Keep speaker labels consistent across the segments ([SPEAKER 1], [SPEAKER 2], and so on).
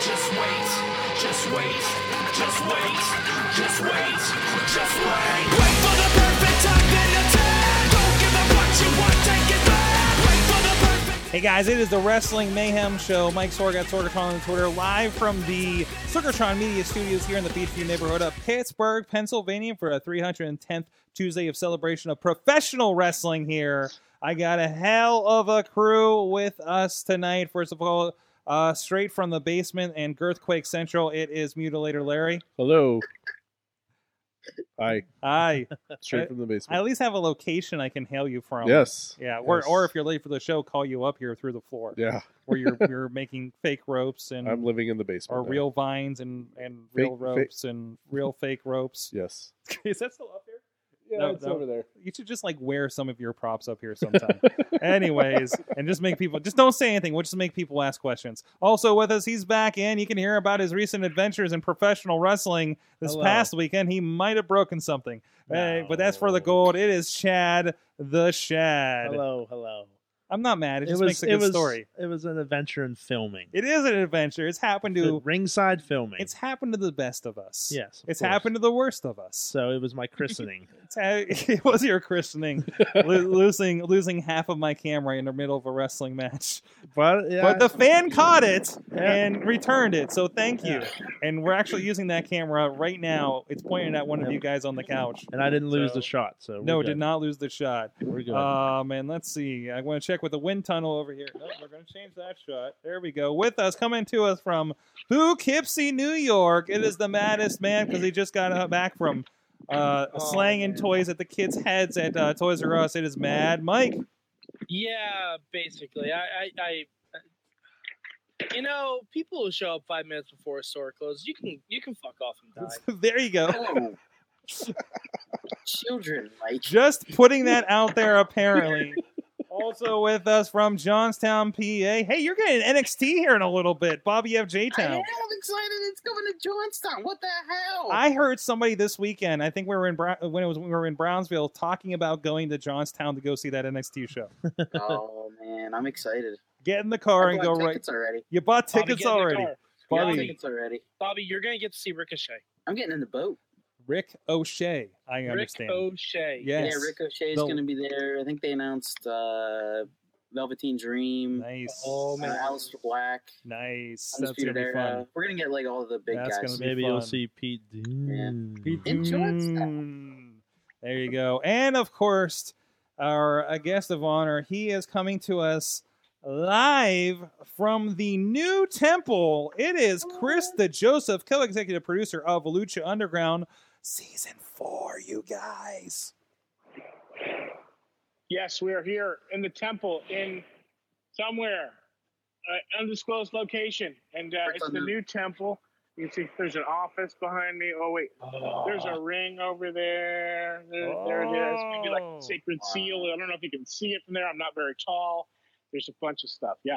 [SPEAKER 1] Just wait, just wait, just wait, just wait, just wait. Wait for the perfect time, then attack. Don't give up what you want, take it back. Wait for the perfect.
[SPEAKER 2] Hey guys, it is the Wrestling Mayhem Show. Mike Sorg at Sorgatron on Twitter, live from the Sorgatron Media Studios here in the Beachview neighborhood of Pittsburgh, Pennsylvania, for a 310th Tuesday of celebration of professional wrestling here. I got a hell of a crew with us tonight. First of all, uh, straight from the basement and Girthquake Central, it is Mutilator Larry.
[SPEAKER 3] Hello. Hi.
[SPEAKER 2] Hi.
[SPEAKER 3] Straight from the
[SPEAKER 2] I
[SPEAKER 3] basement.
[SPEAKER 2] at least have a location I can hail you from.
[SPEAKER 3] yes.
[SPEAKER 2] Yeah, or,
[SPEAKER 3] Yes.
[SPEAKER 2] or if you're late for the show, call you up here through the floor
[SPEAKER 3] Yeah.
[SPEAKER 2] where you're you're making fake ropes and
[SPEAKER 3] I'm living in the basement.
[SPEAKER 2] or
[SPEAKER 3] now.
[SPEAKER 2] real vines and and real
[SPEAKER 3] Fake- fake-
[SPEAKER 2] ropes and real fake ropes.
[SPEAKER 3] Yes.
[SPEAKER 2] Is that still up there?
[SPEAKER 3] Yeah,
[SPEAKER 2] No, it's no. over
[SPEAKER 3] there.
[SPEAKER 2] You should just like wear some of your props up here sometime. Anyways, and just make people just don't say anything. We'll just make people ask questions. Also with us, he's back in. You can hear about his recent adventures in professional wrestling this
[SPEAKER 4] Hello.
[SPEAKER 2] past weekend. He might have broken something, Hey, but that's for the gold. It is Chad the Shad.
[SPEAKER 4] Hello, hello.
[SPEAKER 2] I'm not mad. It just makes a
[SPEAKER 4] it
[SPEAKER 2] good
[SPEAKER 4] was,
[SPEAKER 2] story.
[SPEAKER 4] It was an adventure in filming.
[SPEAKER 2] It is an adventure. It's happened
[SPEAKER 4] The
[SPEAKER 2] to
[SPEAKER 4] ringside filming.
[SPEAKER 2] it's happened to the best of us.
[SPEAKER 4] yes, of
[SPEAKER 2] It's
[SPEAKER 4] course.
[SPEAKER 2] happened to the worst of us.
[SPEAKER 4] So it was my christening.
[SPEAKER 2] It's ha- it was your christening, Lo- losing losing half of my camera in the middle of a wrestling match.
[SPEAKER 4] but yeah,
[SPEAKER 2] But the fan caught it
[SPEAKER 4] Yeah.
[SPEAKER 2] and returned it, so thank you. And we're actually using that camera right now. It's pointing at one of you guys on the couch.
[SPEAKER 4] and I didn't lose
[SPEAKER 2] So-
[SPEAKER 4] the shot. So we're
[SPEAKER 2] No,
[SPEAKER 4] good.
[SPEAKER 2] did not lose the shot.
[SPEAKER 4] We're good.
[SPEAKER 2] Um, and let's see. I want to check with the wind tunnel over here. Nope, we're going to change that shot. There we go. With us, coming to us from Poughkeepsie, New York. It is the maddest man because he just got uh, back from uh, slanging toys at the kids' heads at uh, Toys R Us. It is Mad Mike.
[SPEAKER 5] Yeah, basically. I, I, I, you know, people who show up five minutes before a store closes, you can, you can fuck off and die.
[SPEAKER 2] there you go.
[SPEAKER 6] Oh. Children, like
[SPEAKER 2] Just putting that out there, apparently. Also with us from Johnstown, PA. Hey, you're getting NXT here in a little bit. Bobby F. J
[SPEAKER 6] I am
[SPEAKER 2] Town.
[SPEAKER 6] excited. It's going to Johnstown. What the
[SPEAKER 5] Oh.
[SPEAKER 6] hell?
[SPEAKER 2] I heard somebody this weekend. I think we were in Brown when it was when we were in Brownsville talking about going to Johnstown to go see that NXT show.
[SPEAKER 6] oh man, I'm excited.
[SPEAKER 2] Get in the car
[SPEAKER 6] I
[SPEAKER 2] and
[SPEAKER 6] bought
[SPEAKER 2] go right.
[SPEAKER 6] tickets already.
[SPEAKER 2] You bought
[SPEAKER 5] Bobby,
[SPEAKER 2] tickets
[SPEAKER 5] get in the
[SPEAKER 2] already.
[SPEAKER 5] car.
[SPEAKER 6] I bought
[SPEAKER 5] Bobby.
[SPEAKER 2] Bobby
[SPEAKER 6] tickets already.
[SPEAKER 5] Bobby, you're gonna get to see Ricochet.
[SPEAKER 6] I'm getting in the boat.
[SPEAKER 2] Rick O'Shea. I
[SPEAKER 5] Rick
[SPEAKER 2] understand.
[SPEAKER 5] O'Shea.
[SPEAKER 2] yes.
[SPEAKER 6] Yeah, Ricochet's
[SPEAKER 2] No.
[SPEAKER 6] going to be there. I think they announced uh, Velveteen Dream,
[SPEAKER 2] Nice.
[SPEAKER 5] Oh,
[SPEAKER 6] uh,
[SPEAKER 5] man.
[SPEAKER 6] Alice Black,
[SPEAKER 2] Nice. That's gonna
[SPEAKER 6] Undisputed
[SPEAKER 2] be
[SPEAKER 6] Era.
[SPEAKER 5] uh,
[SPEAKER 2] fun.
[SPEAKER 6] We're going to get like all the big
[SPEAKER 2] That's gonna
[SPEAKER 6] guys.
[SPEAKER 4] Maybe
[SPEAKER 2] be
[SPEAKER 4] you'll
[SPEAKER 2] fun.
[SPEAKER 4] see Pete. Dune.
[SPEAKER 6] In
[SPEAKER 2] Johnstown. Mm. There you go. And of course, our uh, guest of honor, he is coming to us live from the new temple. It is Chris the Joseph, co executive producer of Lucha Underground season four, you guys.
[SPEAKER 7] Yes, we are here in the temple in somewhere, uh, undisclosed location, and uh, it's the new temple. You can see there's an office behind me. Oh wait, there's a ring over there. There, there it is. Maybe like
[SPEAKER 2] Oh.
[SPEAKER 7] the sacred seal. I don't know if you can see it from there. I'm not very tall. There's a bunch of stuff. Yeah,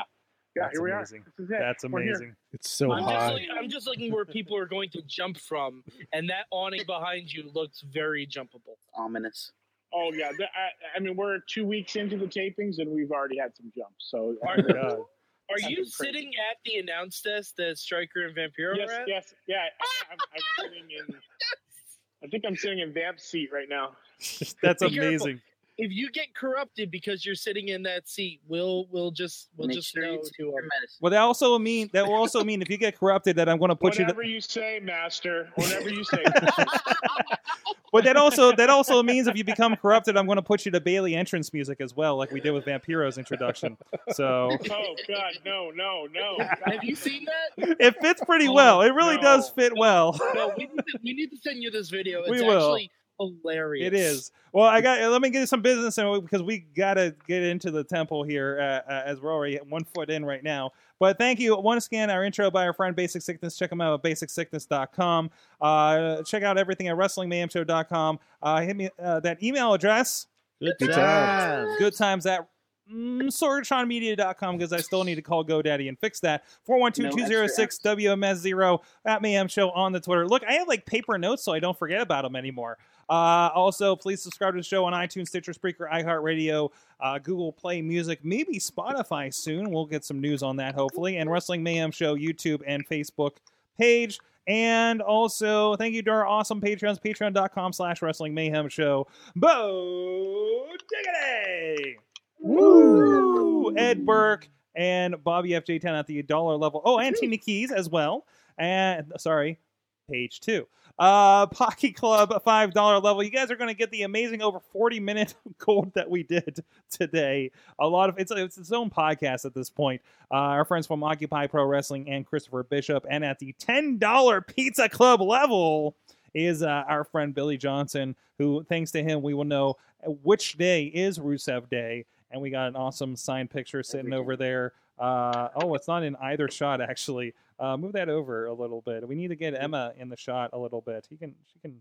[SPEAKER 7] yeah.
[SPEAKER 2] That's
[SPEAKER 7] here we
[SPEAKER 2] amazing.
[SPEAKER 7] are. This is it.
[SPEAKER 2] That's
[SPEAKER 7] We're here.
[SPEAKER 2] amazing.
[SPEAKER 3] It's so
[SPEAKER 5] I'm just,
[SPEAKER 3] high.
[SPEAKER 5] looking, I'm just looking where people are going to jump from, and that awning behind you looks very jumpable.
[SPEAKER 6] Ominous.
[SPEAKER 7] Oh yeah. The- I, I mean, we're two weeks into the tapings, and we've already had some jumps. So
[SPEAKER 5] Are,
[SPEAKER 2] Oh God.
[SPEAKER 5] are
[SPEAKER 7] That's
[SPEAKER 5] you
[SPEAKER 7] crazy.
[SPEAKER 5] sitting at the announce desk that Striker and Vampiro
[SPEAKER 7] yes,
[SPEAKER 5] are at?
[SPEAKER 7] yes, yeah. I, I'm, I'm sitting in. I think I'm sitting in Vamp's seat right now.
[SPEAKER 2] That's
[SPEAKER 5] Be careful.
[SPEAKER 2] amazing.
[SPEAKER 5] If you get corrupted because you're sitting in that seat, we'll we'll just we'll
[SPEAKER 6] Make
[SPEAKER 5] just
[SPEAKER 6] sure
[SPEAKER 5] know
[SPEAKER 6] you take
[SPEAKER 5] to um,
[SPEAKER 6] your medicine.
[SPEAKER 2] Well, that also mean that will also mean if you get corrupted, that I'm going to put you.
[SPEAKER 7] whatever you, say, Master. Whatever you say. master.
[SPEAKER 2] But that also that also means if you become corrupted, I'm going to put you to Bailey entrance music as well, like we did with Vampiro's introduction. So
[SPEAKER 7] oh God, no, no, no.
[SPEAKER 5] Have you seen that?
[SPEAKER 2] it fits pretty
[SPEAKER 7] Oh,
[SPEAKER 2] well. It really does
[SPEAKER 7] no.
[SPEAKER 2] fit well.
[SPEAKER 5] No, we need, to, we need to send you this video. It's
[SPEAKER 2] We will.
[SPEAKER 5] actually hilarious.
[SPEAKER 2] It is. Well, I got. uh, Let me get some business in because we gotta get into the temple here uh, uh, as we're already one foot in right now. But thank you once again. Our intro by our friend Basic Sickness. Check him out at basicsickness.com. Uh, check out everything at wrestlingmayhemshow.com. Uh, hit me uh, that email address.
[SPEAKER 4] Good
[SPEAKER 3] Good
[SPEAKER 4] time.
[SPEAKER 2] Good times at mm, sorgatronmedia.com because I still need to call GoDaddy and fix that. 412-206 WMS0 at Mayhem Show on the Twitter. Look, I have like paper notes so I don't forget about them anymore. Uh, also, please subscribe to the show on iTunes, Stitcher, Spreaker, iHeartRadio, uh, Google Play Music, maybe Spotify soon. We'll get some news on that hopefully. And Wrestling Mayhem Show YouTube and Facebook page. And also, thank you to our awesome patrons, patreon.com slash wrestling mayhem show. Bo Diggity! Woo! Ed Burke and Bobby FJ10 at the dollar level. Oh, and Tina Keys as well. And sorry, page two. Uh, Pocky Club five dollar level. You guys are going to get the amazing over forty minute gold that we did today. A lot of it's it's its own podcast at this point. Uh, our friends from Occupy Pro Wrestling and Christopher Bishop, and at the ten dollar Pizza Club level is uh, our friend Billy Johnson, who thanks to him we will know which day is Rusev Day, and we got an awesome signed picture sitting over there. Uh, oh, it's not in either shot actually. Uh, move that over a little bit. We need to get Emma in the shot a little bit. He can, she can,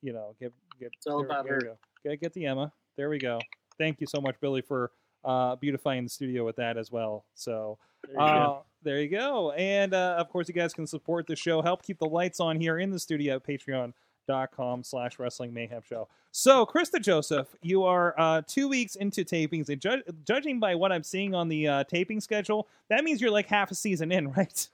[SPEAKER 2] you know, get get.
[SPEAKER 6] It's all
[SPEAKER 2] there-
[SPEAKER 6] about
[SPEAKER 2] there we go. Get, get the Emma. There we go. Thank you so much, Billy, for uh, beautifying the studio with that as well. So
[SPEAKER 4] There you go.
[SPEAKER 2] uh, there you go. And uh, of course, you guys can support the show, help keep the lights on here in the studio at patreon.com slash wrestling mayhem show. So, Krista Joseph, you are uh, two weeks into tapings, and ju- judging by what I'm seeing on the uh, taping schedule, that means you're like half a season in, right?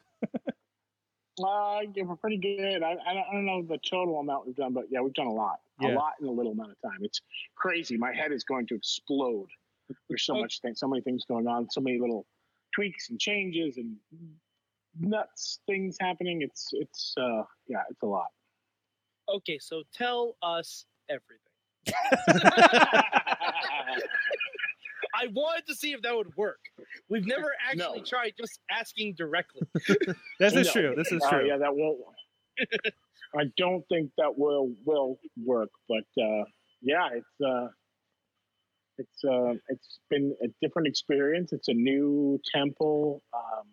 [SPEAKER 7] Uh, yeah, we're pretty good. I, I, don't, I don't know the total amount we've done, but yeah, we've done a lot.
[SPEAKER 2] Yeah.
[SPEAKER 7] A lot in a little amount of time. It's crazy. My head is going to explode. There's so much things, so many things going on, so many little tweaks and changes and nuts things happening. It's it's uh yeah, it's a lot.
[SPEAKER 5] Okay, so tell us everything. I wanted to see if that would work. We've never actually
[SPEAKER 7] No.
[SPEAKER 5] tried just asking directly.
[SPEAKER 2] This is
[SPEAKER 7] No.
[SPEAKER 2] true. This is
[SPEAKER 7] Oh,
[SPEAKER 2] true.
[SPEAKER 7] yeah, that won't. I don't think that will will work, but uh, yeah, it's uh, it's uh, it's been a different experience. It's a new temple. Um,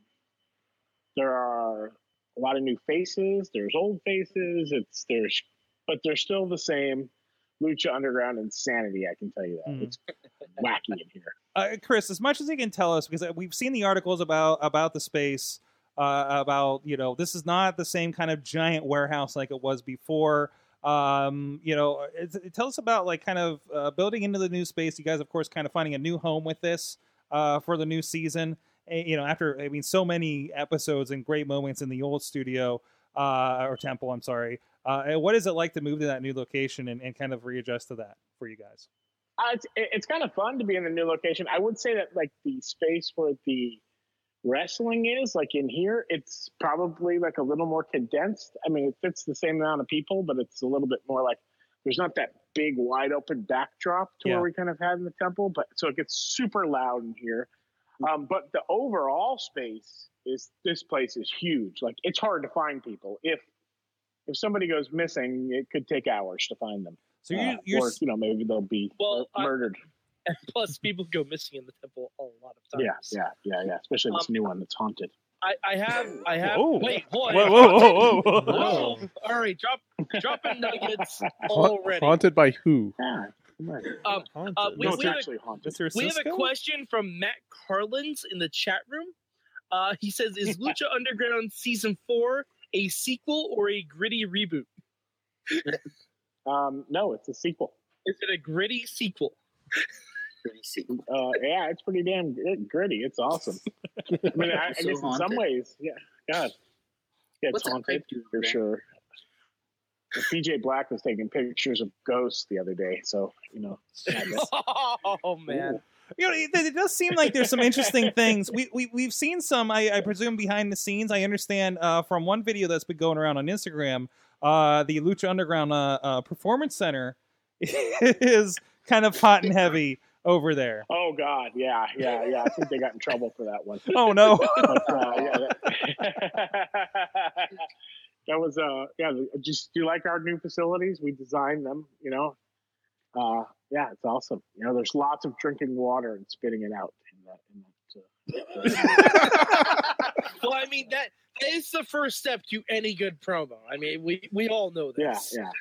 [SPEAKER 7] there are a lot of new faces. There's old faces. It's there's, but they're still the same. Lucha Underground insanity. I can tell you that
[SPEAKER 2] Mhm.
[SPEAKER 7] it's wacky in here.
[SPEAKER 2] uh, Chris, as much as you can tell us, because uh, we've seen the articles about about the space, uh, about you know this is not the same kind of giant warehouse like it was before. Um, you know, it's, it, tell us about like kind of uh, building into the new space. You guys, of course, kind of finding a new home with this uh, for the new season. Eh, you know, after I mean, so many episodes and great moments in the old studio uh, or temple. I'm sorry. Uh, eh, what is it like to move to that new location and, and kind of readjust to that for you guys?
[SPEAKER 7] Uh, it's it- it's kind of fun to be in the new location. I would say that like the space where the wrestling is, like in here, it's probably like a little more condensed. I mean, it fits the same amount of people, but it's a little bit more like there's not that big wide open backdrop to
[SPEAKER 2] Yeah.
[SPEAKER 7] where we kind of had in the temple, but so it gets super loud in here. Um, but the overall space is this place is huge. Like it's hard to find people. If if somebody goes missing, it could take hours to find them.
[SPEAKER 2] So you,
[SPEAKER 7] Uh,
[SPEAKER 2] you're
[SPEAKER 7] or you know maybe they'll be
[SPEAKER 5] Well, I-
[SPEAKER 7] murdered.
[SPEAKER 5] And plus, people go missing in the temple a lot of times.
[SPEAKER 7] Yeah, yeah, yeah, yeah. Especially this
[SPEAKER 5] Um,
[SPEAKER 7] new one that's haunted.
[SPEAKER 5] I, I have, I have.
[SPEAKER 2] Whoa.
[SPEAKER 5] Wait, boy.
[SPEAKER 2] whoa, whoa, whoa, whoa, whoa.
[SPEAKER 5] Whoa. All right, drop, dropping nuggets
[SPEAKER 3] Haun-
[SPEAKER 5] already.
[SPEAKER 3] Haunted by who?
[SPEAKER 7] Yeah, come on.
[SPEAKER 5] Uh, we-
[SPEAKER 7] no,
[SPEAKER 5] we
[SPEAKER 7] it's
[SPEAKER 5] have a-
[SPEAKER 7] actually haunted.
[SPEAKER 2] Is there
[SPEAKER 5] We have a
[SPEAKER 2] Cisco?
[SPEAKER 5] question from Matt Carlins in the chat room. Uh, he says, "Is Lucha Underground season four a sequel or a gritty reboot?
[SPEAKER 7] Um, no, it's a sequel.
[SPEAKER 5] Is it a gritty sequel?"
[SPEAKER 7] Uh, yeah, it's pretty damn gr- gritty. It's awesome. I mean, I, I
[SPEAKER 6] It's
[SPEAKER 7] guess
[SPEAKER 6] so
[SPEAKER 7] in some
[SPEAKER 6] haunted.
[SPEAKER 7] ways, yeah, God, yeah, it's
[SPEAKER 6] What's that
[SPEAKER 7] haunted
[SPEAKER 6] pipe do
[SPEAKER 7] for
[SPEAKER 6] there?
[SPEAKER 7] sure. PJ Black was taking pictures of ghosts the other day, so you know. yeah, I guess-
[SPEAKER 5] Oh man,
[SPEAKER 2] you know, it, it does seem like there's some interesting things. We, we we've seen some, I, I presume, behind the scenes. I understand uh, from one video that's been going around on Instagram, uh, the Lucha Underground uh, uh, Performance Center is kind of hot and heavy over there.
[SPEAKER 7] Oh God, yeah, yeah, yeah. I think they got in trouble for that one.
[SPEAKER 2] Oh no!
[SPEAKER 7] But, uh, yeah, that- that was uh yeah. the- Just do you like our new facilities? We designed them. You know, uh yeah, it's awesome. You know, there's lots of drinking water and spitting it out in that. In that uh,
[SPEAKER 5] Well, I mean that that is the first step to any good promo. I mean, we we all know
[SPEAKER 7] yeah,
[SPEAKER 5] this.
[SPEAKER 7] yeah.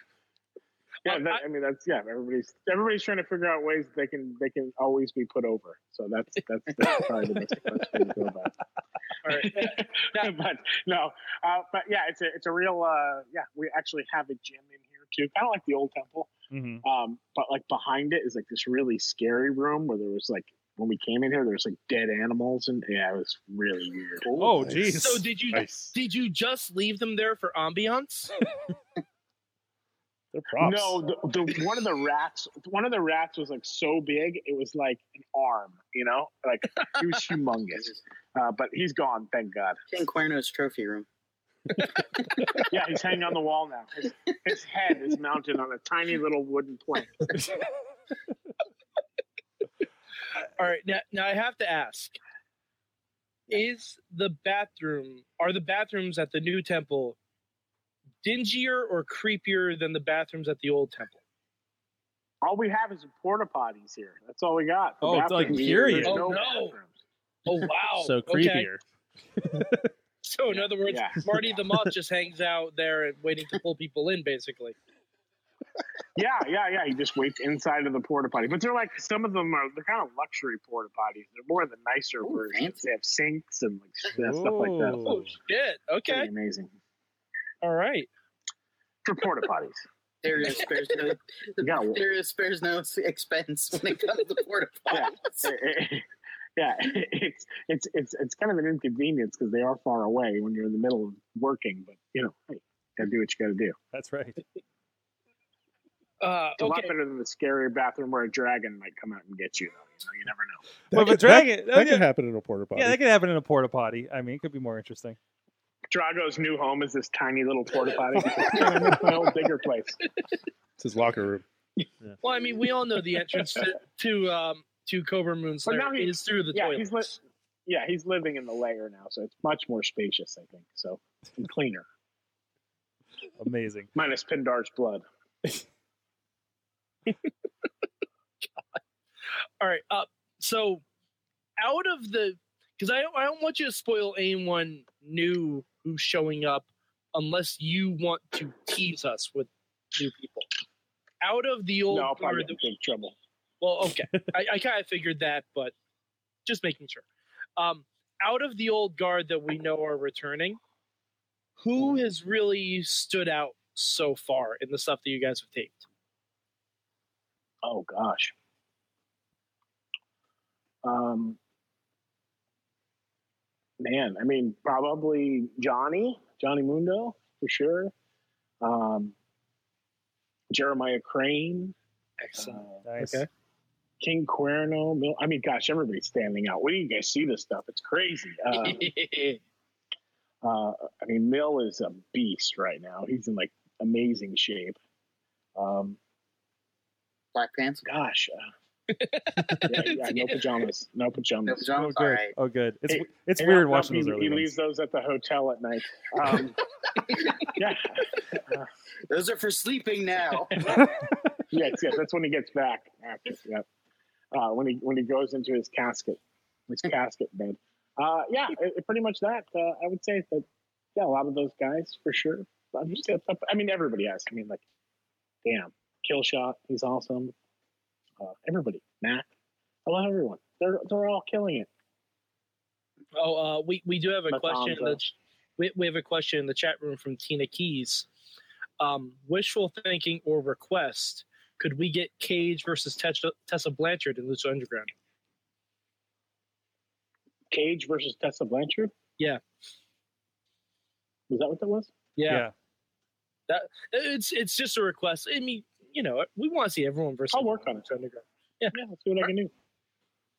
[SPEAKER 7] Yeah, that, I mean that's yeah. Everybody's everybody's trying to figure out ways they can they can always be put over. So that's that's, that's probably the best, best way to go about.
[SPEAKER 5] All right.
[SPEAKER 7] It. But no, uh, but yeah, it's a it's a real uh, yeah. We actually have a gym in here too, kind of like the old temple.
[SPEAKER 2] Mhm.
[SPEAKER 7] Um, but like behind it is like this really scary room where there was like when we came in here, there was like dead animals and yeah, it was really weird.
[SPEAKER 2] Oh,
[SPEAKER 8] nice.
[SPEAKER 2] jeez.
[SPEAKER 5] So did you
[SPEAKER 3] Nice.
[SPEAKER 5] did you just leave them there for ambiance?
[SPEAKER 4] They're props.
[SPEAKER 7] No, the, the one of the rats, one of the rats was like so big, it was like an arm. You know, like he was humongous. Uh, but he's gone, thank God.
[SPEAKER 6] King Cuerno's trophy room.
[SPEAKER 7] Yeah, he's hanging on the wall now. His, his head is mounted on a tiny little wooden plank.
[SPEAKER 5] All right. Now, now I have to ask: Is the bathroom are the bathrooms at the new temple dingier or creepier than the bathrooms at the old temple?
[SPEAKER 7] All we have is porta potties here. That's all we got. The
[SPEAKER 2] Oh, it's like
[SPEAKER 7] bathrooms-
[SPEAKER 2] period.
[SPEAKER 7] there's
[SPEAKER 5] Oh, no.
[SPEAKER 7] bathrooms.
[SPEAKER 5] Oh wow!
[SPEAKER 4] so
[SPEAKER 5] Okay.
[SPEAKER 4] creepier.
[SPEAKER 5] So in other words,
[SPEAKER 7] Yeah.
[SPEAKER 5] Marty the Moth just hangs out there and waiting to pull people in, basically.
[SPEAKER 7] Yeah, yeah, yeah. You just wait inside of the porta potty. But they're like some of them are they're kind of luxury porta potties. They're more of the nicer
[SPEAKER 6] Ooh,
[SPEAKER 7] versions.
[SPEAKER 6] fancy.
[SPEAKER 7] They have sinks and like stuff stuff like that.
[SPEAKER 2] Ooh.
[SPEAKER 5] Oh shit!
[SPEAKER 7] Pretty
[SPEAKER 5] Okay.
[SPEAKER 7] amazing.
[SPEAKER 5] All right.
[SPEAKER 7] For porta potties.
[SPEAKER 6] There is spares no
[SPEAKER 7] You gotta-
[SPEAKER 6] there is spares no expense when it comes to porta
[SPEAKER 7] Yeah.
[SPEAKER 6] potties.
[SPEAKER 7] yeah, it's it's it's it's kind of an inconvenience because they are far away when you're in the middle of working. But you know, hey, gotta do what you gotta do.
[SPEAKER 4] That's right.
[SPEAKER 5] Uh,
[SPEAKER 7] It's a lot
[SPEAKER 5] okay.
[SPEAKER 7] better than the scary bathroom where a dragon might come out and get you. Though. You, know, you never know.
[SPEAKER 2] Well, if a
[SPEAKER 3] could,
[SPEAKER 2] dragon-
[SPEAKER 3] That,
[SPEAKER 2] oh,
[SPEAKER 3] that
[SPEAKER 2] yeah.
[SPEAKER 3] could happen in a porta potty.
[SPEAKER 2] yeah, that could happen in a porta potty. I mean, it could be more interesting.
[SPEAKER 7] Drago's new home is this tiny little porta potty. I miss my old bigger place.
[SPEAKER 3] it's his locker room.
[SPEAKER 5] Well, I mean, we all know the entrance to to, um, to Cobra Moon Slayer
[SPEAKER 7] now he-
[SPEAKER 5] is through the
[SPEAKER 7] yeah,
[SPEAKER 5] toilet.
[SPEAKER 7] he's li- yeah, he's living in the lair now, so it's much more spacious, I think. So and cleaner,
[SPEAKER 2] Amazing.
[SPEAKER 7] minus Pindar's blood.
[SPEAKER 5] All right. Uh, so out of the because I don't, I don't want you to spoil anyone new who's showing up unless you want to tease us with new people. Out of the old
[SPEAKER 7] No, I'll
[SPEAKER 5] or
[SPEAKER 7] probably
[SPEAKER 5] the-
[SPEAKER 7] get in big trouble.
[SPEAKER 5] well, okay, I, I kind of figured that, but just making sure. Um, out of the old guard that we know are returning, who has really stood out so far in the stuff that you guys have taped?
[SPEAKER 7] Oh gosh. Um, man, I mean, probably Johnny, Johnny Mundo for sure. Um, Jeremiah Crane, uh,
[SPEAKER 5] Excellent.
[SPEAKER 2] Nice. Oh,
[SPEAKER 5] Okay.
[SPEAKER 7] King Cuerno. Mil- I mean, gosh, everybody's standing out. What do you guys see this stuff? It's crazy. Uh, uh, I mean, Mill is a beast right now. He's in like amazing shape. Um,
[SPEAKER 6] Black pants.
[SPEAKER 7] gosh, uh, yeah, yeah, no pajamas, no
[SPEAKER 6] No
[SPEAKER 2] Oh,
[SPEAKER 7] pajamas.
[SPEAKER 6] pajamas.
[SPEAKER 2] good.
[SPEAKER 6] All right.
[SPEAKER 2] Oh, good. It's
[SPEAKER 7] Hey,
[SPEAKER 2] it's
[SPEAKER 7] Hey,
[SPEAKER 2] weird
[SPEAKER 7] no, no,
[SPEAKER 2] watching
[SPEAKER 7] he,
[SPEAKER 2] those early
[SPEAKER 7] He
[SPEAKER 2] ones.
[SPEAKER 7] leaves those at the hotel at night. Um, yeah,
[SPEAKER 6] Those are for sleeping now.
[SPEAKER 7] yes, yes. That's when he gets back after. Yeah. Uh, when he when he goes into his casket, his casket bed. Uh, yeah, it, it- pretty much that. Uh, I would say that. Yeah, a lot of those guys for sure. I'm just, I mean, everybody has. I mean, like, damn, kill shot. He's awesome. Uh, everybody, Mac. I love everyone. They're they're all killing it.
[SPEAKER 5] Oh, uh, we we do have a
[SPEAKER 7] That's
[SPEAKER 5] question. In
[SPEAKER 7] awesome.
[SPEAKER 5] the, ch- we we have a question in the chat room from Tina Keys. Um, wishful thinking or request? Could we get Cage versus Tessa, Tessa Blanchard in Lucha Underground?
[SPEAKER 7] Cage versus Tessa Blanchard.
[SPEAKER 5] Yeah.
[SPEAKER 7] Was that what that was?
[SPEAKER 2] Yeah.
[SPEAKER 5] That it's it's just a request. I mean, you know, we want to see everyone versus.
[SPEAKER 7] I'll work on it.
[SPEAKER 5] Lucha Underground.
[SPEAKER 7] Yeah, let's see what I can do.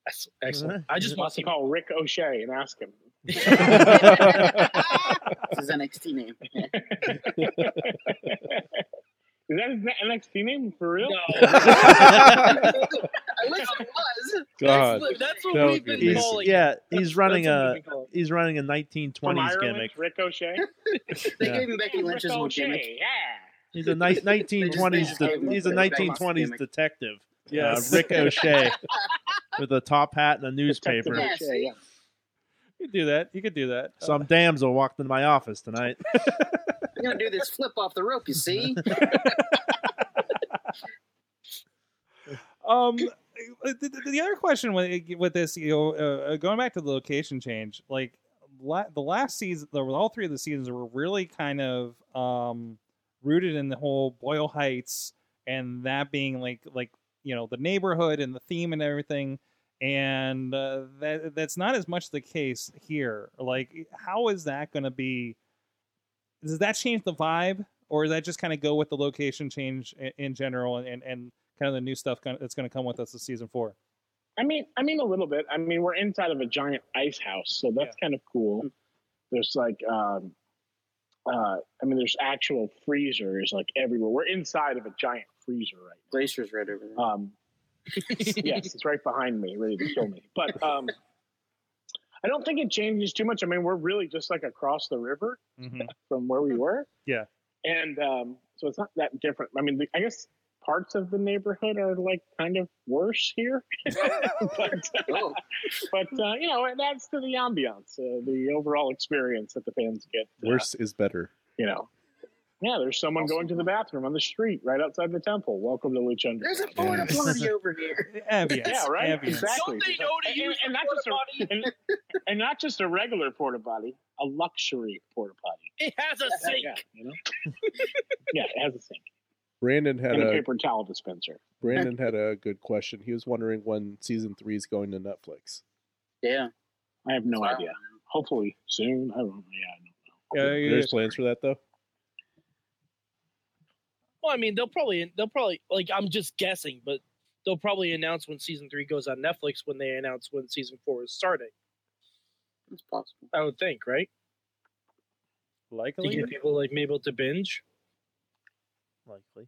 [SPEAKER 5] Ex- Excellent. I just want
[SPEAKER 7] Must
[SPEAKER 5] to.
[SPEAKER 7] call Rick O'Shea and ask him.
[SPEAKER 6] This is NXT name.
[SPEAKER 7] Is that his NXT name for real?
[SPEAKER 5] No.
[SPEAKER 6] Unless it was.
[SPEAKER 3] God.
[SPEAKER 5] That's, that's what
[SPEAKER 3] That
[SPEAKER 5] we've
[SPEAKER 3] would be
[SPEAKER 5] been
[SPEAKER 3] amazing.
[SPEAKER 4] He's,
[SPEAKER 5] calling.
[SPEAKER 4] yeah,
[SPEAKER 5] That's-
[SPEAKER 4] he's running
[SPEAKER 5] that's what
[SPEAKER 4] a
[SPEAKER 5] we've been calling.
[SPEAKER 4] he's running a
[SPEAKER 7] From
[SPEAKER 4] 1920s
[SPEAKER 7] Ireland,
[SPEAKER 4] gimmick.
[SPEAKER 7] Ricochet.
[SPEAKER 6] They
[SPEAKER 4] Yeah.
[SPEAKER 6] gave him Becky Lynch's little
[SPEAKER 7] Ricochet,
[SPEAKER 6] gimmick.
[SPEAKER 7] yeah.
[SPEAKER 4] He's a ni-
[SPEAKER 6] They
[SPEAKER 4] 1920s.
[SPEAKER 6] just gave him
[SPEAKER 4] de- he's a
[SPEAKER 6] the Ricochet
[SPEAKER 4] 1920s
[SPEAKER 6] gimmick.
[SPEAKER 4] detective. Yeah,
[SPEAKER 3] Yes.
[SPEAKER 4] Rick O'Shea with a top hat and a newspaper.
[SPEAKER 6] Yes.
[SPEAKER 7] Ricochet, yeah.
[SPEAKER 2] You could do that. You could do that.
[SPEAKER 4] Some damsel walked into my office tonight.
[SPEAKER 6] We're gonna do this flip off the rope. You see?
[SPEAKER 2] Um, the, the- the other question with with this, you know, uh, going back to the location change, like la- the last season, the, all three of the seasons were really kind of um rooted in the whole Boyle Heights and that being like like you know the neighborhood and the theme and everything, and uh, that that's not as much the case here. Like, how is that going to be? Does that change the vibe, or does that just kind of go with the location change in, in general and and, and kind of the new stuff gonna- that's going to come with us this season four.
[SPEAKER 7] I mean, I mean a little bit. I mean, we're inside of a giant ice house, so that's kind of cool. There's like, um, uh, I mean, there's actual freezers like everywhere. We're inside of a giant freezer right
[SPEAKER 6] Glacier's right over
[SPEAKER 7] now. Um, yes, it's right behind me, ready to kill me. But um, I don't think it changes too much. I mean, we're really just like across the river from where we were.
[SPEAKER 2] Yeah.
[SPEAKER 7] And um, so it's not that different. I mean, the, I guess parts of the neighborhood are like kind of worse here. but,
[SPEAKER 6] there. Oh,
[SPEAKER 7] but uh, you know, it adds to the ambiance, uh, the overall experience that the fans get. uh,
[SPEAKER 3] Worse is better.
[SPEAKER 7] you know. Yeah, there's someone going to the bathroom on the street right outside the temple. Welcome to Lucha
[SPEAKER 6] there's a
[SPEAKER 7] Underground.
[SPEAKER 6] porta potty over here.
[SPEAKER 2] Ambience,
[SPEAKER 7] Yeah, right.
[SPEAKER 2] ambience.
[SPEAKER 7] Exactly.
[SPEAKER 5] Don't they know to
[SPEAKER 7] And-
[SPEAKER 5] use the
[SPEAKER 7] and not just a-
[SPEAKER 5] porta potty?
[SPEAKER 7] And, and not just a regular porta potty, a luxury porta potty.
[SPEAKER 5] It has a sink.
[SPEAKER 7] Yeah, you know. yeah, it has a sink
[SPEAKER 3] Brandon had
[SPEAKER 7] and a
[SPEAKER 3] a
[SPEAKER 7] paper towel dispenser.
[SPEAKER 3] Brandon had a good question. He was wondering when season three is going to Netflix.
[SPEAKER 6] Yeah.
[SPEAKER 7] I have no
[SPEAKER 6] Wow.
[SPEAKER 7] idea. Hopefully soon. I don't. Yeah, I don't know.
[SPEAKER 2] Yeah, yeah,
[SPEAKER 3] There's
[SPEAKER 2] yeah.
[SPEAKER 3] plans for that though.
[SPEAKER 5] Well, I mean, they'll probably they'll probably like I'm just guessing, but they'll probably announce when season three goes on Netflix when they announce when season four is starting.
[SPEAKER 6] It's possible.
[SPEAKER 5] I would think, right? To
[SPEAKER 2] Likely,
[SPEAKER 5] get people like able to binge.
[SPEAKER 4] Likely,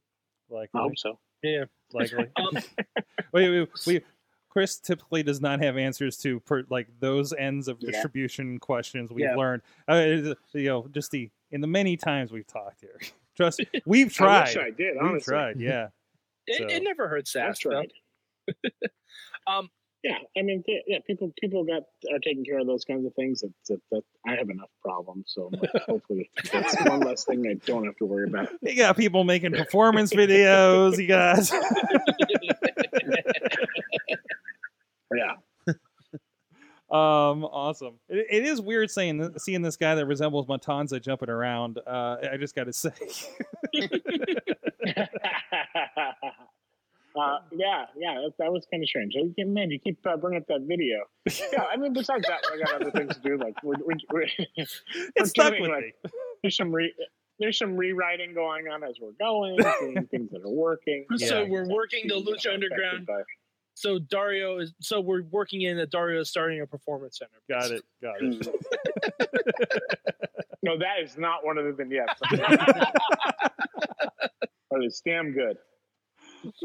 [SPEAKER 7] I
[SPEAKER 4] likely,
[SPEAKER 7] hope so.
[SPEAKER 5] Yeah.
[SPEAKER 4] likely.
[SPEAKER 5] Um,
[SPEAKER 2] wait, wait, wait. Chris typically does not have answers to per, like those ends of
[SPEAKER 6] Yeah.
[SPEAKER 2] distribution questions. We've
[SPEAKER 5] Yeah.
[SPEAKER 2] learned, uh, is- you know, just the in the many times we've talked here. Trust, me, we've
[SPEAKER 7] I wish
[SPEAKER 2] tried.
[SPEAKER 7] I did.
[SPEAKER 2] We've
[SPEAKER 7] Honestly,
[SPEAKER 2] tried. Yeah,
[SPEAKER 5] it,
[SPEAKER 2] So-
[SPEAKER 5] it never hurts to
[SPEAKER 7] I've
[SPEAKER 5] ask. though.
[SPEAKER 7] tried.
[SPEAKER 5] Um,
[SPEAKER 7] Yeah, I mean, yeah, yeah, people people got are taking care of those kinds of things. That, that, that I have enough problems, so I'm like, hopefully that's one less thing I don't have to worry about.
[SPEAKER 2] you got people making performance videos. You got
[SPEAKER 7] Yeah,
[SPEAKER 2] Um, awesome. It, it is weird saying th- seeing this guy that resembles Matanza jumping around. Uh, I just got to say,
[SPEAKER 7] uh, yeah, yeah, that, that was kind of strange. You can- Man, you keep uh, bringing up that video. Yeah, I mean, besides that, I got other things to do. Like, we're, we're, we're, we're
[SPEAKER 2] it stuck
[SPEAKER 7] doing,
[SPEAKER 2] with
[SPEAKER 7] like,
[SPEAKER 2] me.
[SPEAKER 7] there's some re- there's some rewriting going on as we're going, seeing things that are working.
[SPEAKER 5] So we're working the
[SPEAKER 7] You know,
[SPEAKER 5] Lucha Underground.
[SPEAKER 7] affected by-
[SPEAKER 5] so Dario is so we're working in that Dario is starting a performance center.
[SPEAKER 2] Got it. Got it.
[SPEAKER 6] Mm.
[SPEAKER 7] No, that is not one of the vignettes. but it's damn good.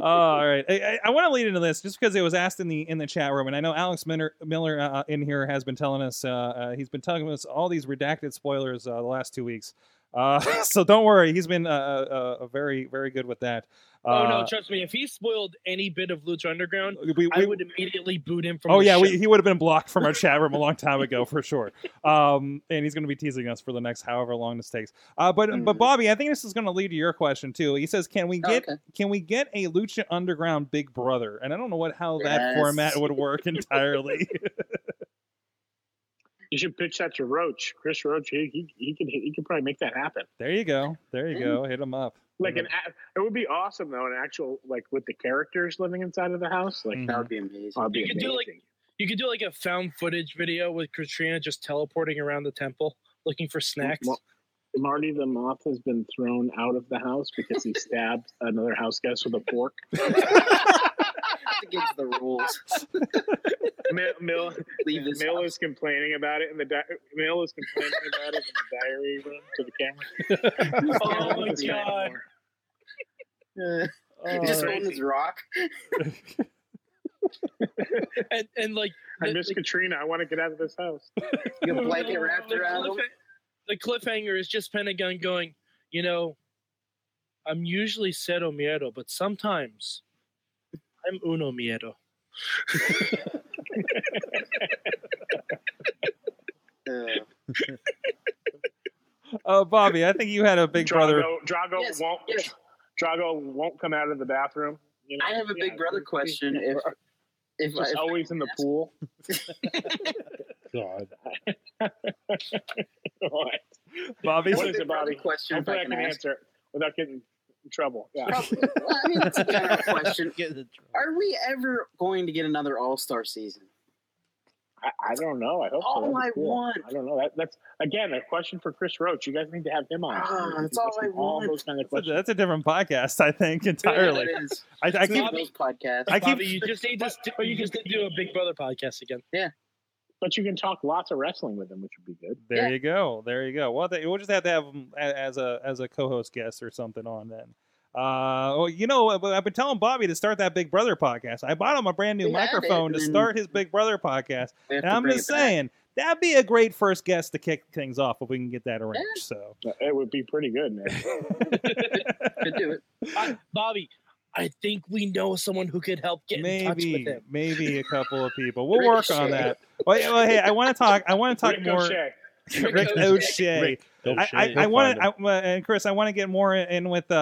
[SPEAKER 2] Oh, all right. I, I, I want to lead into this just because it was asked in the in the chat room, and I know Alex Miller, Miller uh, in here has been telling us uh, uh, he's been telling us all these redacted spoilers uh, the last two weeks. Uh, so don't worry, he's been uh, uh, uh, very very good with that.
[SPEAKER 5] Oh no,
[SPEAKER 2] Uh,
[SPEAKER 5] trust me. If he spoiled any bit of Lucha Underground,
[SPEAKER 2] we,
[SPEAKER 5] I
[SPEAKER 2] we-
[SPEAKER 5] would immediately boot him from.
[SPEAKER 2] oh
[SPEAKER 5] the
[SPEAKER 2] yeah,
[SPEAKER 5] show.
[SPEAKER 2] we, he would have been blocked from our chat room a long time ago for sure. Um, and he's going to be teasing us for the next however long this takes. Uh, but but
[SPEAKER 5] Mm-hmm.
[SPEAKER 6] Mhm.
[SPEAKER 2] Bobby, I think this is going to lead to your question too. He says, "Can we
[SPEAKER 6] Oh,
[SPEAKER 2] get
[SPEAKER 6] okay.
[SPEAKER 2] can we get a Lucha Underground Big Brother?" And I don't know what how that
[SPEAKER 6] Yes.
[SPEAKER 2] format would work entirely.
[SPEAKER 7] You should pitch that to Roach, Chris Roach. He he he could he could probably make that happen.
[SPEAKER 2] there you go, there you go. Hit him up.
[SPEAKER 7] Like an,
[SPEAKER 5] Mhm.
[SPEAKER 7] a- it would be awesome though. An actual like with the characters living inside of the house. Like
[SPEAKER 6] That would be amazing.
[SPEAKER 7] that'd be
[SPEAKER 5] Mm. You could do, like-
[SPEAKER 7] amazing.
[SPEAKER 5] You could do like a found footage video with Katrina just teleporting around the temple looking for snacks.
[SPEAKER 7] Well- Marty the moth has been thrown out of the house because he stabbed another house guest with a fork.
[SPEAKER 6] That's against the rules.
[SPEAKER 7] Mill, Mill,
[SPEAKER 6] Leave this.
[SPEAKER 7] Mill is complaining about it in the di- Mill is complaining about it in the diary room to the camera.
[SPEAKER 5] Oh my
[SPEAKER 7] It's not
[SPEAKER 5] God.
[SPEAKER 7] anymore.
[SPEAKER 6] Uh,
[SPEAKER 2] Oh,
[SPEAKER 6] just holding his rock.
[SPEAKER 5] and and like
[SPEAKER 7] I
[SPEAKER 5] the-
[SPEAKER 7] miss
[SPEAKER 5] the-
[SPEAKER 7] Katrina. I want to get out of this house.
[SPEAKER 6] You can blanket wrapped
[SPEAKER 5] the,
[SPEAKER 6] around them.
[SPEAKER 5] cliffha- the cliffhanger is just Pentagon going, you know, I'm usually cero miedo, but sometimes I'm uno miedo.
[SPEAKER 6] Uh,
[SPEAKER 2] Uh, Bobby, I think you had a big brother.
[SPEAKER 7] Drago, Drago
[SPEAKER 6] Yes,
[SPEAKER 7] won't.
[SPEAKER 6] yes.
[SPEAKER 7] Drago won't come out of the bathroom. You know?
[SPEAKER 6] I have a
[SPEAKER 7] Yeah,
[SPEAKER 6] big brother
[SPEAKER 7] he's-
[SPEAKER 6] question. If if,
[SPEAKER 7] He's just
[SPEAKER 6] if
[SPEAKER 7] always in the pool.
[SPEAKER 3] God.
[SPEAKER 7] What?
[SPEAKER 2] Bobby,
[SPEAKER 7] What
[SPEAKER 6] a
[SPEAKER 7] is
[SPEAKER 6] big
[SPEAKER 7] it,
[SPEAKER 6] brother
[SPEAKER 7] Bobby?
[SPEAKER 6] question, if
[SPEAKER 7] Hopefully,
[SPEAKER 6] I
[SPEAKER 7] I
[SPEAKER 6] can
[SPEAKER 7] can
[SPEAKER 6] ask.
[SPEAKER 7] answer it without getting in trouble. Yeah.
[SPEAKER 6] Well, I mean, it's a general question.
[SPEAKER 4] Get in trouble.
[SPEAKER 6] Are we ever going to get another All Star season?
[SPEAKER 7] I, I don't know. I hope so.
[SPEAKER 6] All
[SPEAKER 7] That'd be
[SPEAKER 6] I want.
[SPEAKER 7] I don't know. That, that's again a question for Chris Roach. You guys need to have him on.
[SPEAKER 6] Ah, that's
[SPEAKER 7] That's
[SPEAKER 6] all I want.
[SPEAKER 7] those kind of
[SPEAKER 2] that's a,
[SPEAKER 7] questions.
[SPEAKER 2] that's a different podcast, I think, entirely.
[SPEAKER 6] Yeah, it is.
[SPEAKER 2] I, I
[SPEAKER 6] It's
[SPEAKER 2] keep,
[SPEAKER 6] one of those podcasts.
[SPEAKER 2] I
[SPEAKER 5] Bobby,
[SPEAKER 2] keep,
[SPEAKER 5] you just need to, st-
[SPEAKER 7] but you
[SPEAKER 5] you just
[SPEAKER 7] can-
[SPEAKER 5] need to do a Big Brother podcast again.
[SPEAKER 7] But you can talk lots of wrestling with him, which would be good.
[SPEAKER 2] there you go, there you go. Well, they, we'll just have to have him a- as a as a co-host guest or something on then. Uh, well, you know, I- I've been telling Bobby to start that Big Brother podcast. I bought him a brand new
[SPEAKER 6] We have it,
[SPEAKER 2] microphone to
[SPEAKER 6] and-
[SPEAKER 2] start his Big Brother podcast.
[SPEAKER 6] We
[SPEAKER 2] And
[SPEAKER 6] have to
[SPEAKER 2] I'm
[SPEAKER 6] bring
[SPEAKER 2] just
[SPEAKER 6] it back.
[SPEAKER 2] saying that'd be a great first guest to kick things off if we can get that arranged. So
[SPEAKER 7] It would be pretty good, man.
[SPEAKER 6] Could do it.
[SPEAKER 5] Bo- Bobby, I think we know someone who could help get in touch with
[SPEAKER 2] maybe
[SPEAKER 5] him.
[SPEAKER 2] maybe a couple of people. We'll work on
[SPEAKER 6] Ricochet.
[SPEAKER 2] that. Well, yeah, well, hey, I want to talk. I want to talk
[SPEAKER 7] Rick
[SPEAKER 2] more.
[SPEAKER 7] O'Shea.
[SPEAKER 2] Rick
[SPEAKER 6] Ricochet.
[SPEAKER 2] O'Shea.
[SPEAKER 4] Don't
[SPEAKER 2] I- I,
[SPEAKER 4] shame.
[SPEAKER 2] I
[SPEAKER 4] He'll
[SPEAKER 2] want
[SPEAKER 4] find him.
[SPEAKER 2] to, and Chris, I want to get more in with, uh,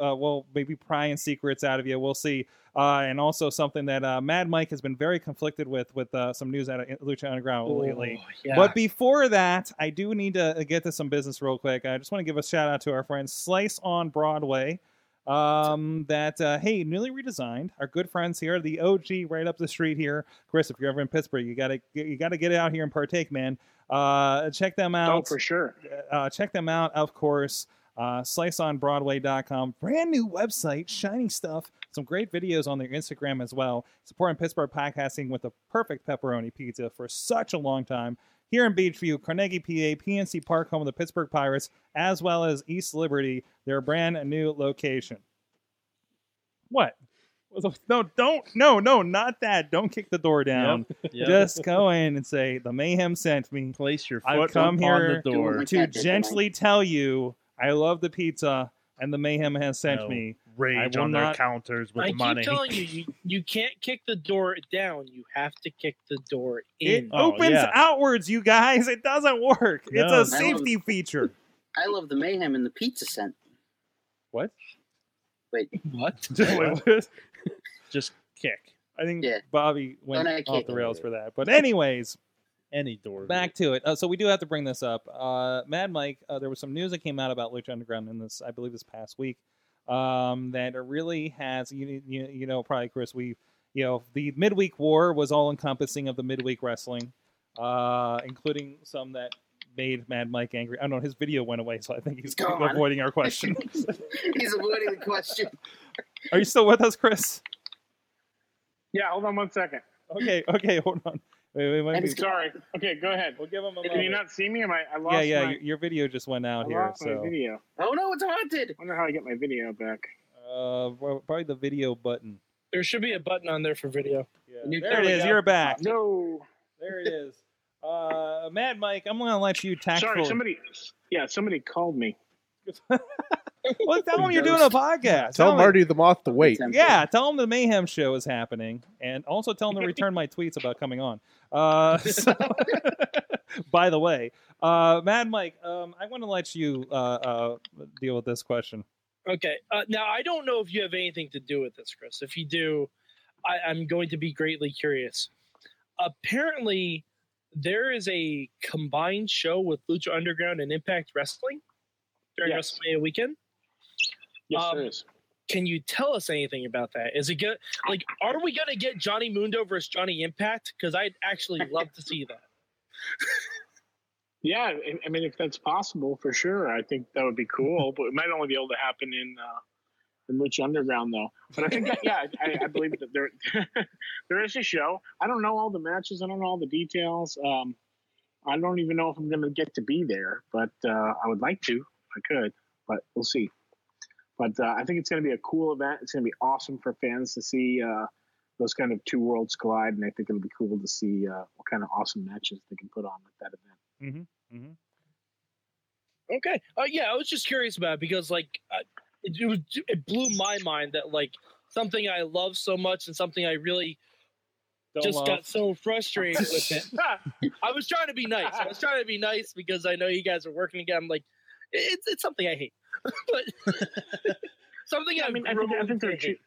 [SPEAKER 2] uh, uh, well, maybe prying secrets out of you. We'll see. Uh, and also something that uh, Mad Mike has been very conflicted with, with uh, some news out of Lucha Underground lately.
[SPEAKER 5] Oh, yeah.
[SPEAKER 2] But before that, I do need to uh, get to some business real quick. I just want to give a shout out to our friend Slice on Broadway. Um, that uh, hey, newly redesigned. Our good friends here, the OG, right up the street here. Chris, if you're ever in Pittsburgh, you gotta you gotta get out here and partake, man. Uh, check them
[SPEAKER 7] Oh,
[SPEAKER 2] out
[SPEAKER 7] for sure.
[SPEAKER 2] uh, check them out, of course. Uh, sliceonbroadway.com. Brand new website, shiny stuff. Some great videos on their Instagram as well. Supporting Pittsburgh podcasting with a perfect pepperoni pizza for such a long time. Here in Beachview, Carnegie, PA, PNC Park, home of the Pittsburgh Pirates, as well as East Liberty, their brand new location. What? No, don't. No, no, not that. Don't kick the door down.
[SPEAKER 4] Yep.
[SPEAKER 2] Just go in and say, the mayhem sent me
[SPEAKER 4] place your
[SPEAKER 2] I've
[SPEAKER 4] foot
[SPEAKER 2] come
[SPEAKER 4] up
[SPEAKER 2] here
[SPEAKER 4] on the door.
[SPEAKER 6] like
[SPEAKER 2] to
[SPEAKER 6] that, didn't I?
[SPEAKER 2] gently tell you I love the pizza and the mayhem has sent
[SPEAKER 4] No.
[SPEAKER 2] me.
[SPEAKER 4] Rage
[SPEAKER 2] I will
[SPEAKER 4] on their
[SPEAKER 2] not-
[SPEAKER 4] counters with
[SPEAKER 5] I
[SPEAKER 4] money.
[SPEAKER 5] keep telling you, you, you can't kick the door down. You have to kick the door
[SPEAKER 2] It
[SPEAKER 5] in.
[SPEAKER 4] Oh,
[SPEAKER 2] opens
[SPEAKER 4] yeah.
[SPEAKER 2] outwards, you guys. It doesn't work.
[SPEAKER 4] No.
[SPEAKER 2] It's a safety feature.
[SPEAKER 6] I love the mayhem and the pizza scent.
[SPEAKER 2] What?
[SPEAKER 6] Wait,
[SPEAKER 5] What?
[SPEAKER 4] Just kick
[SPEAKER 2] I think
[SPEAKER 6] Yeah.
[SPEAKER 2] Bobby went
[SPEAKER 6] Don't I
[SPEAKER 2] off
[SPEAKER 6] kick
[SPEAKER 2] the
[SPEAKER 6] it?
[SPEAKER 2] rails for that. But anyways,
[SPEAKER 4] any door.
[SPEAKER 2] back to it. Uh, so we do have to bring this up. Uh, Mad Mike, uh, there was some news that came out about Lucha Underground in this, I believe, this past week. Um, that it really has you, you you know probably Chris we you know the midweek war was all encompassing of the midweek wrestling, uh, including some that made Mad Mike angry. I don't know his video went away, so I think he's
[SPEAKER 6] It's gone.
[SPEAKER 2] avoiding our question.
[SPEAKER 6] he's avoiding the question.
[SPEAKER 2] Are you still with us, Chris?
[SPEAKER 7] Yeah, hold on one second.
[SPEAKER 2] Okay, okay, hold on. Wait, wait,
[SPEAKER 6] And
[SPEAKER 2] wait.
[SPEAKER 6] it's gone.
[SPEAKER 7] Sorry. Okay, go ahead.
[SPEAKER 2] We'll give him a
[SPEAKER 7] Can
[SPEAKER 2] moment.
[SPEAKER 7] you not see me? Am I? I lost
[SPEAKER 2] Yeah, yeah,
[SPEAKER 7] my,
[SPEAKER 2] your, your video just went
[SPEAKER 7] I
[SPEAKER 2] out here.
[SPEAKER 7] lost my
[SPEAKER 2] So
[SPEAKER 7] video.
[SPEAKER 6] Oh no, it's haunted.
[SPEAKER 7] I wonder how I get my video back.
[SPEAKER 2] uh, probably the video button.
[SPEAKER 5] There should be a button on there for video.
[SPEAKER 2] Yeah,
[SPEAKER 6] New
[SPEAKER 2] there it
[SPEAKER 6] Kelly
[SPEAKER 2] is.
[SPEAKER 6] up.
[SPEAKER 2] You're back.
[SPEAKER 7] No.
[SPEAKER 2] There it is. Uh, Mad Mike, I'm gonna let you tackle.
[SPEAKER 7] Sorry, somebody. Yeah, somebody called me.
[SPEAKER 2] Well, tell him you're doing a podcast.
[SPEAKER 3] Tell
[SPEAKER 2] him-
[SPEAKER 3] Marty the Moth to wait.
[SPEAKER 6] Temple.
[SPEAKER 2] Yeah, tell him the Mayhem Show is happening, and also tell him to return my tweets about coming on. Uh, so- by the way, uh, Mad Mike, um, I want to let you uh, uh, deal with this question.
[SPEAKER 5] Okay. Uh, now, I don't know if you have anything to do with this, Chris. If you do, I, I'm going to be greatly curious. Apparently, there is a combined show with Lucha Underground and Impact Wrestling during
[SPEAKER 7] Yes.
[SPEAKER 5] WrestleMania weekend.
[SPEAKER 7] Yes,
[SPEAKER 5] Um,
[SPEAKER 7] there is.
[SPEAKER 5] Can you tell us anything about that? Is it good? Like, are we going to get Johnny Mundo versus Johnny Impact? Because I'd actually love to see that.
[SPEAKER 7] Yeah, I- I mean, if that's possible, for sure, I think that would be cool. but it might only be able to happen in uh, in Lucha Underground, though. But I think, that, yeah, I, I believe that there there is a show. I don't know all the matches. I don't know all the details. Um, I don't even know if I'm going to get to be there, but uh, I would like to if I could. But we'll see. But uh, I think it's going to be a cool event. It's going to be awesome for fans to see uh, those kind of two worlds collide, and I think it'll be cool to see uh, what kind of awesome matches they can put on with that event.
[SPEAKER 5] Okay. Uh, yeah, I was just curious about it because like uh, it, it was it blew my mind that like something I love so much and something I really
[SPEAKER 2] Don't
[SPEAKER 5] just
[SPEAKER 2] love.
[SPEAKER 5] got so frustrated with it. I was trying to be nice. I was trying to be nice because I know you guys are working again. I'm like, it's it's something I hate, but something I
[SPEAKER 7] I mean,
[SPEAKER 5] mean,
[SPEAKER 7] I
[SPEAKER 5] i
[SPEAKER 7] think- I think they're
[SPEAKER 5] to
[SPEAKER 7] two-
[SPEAKER 5] hate.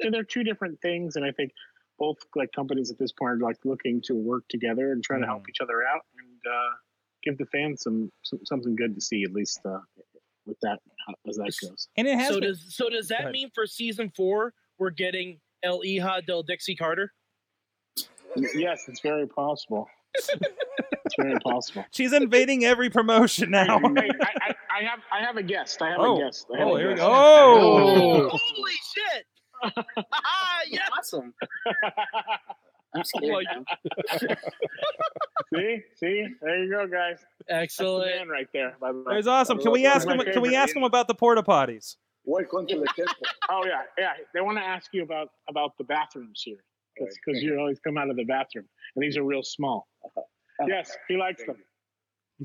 [SPEAKER 7] So they're two different things, and I think both like companies at this point are like looking to work together and try to
[SPEAKER 2] Mm-hmm.
[SPEAKER 7] help each other out and uh, give the fans some, some something good to see at least uh, with that how- as that goes.
[SPEAKER 2] And it has
[SPEAKER 5] So
[SPEAKER 2] been.
[SPEAKER 5] does so does
[SPEAKER 2] Go
[SPEAKER 5] that
[SPEAKER 2] ahead.
[SPEAKER 5] mean for season four we're getting El Hija del Dixie Carter?
[SPEAKER 7] yes, it's very possible. it's very possible.
[SPEAKER 2] She's invading every promotion now.
[SPEAKER 7] Wait, I, I, I have I have a guest. I have
[SPEAKER 2] Oh.
[SPEAKER 7] a guest. I have
[SPEAKER 2] oh,
[SPEAKER 7] a
[SPEAKER 2] here we
[SPEAKER 7] guest.
[SPEAKER 2] go. Oh,
[SPEAKER 5] Holy shit! Ah, yeah.
[SPEAKER 6] Awesome. I'm scared
[SPEAKER 5] Well,
[SPEAKER 6] now.
[SPEAKER 7] see, see, there you go, guys. That's the
[SPEAKER 5] Excellent.
[SPEAKER 7] man right there. By the way.
[SPEAKER 2] there's awesome. Can we ask him? Can we ask him about the porta potties?
[SPEAKER 7] Oh yeah, yeah. They want to ask you about about the bathrooms here because you always come out of the bathroom, and these are real small. Yes, he likes them.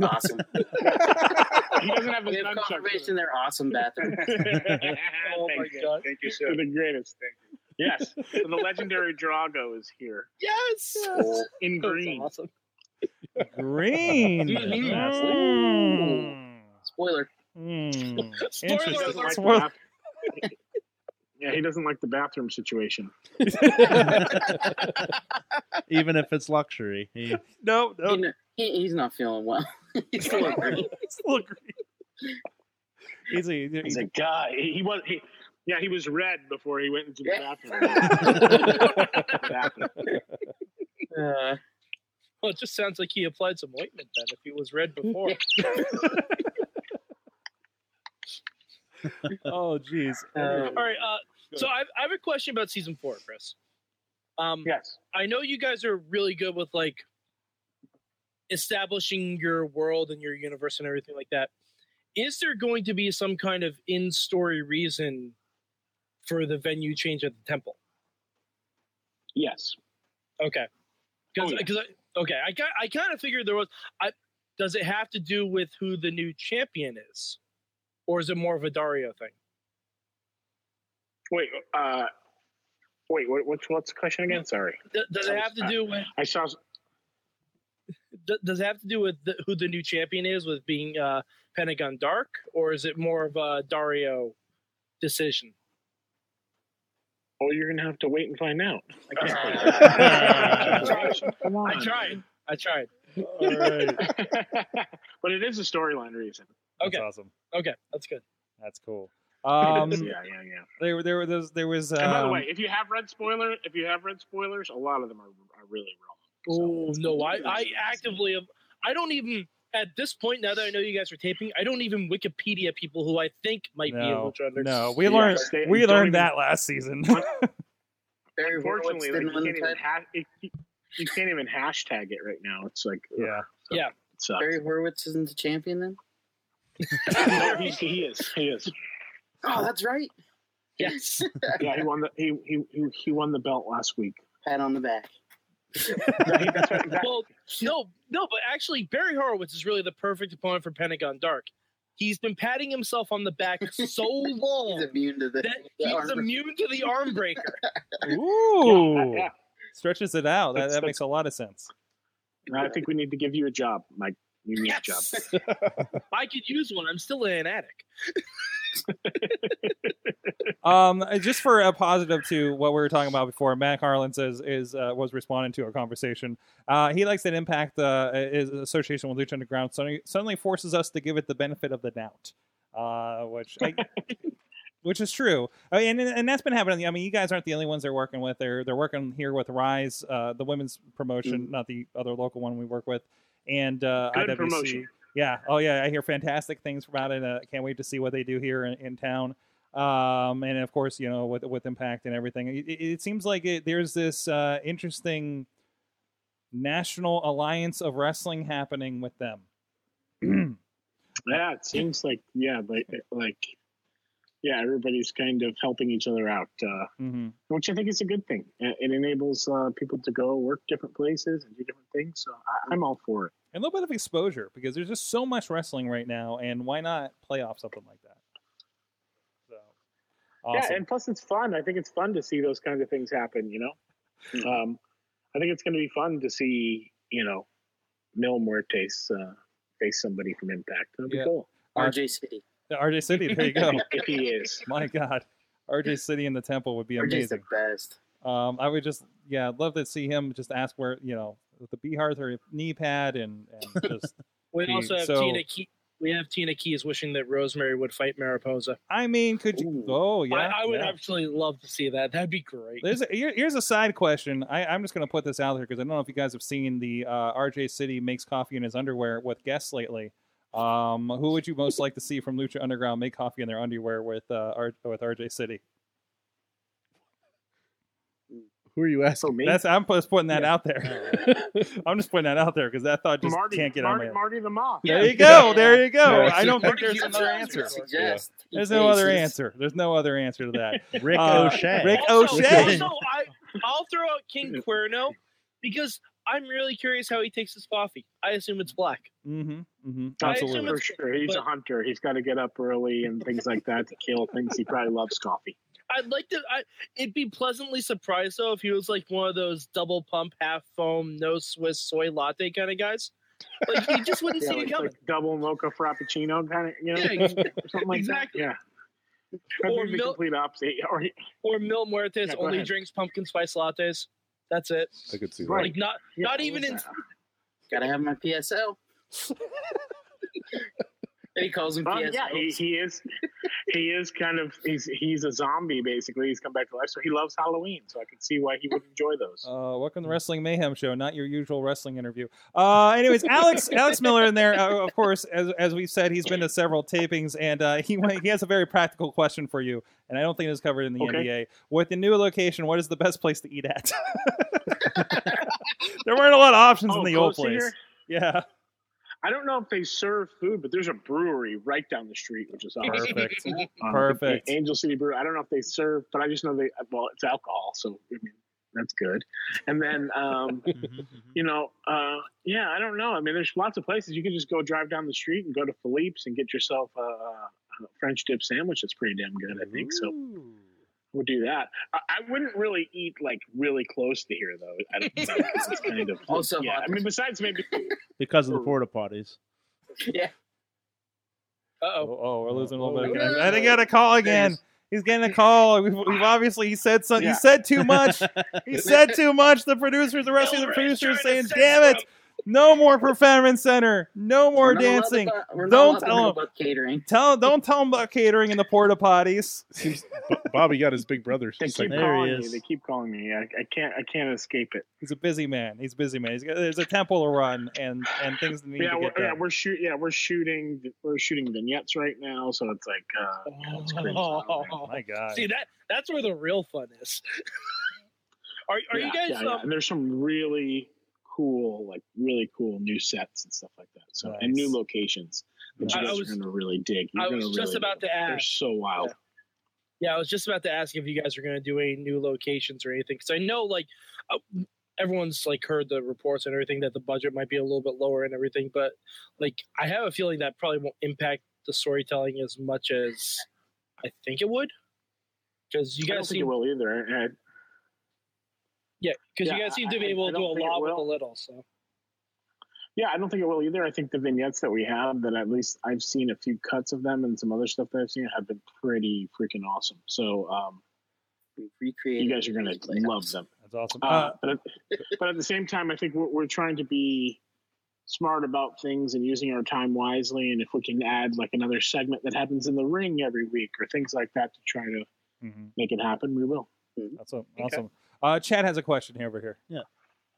[SPEAKER 6] Awesome.
[SPEAKER 7] He doesn't have his
[SPEAKER 6] We have confirmation they're awesome bathrooms.
[SPEAKER 5] Oh my god.
[SPEAKER 7] Thank you, sir. the greatest thing. Yes, so the legendary Drago is here
[SPEAKER 5] Yes.
[SPEAKER 7] in
[SPEAKER 5] That's
[SPEAKER 7] green.
[SPEAKER 5] awesome.
[SPEAKER 2] Green.
[SPEAKER 6] Mhm. Spoiler.
[SPEAKER 2] Mm. Mm.
[SPEAKER 5] Spoiler
[SPEAKER 2] Interesting.
[SPEAKER 7] Doesn't like
[SPEAKER 5] alert.
[SPEAKER 7] the
[SPEAKER 2] Spoil-
[SPEAKER 7] bath- yeah, he doesn't like the bathroom situation.
[SPEAKER 4] Even if it's luxury. He-
[SPEAKER 2] No,
[SPEAKER 6] He
[SPEAKER 2] no,
[SPEAKER 6] kn- he- he's not feeling well. he's still angry.
[SPEAKER 2] still green. He's a,
[SPEAKER 7] He's a guy. He, he was. He, yeah, he was red before he went into the
[SPEAKER 6] Yeah.
[SPEAKER 7] bathroom.
[SPEAKER 6] Uh,
[SPEAKER 5] Well, it just sounds like he applied some ointment then if he was red before.
[SPEAKER 2] oh, jeez.
[SPEAKER 5] All right. Uh, so I've, I have a question about season four, Chris. Um,
[SPEAKER 7] yes.
[SPEAKER 5] I know you guys are really good with like establishing your world and your universe and everything like that. Is there going to be some kind of in story reason for the venue change at the temple?
[SPEAKER 7] Yes.
[SPEAKER 5] Okay. Because I,
[SPEAKER 7] Oh, yeah.
[SPEAKER 5] okay, I got I kind of figured there was. I does it have to do with who the new champion is, or is it more of a Dario thing?
[SPEAKER 7] Wait. Uh, wait. What, what's what's the question again? Sorry.
[SPEAKER 5] Th- Does it have to do with
[SPEAKER 7] I saw.
[SPEAKER 5] th- Does it have to do with the, who the new champion is with being uh, Pentagon Dark, or is it more of a Dario decision?
[SPEAKER 7] Oh, you're gonna have to wait and find out. I
[SPEAKER 5] I
[SPEAKER 7] can't- Come on.
[SPEAKER 5] tried. I tried.
[SPEAKER 2] All right.
[SPEAKER 7] but it is a storyline reason.
[SPEAKER 2] That's
[SPEAKER 5] Okay.
[SPEAKER 2] awesome.
[SPEAKER 5] Okay, that's good.
[SPEAKER 2] That's cool. Um,
[SPEAKER 7] yeah, yeah, yeah.
[SPEAKER 2] there, were- there were those. There was. Um,
[SPEAKER 7] And by the way, if you have read spoiler, if you have read spoilers, a lot of them are, are really wrong.
[SPEAKER 5] Oh no, I, I actively am- I don't even at this point now that I know you guys are taping, I don't even Wikipedia people who I think might be
[SPEAKER 2] no,
[SPEAKER 5] able to understand.
[SPEAKER 2] no, we
[SPEAKER 7] Yeah,
[SPEAKER 2] learned.
[SPEAKER 7] they-
[SPEAKER 2] We
[SPEAKER 7] don't
[SPEAKER 2] learned
[SPEAKER 7] even-
[SPEAKER 2] that last season.
[SPEAKER 6] Barry Horowitz
[SPEAKER 7] Unfortunately, like,
[SPEAKER 6] didn't
[SPEAKER 7] you
[SPEAKER 6] win
[SPEAKER 7] can't
[SPEAKER 6] the
[SPEAKER 7] even
[SPEAKER 6] title.
[SPEAKER 7] ha- it, you can't even hashtag it right now. It's like ugh,
[SPEAKER 2] yeah.
[SPEAKER 7] it sucks.
[SPEAKER 6] Barry Horowitz isn't the champion then?
[SPEAKER 7] No, he, he is. He is.
[SPEAKER 6] Oh, that's right.
[SPEAKER 5] Yes.
[SPEAKER 7] Yeah, he won the he he he- he won the belt last week.
[SPEAKER 6] Pat on the back.
[SPEAKER 5] well, no, no, but actually Barry Horowitz is really the perfect opponent for Pentagon Dark. He's been patting himself on the back so long
[SPEAKER 6] He's immune to the,
[SPEAKER 5] that
[SPEAKER 6] the
[SPEAKER 5] he's
[SPEAKER 6] armor.
[SPEAKER 5] immune to the arm breaker.
[SPEAKER 2] Ooh.
[SPEAKER 7] Yeah,
[SPEAKER 2] Stretches it out. That,
[SPEAKER 7] That's-
[SPEAKER 2] that
[SPEAKER 7] that's-
[SPEAKER 2] makes a lot of sense.
[SPEAKER 7] yeah. I think we need to give you a job, Mike. You need a job.
[SPEAKER 5] Yes. I could use one. I'm still an addict.
[SPEAKER 2] Um, just for a positive to what we were talking about before, Matt Harlan says is uh, was responding to our conversation. Uh, he likes that Impact uh, is association with Lucha Underground suddenly, suddenly forces us to give it the benefit of the doubt, uh, which I, which is true. I mean, and and that's been happening. I mean, you guys aren't the only ones they're working with. They're they're working here with Rise, uh, the women's promotion, not the other local one we work with, and uh,
[SPEAKER 7] Good
[SPEAKER 2] IWC.
[SPEAKER 7] promotion.
[SPEAKER 2] Yeah. Oh yeah. I hear fantastic things about it. Uh, can't wait to see what they do here in, in town. Um, and of course, you know, with with impact and everything, it, it- it seems like it, there's this uh, interesting national alliance of wrestling happening with them.
[SPEAKER 7] Yeah, it seems uh, like yeah, like like yeah, everybody's kind of helping each other out, uh,
[SPEAKER 2] Mm-hmm.
[SPEAKER 7] which I think is a good thing. It, it enables uh, people to go work different places and do different things. So I, I'm all for it.
[SPEAKER 2] And a little bit of exposure because there's just so much wrestling right now, and why not play off something like that? So awesome.
[SPEAKER 7] Yeah, and plus it's fun. I think it's fun to see those kinds of things happen. You know, um, I think it's going to be fun to see you know Mil Muertes uh, face somebody from Impact. That'd be
[SPEAKER 2] Yeah.
[SPEAKER 7] cool
[SPEAKER 6] RJ City.
[SPEAKER 2] The RJ City, there you go.
[SPEAKER 7] if he is.
[SPEAKER 2] My God, RJ City in the temple would be
[SPEAKER 6] RJ's
[SPEAKER 2] amazing.
[SPEAKER 6] the best.
[SPEAKER 2] Um, I would just, yeah, I'd love to see him just ask where, you know, with the Beehard or knee pad and, and just,
[SPEAKER 5] We
[SPEAKER 2] Hmm,
[SPEAKER 5] also have
[SPEAKER 2] so-
[SPEAKER 5] Tina Key. We have Tina Keys wishing that Rosemary would fight Mariposa.
[SPEAKER 2] I mean, could you,
[SPEAKER 6] Ooh.
[SPEAKER 2] oh, yeah.
[SPEAKER 5] I, I would
[SPEAKER 2] yeah.
[SPEAKER 5] absolutely love to see that. That'd be great.
[SPEAKER 2] There's a, here, here's a side question. I, I'm just going to put this out there because I don't know if you guys have seen the uh, RJ City makes coffee in his underwear with guests lately. Um, who would you most like to see from Lucha Underground make coffee in their underwear with uh, R, with RJ City?
[SPEAKER 3] Who are you
[SPEAKER 7] So
[SPEAKER 3] asking?
[SPEAKER 7] me,
[SPEAKER 2] That's I'm just putting that out there. I'm just putting that out there because that thought just
[SPEAKER 7] Marty,
[SPEAKER 2] can't get
[SPEAKER 7] Marty,
[SPEAKER 2] on my.
[SPEAKER 7] Marty the Moth.
[SPEAKER 2] There you
[SPEAKER 6] Yeah.
[SPEAKER 2] go. There you go.
[SPEAKER 4] Yeah.
[SPEAKER 2] I don't think
[SPEAKER 6] What
[SPEAKER 2] there's
[SPEAKER 6] did you
[SPEAKER 2] another
[SPEAKER 6] guys
[SPEAKER 2] answer.
[SPEAKER 6] Suggest he
[SPEAKER 2] There's no other
[SPEAKER 6] faces-
[SPEAKER 2] answer. There's no other answer to that.
[SPEAKER 4] Rick
[SPEAKER 2] Uh,
[SPEAKER 4] O'Shea.
[SPEAKER 2] Rick
[SPEAKER 5] also,
[SPEAKER 2] O'Shea.
[SPEAKER 5] also, I, I'll throw out King Cuerno because I'm really curious how he takes his coffee. I assume it's black.
[SPEAKER 2] Mm-hmm. Mm-hmm.
[SPEAKER 7] I
[SPEAKER 2] Absolutely.
[SPEAKER 7] For sure, he's a
[SPEAKER 5] But-
[SPEAKER 7] hunter. He's got to get up early and things like that to kill things. He probably loves coffee.
[SPEAKER 5] I'd like to. I, it'd be pleasantly surprised though if he was like one of those double pump, half foam, no Swiss soy latte kind of guys. Like you just wouldn't
[SPEAKER 7] Yeah,
[SPEAKER 5] see
[SPEAKER 7] like,
[SPEAKER 5] it coming.
[SPEAKER 7] like double mocha frappuccino kind of, you know,
[SPEAKER 5] Yeah,
[SPEAKER 7] something like
[SPEAKER 5] exactly.
[SPEAKER 7] that. Yeah,
[SPEAKER 5] Or
[SPEAKER 7] or the
[SPEAKER 5] mil-
[SPEAKER 7] complete opposite. Or he-
[SPEAKER 5] Or Mil Muertes
[SPEAKER 7] Yeah, go
[SPEAKER 5] only
[SPEAKER 7] ahead.
[SPEAKER 5] drinks pumpkin spice lattes. That's it.
[SPEAKER 3] I could see that.
[SPEAKER 7] Right.
[SPEAKER 5] Like not
[SPEAKER 7] yeah,
[SPEAKER 5] Not even in-
[SPEAKER 6] Gotta have my PSL. and he calls him
[SPEAKER 7] Um,
[SPEAKER 6] PSL.
[SPEAKER 7] yeah, he, he is. He is kind of he's he's a zombie basically. He's come back to life, so he loves Halloween. So I can see why he would enjoy those.
[SPEAKER 2] Uh, welcome to Wrestling Mayhem Show, not your usual wrestling interview. Uh, anyways, Alex Alex Miller in there, uh, of course, as as we said, he's been to several tapings, and uh, he went, he has a very practical question for you, and I don't think it's covered in the
[SPEAKER 7] Okay.
[SPEAKER 2] NBA. With the new location, what is the best place to eat at? there weren't a lot of options
[SPEAKER 7] Oh,
[SPEAKER 2] in the old
[SPEAKER 7] close to
[SPEAKER 2] place.
[SPEAKER 7] here?
[SPEAKER 2] Yeah,
[SPEAKER 7] I don't know if they serve food, but there's a brewery right down the street, which is awesome.
[SPEAKER 2] perfect.
[SPEAKER 7] Um,
[SPEAKER 2] Perfect.
[SPEAKER 7] Angel City Brew. I don't know if they serve, but I just know they. Well, it's alcohol, so I mean that's good. And then, um,
[SPEAKER 2] Mm-hmm,
[SPEAKER 4] Mm-hmm,
[SPEAKER 7] you know, uh, yeah, I don't know. I mean, there's lots of places you can just go drive down the street and go to Philippe's and get yourself a, a French dip sandwich. That's pretty damn good, I think. So
[SPEAKER 4] Mm.
[SPEAKER 7] we'll do that. I, I wouldn't really eat like really close to here, though. I don't think it's kind of
[SPEAKER 6] Also
[SPEAKER 7] yeah.
[SPEAKER 6] hot.
[SPEAKER 7] I mean, besides maybe
[SPEAKER 4] because of the porta potties.
[SPEAKER 6] yeah.
[SPEAKER 5] Uh
[SPEAKER 2] Oh,
[SPEAKER 5] oh.
[SPEAKER 2] oh, we're losing a little bit. Of
[SPEAKER 6] Oh.
[SPEAKER 2] connection. I think he got a call again. He's getting a call. We've, we've obviously he said something.
[SPEAKER 7] Yeah.
[SPEAKER 2] He said too much. He said too much. The producers, the rest of the
[SPEAKER 5] Elrond
[SPEAKER 2] producers,
[SPEAKER 5] trying
[SPEAKER 2] saying,
[SPEAKER 5] to
[SPEAKER 2] "Damn
[SPEAKER 5] sex
[SPEAKER 2] it, no more performance center, no more
[SPEAKER 6] We're not allowed
[SPEAKER 2] dancing."
[SPEAKER 6] about- we're not
[SPEAKER 2] Don't
[SPEAKER 6] allowed to
[SPEAKER 2] tell
[SPEAKER 6] know
[SPEAKER 2] him.
[SPEAKER 6] about catering.
[SPEAKER 2] Tell don't tell them about catering in the porta potties.
[SPEAKER 3] Seems B- Bobby got his big brother.
[SPEAKER 7] they
[SPEAKER 3] segment.
[SPEAKER 4] There
[SPEAKER 7] keep
[SPEAKER 4] he
[SPEAKER 7] calling me.
[SPEAKER 4] is.
[SPEAKER 7] They keep calling me. I, I can't. I can't escape it.
[SPEAKER 2] He's a busy man. He's a busy man. He's got, there's a temple to run, and and things need
[SPEAKER 7] yeah,
[SPEAKER 2] to
[SPEAKER 7] we're,
[SPEAKER 2] get
[SPEAKER 7] yeah,
[SPEAKER 2] done.
[SPEAKER 7] we're shoot, yeah, we're shooting, we're shooting vignettes right now, so it's like, uh,
[SPEAKER 5] Oh,
[SPEAKER 7] yeah, it's crazy.
[SPEAKER 2] My God.
[SPEAKER 5] See that? That's where the real fun is. Are, are
[SPEAKER 7] Yeah,
[SPEAKER 5] you guys?
[SPEAKER 7] yeah, yeah.
[SPEAKER 5] um,
[SPEAKER 7] And there's some really cool, like really cool new sets and stuff like that. So and
[SPEAKER 2] Nice.
[SPEAKER 7] new locations that
[SPEAKER 5] I- I
[SPEAKER 7] you guys
[SPEAKER 5] was-
[SPEAKER 7] are gonna really dig. You're
[SPEAKER 5] I
[SPEAKER 7] gonna
[SPEAKER 5] was just
[SPEAKER 7] really
[SPEAKER 5] about
[SPEAKER 7] dig.
[SPEAKER 5] to
[SPEAKER 7] They're
[SPEAKER 5] ask.
[SPEAKER 7] so wild.
[SPEAKER 5] Yeah, I was just about to ask if you guys are going to do any new locations or anything because I know like uh, everyone's like heard the reports and everything that the budget might be a little bit lower and everything, but like I have a feeling that probably won't impact the storytelling as much as I think it would because you
[SPEAKER 7] I don't
[SPEAKER 5] guys
[SPEAKER 7] think it
[SPEAKER 5] seem
[SPEAKER 7] will either. And I-
[SPEAKER 5] yeah because you
[SPEAKER 7] Yeah,
[SPEAKER 5] guys seem to
[SPEAKER 7] I-
[SPEAKER 5] be
[SPEAKER 7] I-
[SPEAKER 5] able
[SPEAKER 7] I
[SPEAKER 5] to do
[SPEAKER 7] don't
[SPEAKER 5] a
[SPEAKER 7] think it
[SPEAKER 5] lot with a
[SPEAKER 7] will.
[SPEAKER 5] little. So
[SPEAKER 7] Yeah, I don't think it will either. I think the vignettes that we have, that at least I've seen a few cuts of them and some other stuff that I've seen, have been pretty freaking awesome. So um,
[SPEAKER 6] We recreate.
[SPEAKER 7] you guys are gonna love them.
[SPEAKER 2] That's awesome.
[SPEAKER 7] Uh,
[SPEAKER 2] Uh,
[SPEAKER 7] but, at, but at the same time, I think we're, we're trying to be smart about things and using our time wisely. And if we can add like another segment that happens in the ring every week or things like that to try to
[SPEAKER 2] mhm.
[SPEAKER 7] make it happen, we will.
[SPEAKER 2] That's a- awesome. Uh, Chad has a question here over here.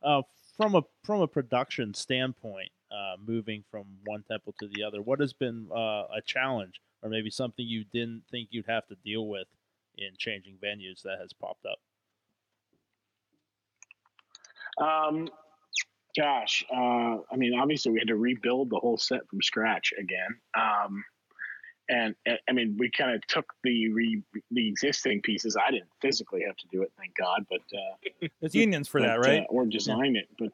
[SPEAKER 4] Uh, from a from a production standpoint, uh, moving from one temple to the other, what has been uh, a challenge, or maybe something you didn't think you'd have to deal with in changing venues that has popped up?
[SPEAKER 7] Um, gosh, uh, I mean, obviously we had to rebuild the whole set from scratch again. Um, and, and I mean, we kind of took the re, the existing pieces. I didn't physically have to do it, thank God, but uh,
[SPEAKER 2] There's unions for that,
[SPEAKER 7] but,
[SPEAKER 2] right?
[SPEAKER 7] uh, or design it, but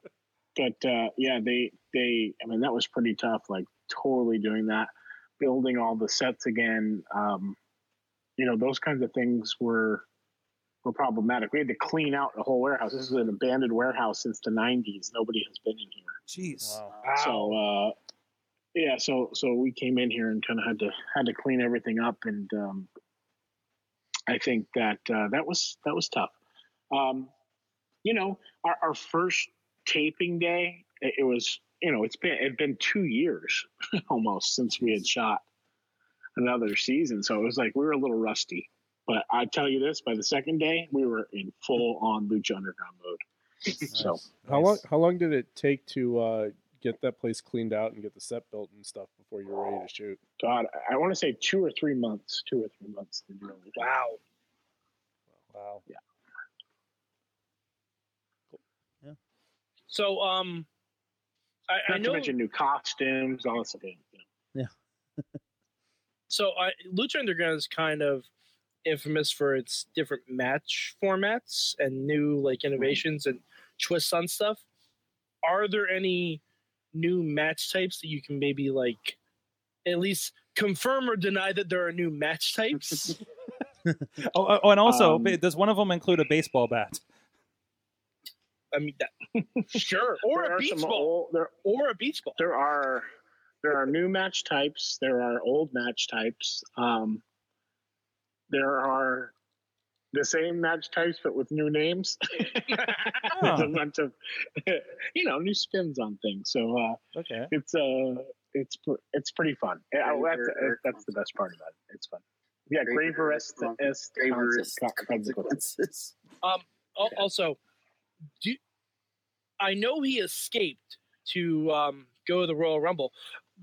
[SPEAKER 7] but uh, yeah, they they I mean that was pretty tough. Like totally doing that, building all the sets again. Um, you know, those kinds of things were were problematic. We had to clean out the whole warehouse. This is an abandoned warehouse since the '90s. Nobody has been in here.
[SPEAKER 2] Jeez.
[SPEAKER 4] Wow.
[SPEAKER 7] So uh, yeah, so so we came in here and kind of had to had to clean everything up, and um, I think that uh, that was that was tough. Um, you know, our, our first taping day, it, it was you know it's been it'd been two years almost since we had shot another season, so it was like we were a little rusty. But I tell you this, by the second day, we were in full on Lucha Underground mode. So
[SPEAKER 4] Nice.
[SPEAKER 3] How long? How long did it take to uh, get that place cleaned out and get the set built and stuff before you were ready to shoot?
[SPEAKER 7] God, I want to say two or three months, two or three months to do everything.
[SPEAKER 5] Wow.
[SPEAKER 3] Wow.
[SPEAKER 5] So um, I, I
[SPEAKER 7] Not to
[SPEAKER 5] know.
[SPEAKER 7] mention new costumes, all this stuff. you know.
[SPEAKER 5] So I, Lucha Underground is kind of infamous for its different match formats and new like innovations and twists on stuff. Are there any new match types that you can maybe like at least confirm or deny that there are new match types?
[SPEAKER 2] Oh, oh, oh, and also,
[SPEAKER 7] Um,
[SPEAKER 2] ba- does one of them include a baseball bat?
[SPEAKER 5] I mean, that, sure, or
[SPEAKER 7] There
[SPEAKER 5] a
[SPEAKER 7] are
[SPEAKER 5] beach
[SPEAKER 7] some
[SPEAKER 5] ball,
[SPEAKER 7] old- there,
[SPEAKER 5] or a beach ball.
[SPEAKER 7] there are there are new match types. There are old match types. Um, there are the same match types but with new names. There's a
[SPEAKER 2] Oh,
[SPEAKER 7] bunch of you know new spins on things. So uh,
[SPEAKER 2] okay.
[SPEAKER 7] it's uh it's pr- it's pretty fun. Yeah,
[SPEAKER 6] Graver-
[SPEAKER 7] that's, that's the best part about it. It's fun. Yeah,
[SPEAKER 6] Graver-
[SPEAKER 7] graverest
[SPEAKER 6] Favorite
[SPEAKER 7] graverest
[SPEAKER 6] consequences.
[SPEAKER 5] Al- Also, do, I know he escaped to um, go to the Royal Rumble.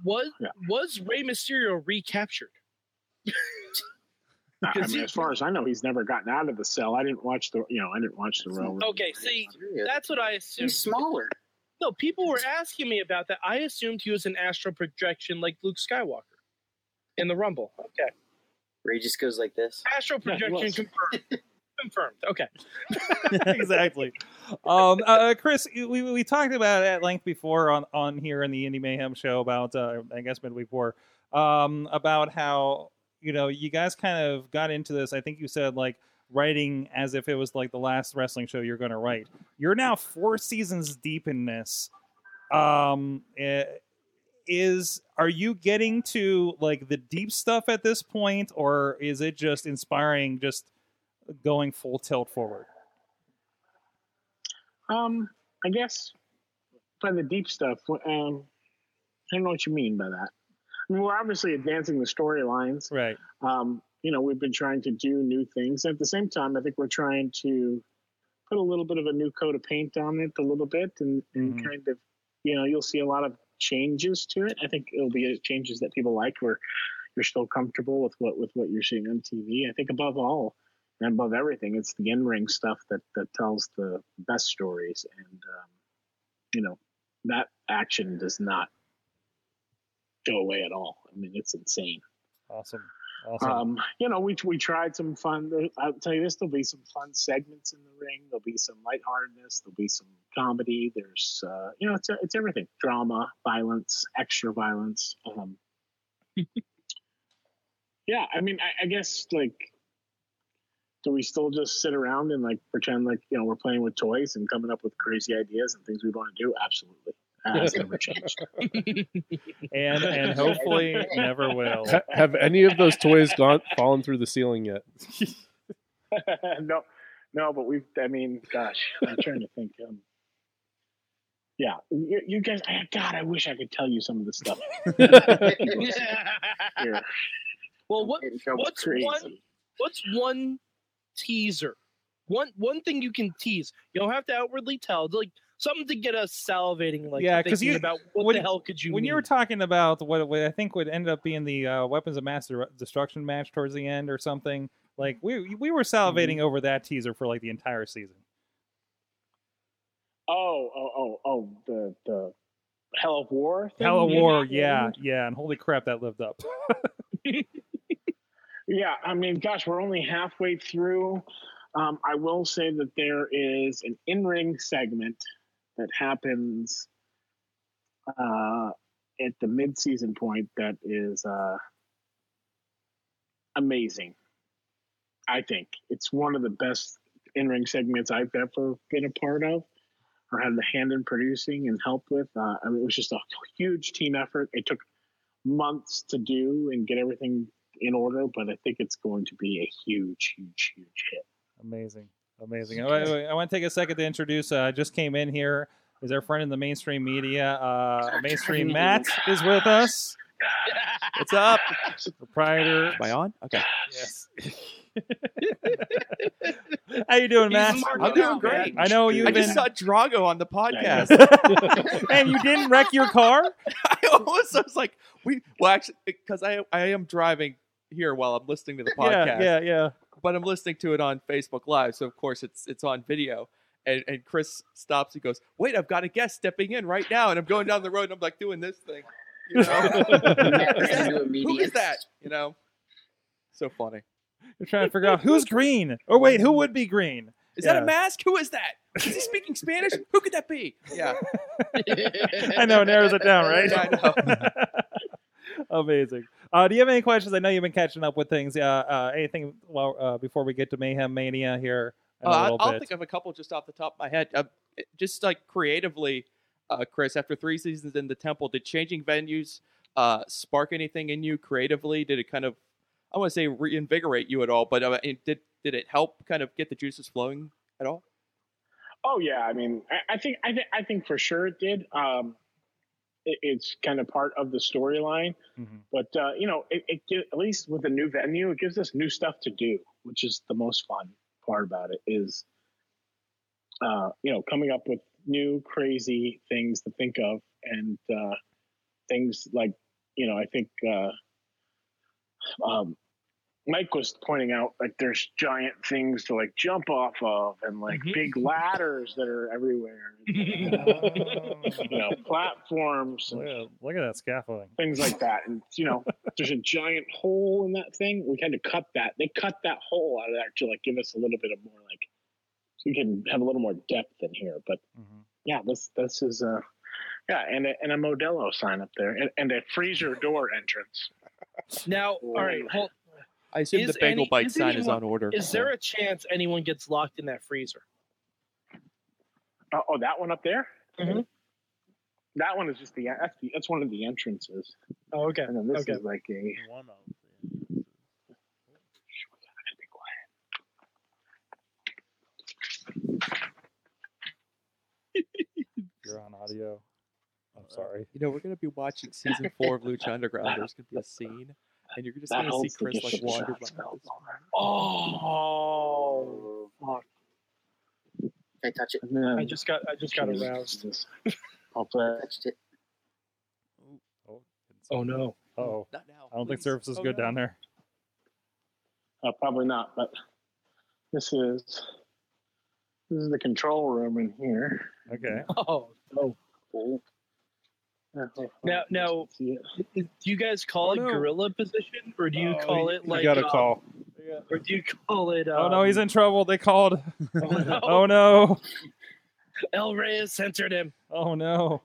[SPEAKER 5] Was
[SPEAKER 7] Yeah.
[SPEAKER 5] was Rey Mysterio recaptured?
[SPEAKER 7] I
[SPEAKER 5] Because
[SPEAKER 7] mean,
[SPEAKER 5] he-
[SPEAKER 7] as far as I know, he's never gotten out of the cell. I didn't watch the, you know, I didn't watch the Royal. Rumble.
[SPEAKER 5] Okay, see,
[SPEAKER 6] Period.
[SPEAKER 5] that's what I assumed.
[SPEAKER 6] he's smaller.
[SPEAKER 5] No, people were asking me about that. I assumed he was an astral projection like Luke Skywalker in the Rumble. Okay,
[SPEAKER 6] Ray just goes like this.
[SPEAKER 5] astral
[SPEAKER 7] Yeah, he
[SPEAKER 5] projection
[SPEAKER 7] was.
[SPEAKER 5] confirmed. confirmed. Okay.
[SPEAKER 2] exactly. Um, uh, Chris, we, we talked about it at length before on, on here in the Indie Mayhem show about, uh, I guess, midweek war, um, about how, you know, you guys kind of got into this. I think you said, like, writing as if it was like the last wrestling show you're going to write. You're now four seasons deep in this. Um, eh, is are you getting to like the deep stuff at this point, or is it just inspiring, just going full tilt forward?
[SPEAKER 7] Um, I guess by the deep stuff. wh- Um, I don't know what you mean by that. I mean, we're obviously advancing the storylines.
[SPEAKER 2] Right.
[SPEAKER 7] Um, you know, we've been trying to do new things. At the same time, I think we're trying to put a little bit of a new coat of paint on it, a little bit, and, and
[SPEAKER 2] Mhm.
[SPEAKER 7] kind of, you know, you'll see a lot of changes to it. I think it'll be changes that people like, where you're still comfortable with what with what you're seeing on TV. I think above all and above everything, it's the in ring stuff that that tells the best stories, and um, you know, that action does not go away at all. I mean, it's insane.
[SPEAKER 2] Awesome. Awesome.
[SPEAKER 7] Um, you know, we we tried some fun. I'll tell you this: there'll be some fun segments in the ring. There'll be some lightheartedness. There'll be some comedy. There's, uh, you know, it's it's everything: drama, violence, extra violence. Um, yeah, I mean, I, I guess like, do we still just sit around and like pretend like you know we're playing with toys and coming up with crazy ideas and things we want to do? Absolutely, that has never changed.
[SPEAKER 2] and and hopefully never will.
[SPEAKER 3] Ha- have any of those toys gone fallen through the ceiling yet?
[SPEAKER 7] no, no, but we've. I mean, gosh, I'm trying to think. Um, yeah, you, you guys. I, God, I wish I could tell you some of the stuff. Here,
[SPEAKER 5] well, what
[SPEAKER 6] Getting trouble.
[SPEAKER 5] what's one- what's one teaser? One one thing you can tease. You don't have to outwardly tell. It's like something to get us salivating, like
[SPEAKER 2] Yeah, 'cause
[SPEAKER 5] thinking
[SPEAKER 2] you-
[SPEAKER 5] about what
[SPEAKER 2] when-
[SPEAKER 5] the hell could you
[SPEAKER 2] when you were talking about what, what I think would end up being the uh, weapons of mass Dir- destruction match towards the end or something, like we we were salivating over that teaser for like the entire season.
[SPEAKER 7] Oh, oh, oh, oh, the the Hell of War. Thing
[SPEAKER 2] Hell of
[SPEAKER 7] you
[SPEAKER 2] War,
[SPEAKER 7] had?
[SPEAKER 2] yeah, yeah, and holy crap, that lived up.
[SPEAKER 7] Yeah, I mean, gosh, we're only halfway through. Um, I will say that there is an in-ring segment that happens uh, at the mid-season point that is uh, amazing. I think it's one of the best in-ring segments I've ever been a part of, or had a hand in producing and helped with. Uh, I mean, it was just a huge team effort. It took months to do and get everything in order, but I think it's going to be a huge, huge, huge hit.
[SPEAKER 2] Amazing. Amazing. I, I- I want to take a second to introduce. uh, I just came in here. Is our friend in the mainstream media? Uh, mainstream Matt is with us.
[SPEAKER 9] What's up?
[SPEAKER 2] Proprietor.
[SPEAKER 9] Am I on? Okay.
[SPEAKER 2] Yes. How you doing,
[SPEAKER 5] He's
[SPEAKER 2] Matt?
[SPEAKER 5] marking
[SPEAKER 9] I'm doing
[SPEAKER 5] out,
[SPEAKER 9] great.
[SPEAKER 2] I know you've
[SPEAKER 9] I
[SPEAKER 2] been.
[SPEAKER 9] just saw Drago on the podcast.
[SPEAKER 2] and you didn't wreck your car.
[SPEAKER 9] I almost I was like, we well actually because I I am driving here while I'm listening to the podcast,
[SPEAKER 2] Yeah, yeah, yeah.
[SPEAKER 9] but I'm listening to it on Facebook Live, so of course it's it's on video. And, and Chris stops and goes, "Wait, I've got a guest stepping in right now." And I'm going down the road and I'm like doing this thing, you know? Who is that? You know, so funny.
[SPEAKER 2] You're trying to figure out who's green. Or wait, who would be green?
[SPEAKER 9] Is
[SPEAKER 2] Yeah.
[SPEAKER 9] that a mask? Who is that? Is he speaking Spanish? Who could that be? Yeah, Uh,
[SPEAKER 2] I know, it narrows it down, right?
[SPEAKER 9] Yeah, I know.
[SPEAKER 2] Amazing. Uh, do you have any questions? I know you've been catching up with things. Uh, uh, anything well, uh, before we get to Mayhem Mania here in
[SPEAKER 9] Uh,
[SPEAKER 2] a
[SPEAKER 9] I'll,
[SPEAKER 2] little
[SPEAKER 9] I'll
[SPEAKER 2] bit?
[SPEAKER 9] think of a couple just off the top of my head. Uh, it- just like creatively, uh, Chris, after three seasons in the Temple, did changing venues uh, spark anything in you creatively? Did it kind of, I want to say reinvigorate you at all, but uh, it, did did it help kind of get the juices flowing at all?
[SPEAKER 7] Oh yeah, I mean, I, I think I, th- I think for sure it did. Um, it, it's kind of part of the storyline,
[SPEAKER 2] Mhm.
[SPEAKER 7] but uh, you know, it, it gi- at least with a new venue, it gives us new stuff to do, which is the most fun part about it. Is uh, you know, coming up with new crazy things to think of, and uh, things like you know, I think uh, um, Mike was pointing out like there's giant things to like jump off of and like
[SPEAKER 5] Mhm.
[SPEAKER 7] big ladders that are everywhere. you know, platforms,
[SPEAKER 2] look, at, look at that scaffolding.
[SPEAKER 7] things like that. And you know, there's a giant hole in that thing. We had to cut that. They cut that hole out of there to like give us a little bit of more like so we can have a little more depth in here. But
[SPEAKER 2] Mhm.
[SPEAKER 7] yeah, this this is uh yeah, and a, and a Modelo sign up there, and, and a freezer door entrance.
[SPEAKER 5] Now, all right, hold,
[SPEAKER 9] I assume
[SPEAKER 5] Is
[SPEAKER 9] the bagel
[SPEAKER 5] any-
[SPEAKER 9] bite
[SPEAKER 5] is
[SPEAKER 9] sign is
[SPEAKER 5] anyone-
[SPEAKER 9] on order.
[SPEAKER 5] is there a chance anyone gets locked in that freezer?
[SPEAKER 7] Oh, oh, that one up there.
[SPEAKER 5] Mhm.
[SPEAKER 7] That one is just the that's, the that's one of the entrances,
[SPEAKER 5] Oh, okay.
[SPEAKER 7] and then this
[SPEAKER 5] Okay.
[SPEAKER 7] is like a
[SPEAKER 4] One of
[SPEAKER 2] You're on audio. I'm sorry.
[SPEAKER 9] You know, we're gonna be watching season four of Lucha Underground. There's gonna be a scene, and you're just
[SPEAKER 7] that
[SPEAKER 9] gonna see
[SPEAKER 7] holds
[SPEAKER 9] Chris like wander. by.
[SPEAKER 5] Oh,
[SPEAKER 6] I touch it.
[SPEAKER 5] I just got I just got aroused.
[SPEAKER 7] I'll play.
[SPEAKER 6] Touched it.
[SPEAKER 5] Oh no.
[SPEAKER 2] Oh,
[SPEAKER 9] Not now.
[SPEAKER 2] I don't think
[SPEAKER 9] please.
[SPEAKER 2] service is
[SPEAKER 9] Oh,
[SPEAKER 2] good
[SPEAKER 9] no.
[SPEAKER 2] down there.
[SPEAKER 7] Uh, probably not, but this is this is the control room in here.
[SPEAKER 2] Okay.
[SPEAKER 5] Oh no.
[SPEAKER 6] Cool.
[SPEAKER 7] Uh,
[SPEAKER 5] Now- now-
[SPEAKER 7] See it.
[SPEAKER 5] Do you guys call
[SPEAKER 2] Oh,
[SPEAKER 5] it
[SPEAKER 2] no.
[SPEAKER 5] gorilla position, or do you call it like?
[SPEAKER 3] you got a
[SPEAKER 5] uh,
[SPEAKER 3] call.
[SPEAKER 5] Or do you call it? um,
[SPEAKER 2] oh no, he's
[SPEAKER 9] um,
[SPEAKER 2] in trouble. They called.
[SPEAKER 5] no.
[SPEAKER 2] Oh no.
[SPEAKER 5] El Reyes censored him.
[SPEAKER 2] Oh no.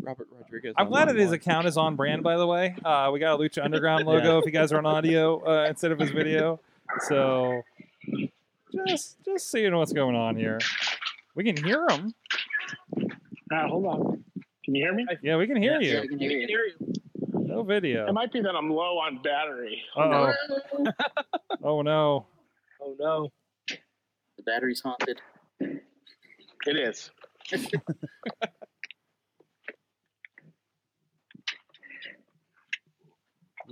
[SPEAKER 9] Robert Rodriguez.
[SPEAKER 2] I'm
[SPEAKER 9] on
[SPEAKER 2] glad
[SPEAKER 9] line
[SPEAKER 2] that his
[SPEAKER 9] one.
[SPEAKER 2] account is on brand, by the way. Uh, we got a Lucha Underground logo if you guys are on audio uh, instead of his video. So just just seeing what's going on here. We can hear him.
[SPEAKER 7] Ah, hold on. Can you hear me?
[SPEAKER 2] Yeah, we can hear
[SPEAKER 6] Yeah, I
[SPEAKER 2] you.
[SPEAKER 6] can hear you.
[SPEAKER 2] No
[SPEAKER 7] It
[SPEAKER 2] video.
[SPEAKER 7] might be that I'm low on battery.
[SPEAKER 2] Oh, oh no.
[SPEAKER 5] Oh no.
[SPEAKER 6] The battery's haunted.
[SPEAKER 7] It is.
[SPEAKER 4] them.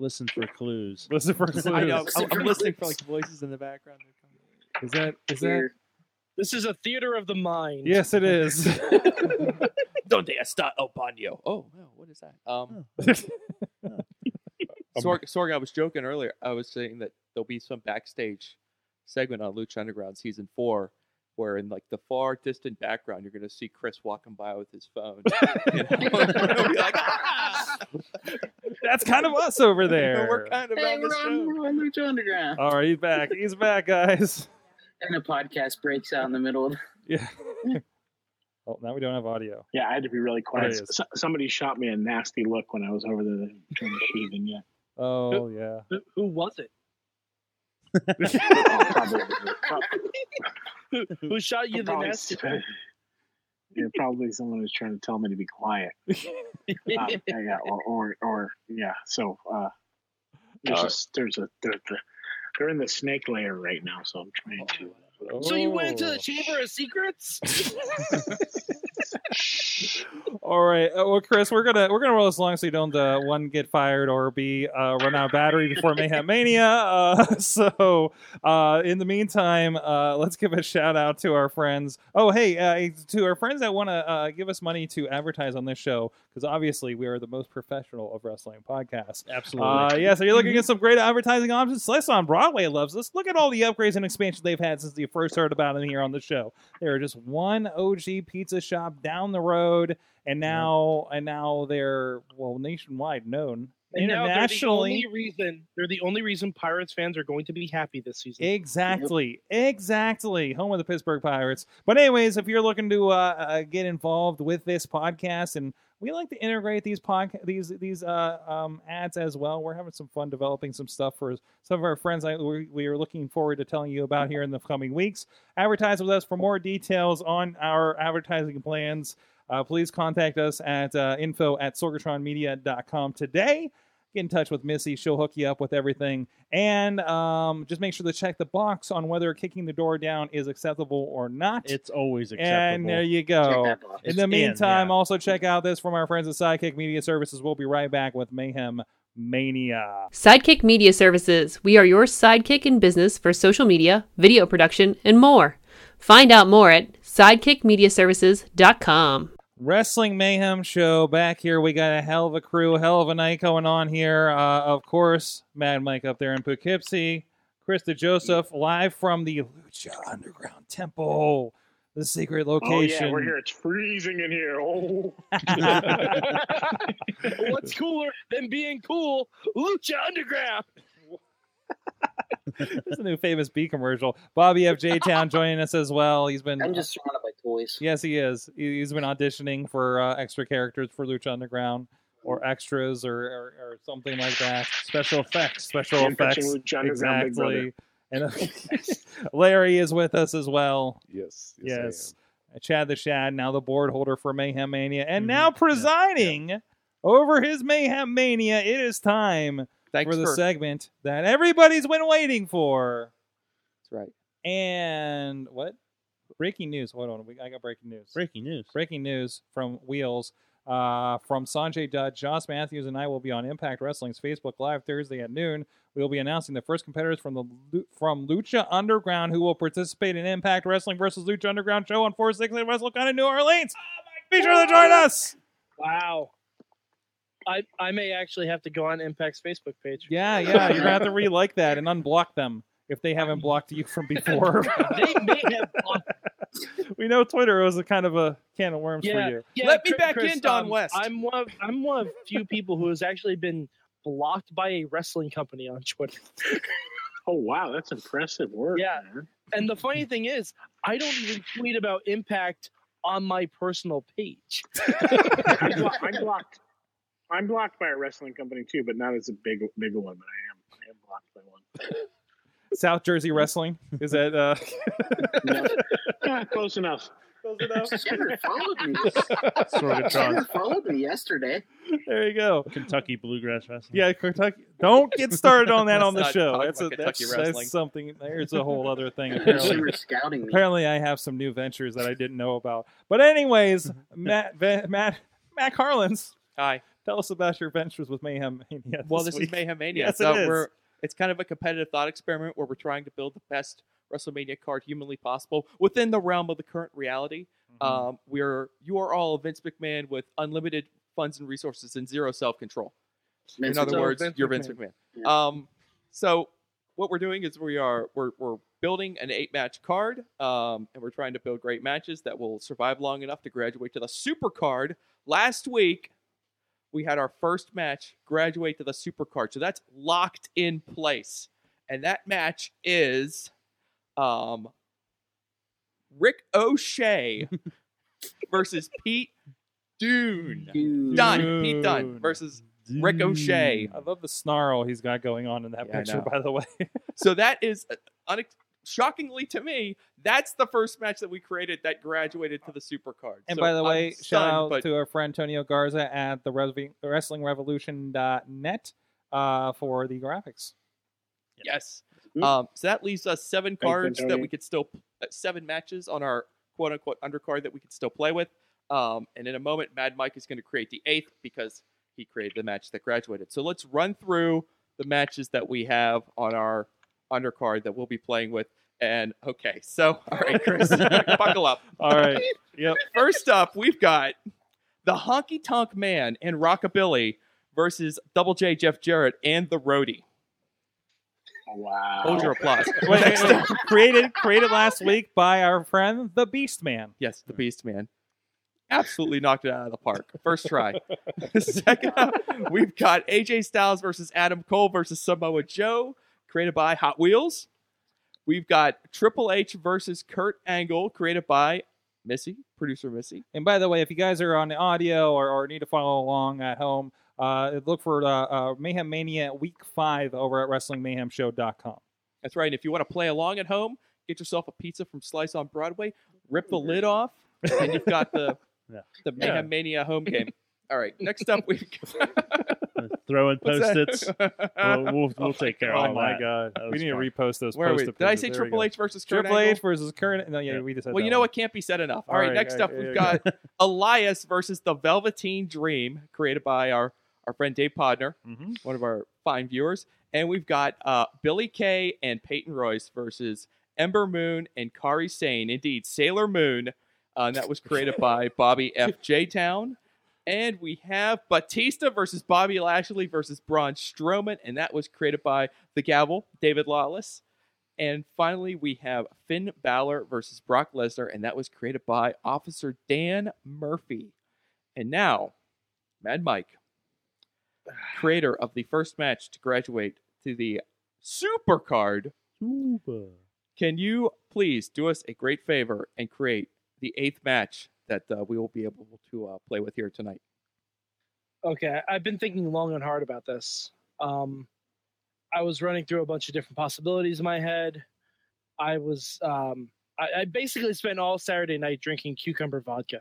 [SPEAKER 4] Listen for clues.
[SPEAKER 2] Listen for clues.
[SPEAKER 9] I know. I'm,
[SPEAKER 6] Listen
[SPEAKER 9] I'm
[SPEAKER 6] for
[SPEAKER 9] listening for
[SPEAKER 6] Chris.
[SPEAKER 9] like voices in the background.
[SPEAKER 2] Is that is that?
[SPEAKER 6] Here.
[SPEAKER 5] This is a theater of the mind.
[SPEAKER 2] Yes, it is.
[SPEAKER 9] Donde está el baño? Oh, no, what is that? Um,
[SPEAKER 3] Oh.
[SPEAKER 9] Sorg, Sorg, I was joking earlier. I was saying that there'll be some backstage segment on Lucha Underground season four, where in like the far distant background, you're gonna see Chris walking by with his phone. you know? It'll be like, "Ah!"
[SPEAKER 2] That's kind of us over there.
[SPEAKER 9] We're kind of
[SPEAKER 6] Hey,
[SPEAKER 9] on
[SPEAKER 6] we're
[SPEAKER 9] the
[SPEAKER 6] on,
[SPEAKER 9] show.
[SPEAKER 6] we're on Lucha Underground.
[SPEAKER 2] All right, he's back. He's back, guys.
[SPEAKER 6] And a podcast breaks out in the middle. Of
[SPEAKER 2] Yeah. Oh, now we don't have audio.
[SPEAKER 7] Yeah, I had to be really quiet.
[SPEAKER 2] There it
[SPEAKER 7] S- somebody shot me a nasty look when I was over there trying to shoot a vignette.
[SPEAKER 2] Oh yeah.
[SPEAKER 5] Who, who was it?
[SPEAKER 7] Probably-
[SPEAKER 5] Who, who shot you the
[SPEAKER 7] probably-
[SPEAKER 5] nasty?
[SPEAKER 7] Yeah, probably someone was trying to tell me to be quiet. Uh, yeah, or, or, or yeah. So uh,
[SPEAKER 2] Uh,
[SPEAKER 7] there's, a, s- there's a there's a they're in the snake layer right now, so I'm trying to.
[SPEAKER 5] So you went into
[SPEAKER 2] Oh.
[SPEAKER 5] the Chamber of Secrets?
[SPEAKER 2] All right. Uh, well, Chris, we're gonna we're gonna roll this long so you don't uh, one get fired or be uh, run out of battery before Mayhem Mania. Uh, so uh, in the meantime, uh, let's give a shout out to our friends. Oh, hey, uh, to our friends that want to uh, give us money to advertise on this show because obviously we are the most professional of wrestling podcasts.
[SPEAKER 4] Absolutely.
[SPEAKER 2] Uh, yeah, so you're looking at some great advertising options. Slice on Broadway loves us. Look at all the upgrades and expansions they've had since you first heard about them here on the show. They are just one OG pizza shop down the road, and now and now they're well nationwide known
[SPEAKER 5] And now they're the
[SPEAKER 2] internationally.
[SPEAKER 5] only reason they're the only reason Pirates fans are going to be happy this season.
[SPEAKER 2] Exactly, exactly. Home of the Pittsburgh Pirates. But anyways, if you're looking to uh, uh, get involved with this podcast, and we like to integrate these podcast these these uh, um, ads as well. We're having some fun developing some stuff for some of our friends. I, we, we are looking forward to telling you about here in the coming weeks. Advertise with us for more details on our advertising plans. Uh, please contact us at uh, info at sorgatronmedia.com today. Get in touch with Missy. She'll hook you up with everything and um, just make sure to check the box on whether kicking the door down is acceptable or not.
[SPEAKER 4] it's always
[SPEAKER 2] and
[SPEAKER 4] acceptable.
[SPEAKER 2] there you
[SPEAKER 6] check
[SPEAKER 2] go.
[SPEAKER 6] that box.
[SPEAKER 2] In the
[SPEAKER 4] in,
[SPEAKER 2] meantime,
[SPEAKER 4] yeah.
[SPEAKER 2] also check out this from our friends at Sidekick Media Services. We'll be right back with Mayhem Mania.
[SPEAKER 10] Sidekick Media Services. We are your sidekick in business for social media, video production, and more. Find out more at sidekickmediaservices.com.
[SPEAKER 2] Wrestling Mayhem Show back here. We got a hell of a crew, hell of a night going on here. Uh, of course, Mad Mike up there in Poughkeepsie, Krista Joseph live from the Lucha Underground Temple, the secret
[SPEAKER 7] Oh
[SPEAKER 2] location.
[SPEAKER 7] yeah, we're here. It's freezing in here. Oh,
[SPEAKER 5] What's cooler than being cool? Lucha Underground.
[SPEAKER 2] There's a new famous B commercial. Bobby F. J. Town joining us as well. He's been uh,
[SPEAKER 6] I'm just surrounded by toys.
[SPEAKER 2] yes, he is. He- He's been auditioning for uh, extra characters for Lucha Underground or extras or, or, or something like that.
[SPEAKER 4] Special effects.
[SPEAKER 2] Special
[SPEAKER 7] I'm
[SPEAKER 2] effects,
[SPEAKER 7] pitching Lucha Underground, Big Brother.
[SPEAKER 2] exactly. And uh, Larry is with us as well.
[SPEAKER 3] Yes. I am.
[SPEAKER 2] Yes, Uh, Chad the Shad, now the board holder for Mayhem Mania, and
[SPEAKER 4] Mhm.
[SPEAKER 2] now
[SPEAKER 4] Yeah, yeah.
[SPEAKER 2] presiding over his Mayhem Mania. It is time
[SPEAKER 9] Thanks
[SPEAKER 2] for the
[SPEAKER 9] for
[SPEAKER 2] segment that everybody's been waiting for.
[SPEAKER 9] That's right.
[SPEAKER 2] And what? Breaking news. Hold on. We, I got breaking news.
[SPEAKER 4] Breaking news.
[SPEAKER 2] Breaking news from Wheels. Uh, from Sanjay Dutt, Josh Matthews, and I will be on Impact Wrestling's Facebook Live Thursday at noon. We will be announcing the first competitors from the Lu- from Lucha Underground who will participate in Impact Wrestling versus Lucha Underground show on 468 WrestleCon in New Orleans. be sure to join us.
[SPEAKER 5] Wow. I I may actually have to go on Impact's Facebook page.
[SPEAKER 2] Yeah, yeah. You're gonna have to re-like that and unblock them if they haven't blocked you from before.
[SPEAKER 5] They may have.
[SPEAKER 2] we know Twitter was a kind of a can of worms
[SPEAKER 5] Yeah.
[SPEAKER 2] for you.
[SPEAKER 5] Yeah,
[SPEAKER 9] Let me
[SPEAKER 5] Chris-
[SPEAKER 9] back
[SPEAKER 5] Chris,
[SPEAKER 9] in, Don
[SPEAKER 5] um,
[SPEAKER 9] West.
[SPEAKER 5] I'm one. Of, I'm one of few people who has actually been blocked by a wrestling company on Twitter.
[SPEAKER 7] oh wow, that's impressive work.
[SPEAKER 5] Yeah.
[SPEAKER 7] man.
[SPEAKER 5] And the funny thing is, I don't even tweet about Impact on my personal page.
[SPEAKER 7] I'm, blo- I'm blocked. I'm blocked by a wrestling company too, but not as a big big one. But I am I am blocked by one.
[SPEAKER 2] South Jersey Wrestling is that uh,
[SPEAKER 7] Yeah, close enough.
[SPEAKER 6] Sugar followed me.
[SPEAKER 4] Sort of
[SPEAKER 6] Sugar
[SPEAKER 4] John.
[SPEAKER 6] followed me yesterday.
[SPEAKER 2] there you go.
[SPEAKER 4] Kentucky Bluegrass Wrestling.
[SPEAKER 2] Yeah, Kentucky. Don't get started on that on the
[SPEAKER 9] Let's not
[SPEAKER 2] show.
[SPEAKER 9] talk
[SPEAKER 2] That's a,
[SPEAKER 9] about
[SPEAKER 2] that's,
[SPEAKER 9] Kentucky wrestling.
[SPEAKER 2] that's something. There's a whole other thing. Apparently,
[SPEAKER 6] Sugar scouting me.
[SPEAKER 2] apparently, I have some new ventures that I didn't know about. But anyways, Matt Ve- Matt Matt Harlan's,
[SPEAKER 9] Hi.
[SPEAKER 2] tell us about your ventures with Mayhem Mania.
[SPEAKER 9] Well, this
[SPEAKER 2] week.
[SPEAKER 9] is Mayhem Mania.
[SPEAKER 2] Yes, it
[SPEAKER 9] so
[SPEAKER 2] is.
[SPEAKER 9] we're it's kind of a competitive thought experiment where we're trying to build the best WrestleMania card humanly possible within the realm of the current reality.
[SPEAKER 2] Mm-hmm.
[SPEAKER 9] Um, we're you are all Vince McMahon with unlimited funds and resources and zero self control. In
[SPEAKER 6] Vince
[SPEAKER 9] other
[SPEAKER 6] McMahon.
[SPEAKER 9] words,
[SPEAKER 3] Vince
[SPEAKER 9] you're Vince McMahon. Um, so what we're doing is we are we're, we're building an eight match card, um, and we're trying to build great matches that will survive long enough to graduate to the super card. Last week, we had our first match graduate to the supercard. So that's locked in place. And that match is um, Rick O'Shea versus Pete Dune. Dunn. Pete Dunn versus Rick O'Shea.
[SPEAKER 2] I love the snarl he's got going on in that
[SPEAKER 9] Yeah, I
[SPEAKER 2] picture,
[SPEAKER 9] know.
[SPEAKER 2] by the way.
[SPEAKER 9] So that is uh, unex shockingly to me. That's the first match that we created that graduated to the supercard.
[SPEAKER 2] And
[SPEAKER 9] So
[SPEAKER 2] by the
[SPEAKER 9] I'm
[SPEAKER 2] way, shout
[SPEAKER 9] stunned,
[SPEAKER 2] out
[SPEAKER 9] but
[SPEAKER 2] to our friend Antonio Garza at the Rev- WrestlingRevolution.net uh, for the graphics.
[SPEAKER 9] yes. Um, so that leaves us seven cards that
[SPEAKER 2] Antonio.
[SPEAKER 9] we could still uh, seven matches on our quote unquote undercard that we could still play with. Um, and in a moment, Mad Mike is going to create the eighth because he created the match that graduated. So let's run through the matches that we have on our undercard that we'll be playing with. And okay, so all right, Chris, buckle up.
[SPEAKER 2] All right. Yep.
[SPEAKER 9] First up, we've got the Honky Tonk Man and Rockabilly versus Double J Jeff Jarrett and the Roadie.
[SPEAKER 7] Oh,
[SPEAKER 6] Wow.
[SPEAKER 9] Hold your applause.
[SPEAKER 2] Wait, wait, wait. created created last week by our friend the Beast Man.
[SPEAKER 9] Yes, the Beast Man. Absolutely knocked it out of the park. First try. Second up, we've got AJ Styles versus Adam Cole versus Samoa Joe, created by Hot Wheels. We've got Triple H versus Kurt Angle, created by Missy, producer Missy.
[SPEAKER 2] And by the way, if you guys are on audio or, or need to follow along at home, uh, look for uh, uh, Mayhem Mania Week 5 over at WrestlingMayhemShow.com.
[SPEAKER 9] That's right. And if you want to play along at home, get yourself a pizza from Slice on Broadway, rip the lid off, and you've got the the Mayhem
[SPEAKER 4] Yeah.
[SPEAKER 9] Mania home game. All right. Next up, we've
[SPEAKER 4] Throw in
[SPEAKER 9] What's
[SPEAKER 4] post
[SPEAKER 9] that?
[SPEAKER 4] its. Uh, We'll, we'll, we'll take care of
[SPEAKER 2] Oh
[SPEAKER 4] all
[SPEAKER 2] my
[SPEAKER 4] that.
[SPEAKER 2] god,
[SPEAKER 4] That
[SPEAKER 2] we
[SPEAKER 4] was
[SPEAKER 2] need
[SPEAKER 4] fun.
[SPEAKER 2] to repost those.
[SPEAKER 9] Where are we?
[SPEAKER 2] post-it
[SPEAKER 9] Did I
[SPEAKER 2] pictures.
[SPEAKER 9] say
[SPEAKER 2] There we
[SPEAKER 9] Triple
[SPEAKER 2] go.
[SPEAKER 9] H versus Kurt
[SPEAKER 2] Triple
[SPEAKER 9] Angle?
[SPEAKER 2] H versus Kurt? No, yeah, we just said
[SPEAKER 9] Well,
[SPEAKER 2] that
[SPEAKER 9] you know
[SPEAKER 2] one.
[SPEAKER 9] what can't be said enough. All
[SPEAKER 2] All
[SPEAKER 9] right,
[SPEAKER 2] right,
[SPEAKER 9] next
[SPEAKER 2] all
[SPEAKER 9] up
[SPEAKER 2] right,
[SPEAKER 9] we've
[SPEAKER 2] yeah,
[SPEAKER 9] got Elias versus the Velveteen Dream, created by our our friend Dave Podner,
[SPEAKER 2] Mm-hmm.
[SPEAKER 9] one of our fine viewers, and we've got uh, Billy Kay and Peyton Royce versus Ember Moon and Kari Sane. Indeed, Sailor Moon. Uh, and that was created by Bobby F. J. Town. And we have Batista versus Bobby Lashley versus Braun Strowman, and that was created by The Gavel, David Lawless. And finally, we have Finn Balor versus Brock Lesnar, and that was created by Officer Dan Murphy. And now, Mad Mike, creator of the first match to graduate to the Super Card, can you please do us a great favor and create the eighth match that uh, we will be able to uh, play with here tonight?
[SPEAKER 5] Okay, I've been thinking long and hard about this. Um, I was running through a bunch of different possibilities in my head. I was, um, I, I basically spent all Saturday night drinking cucumber vodka.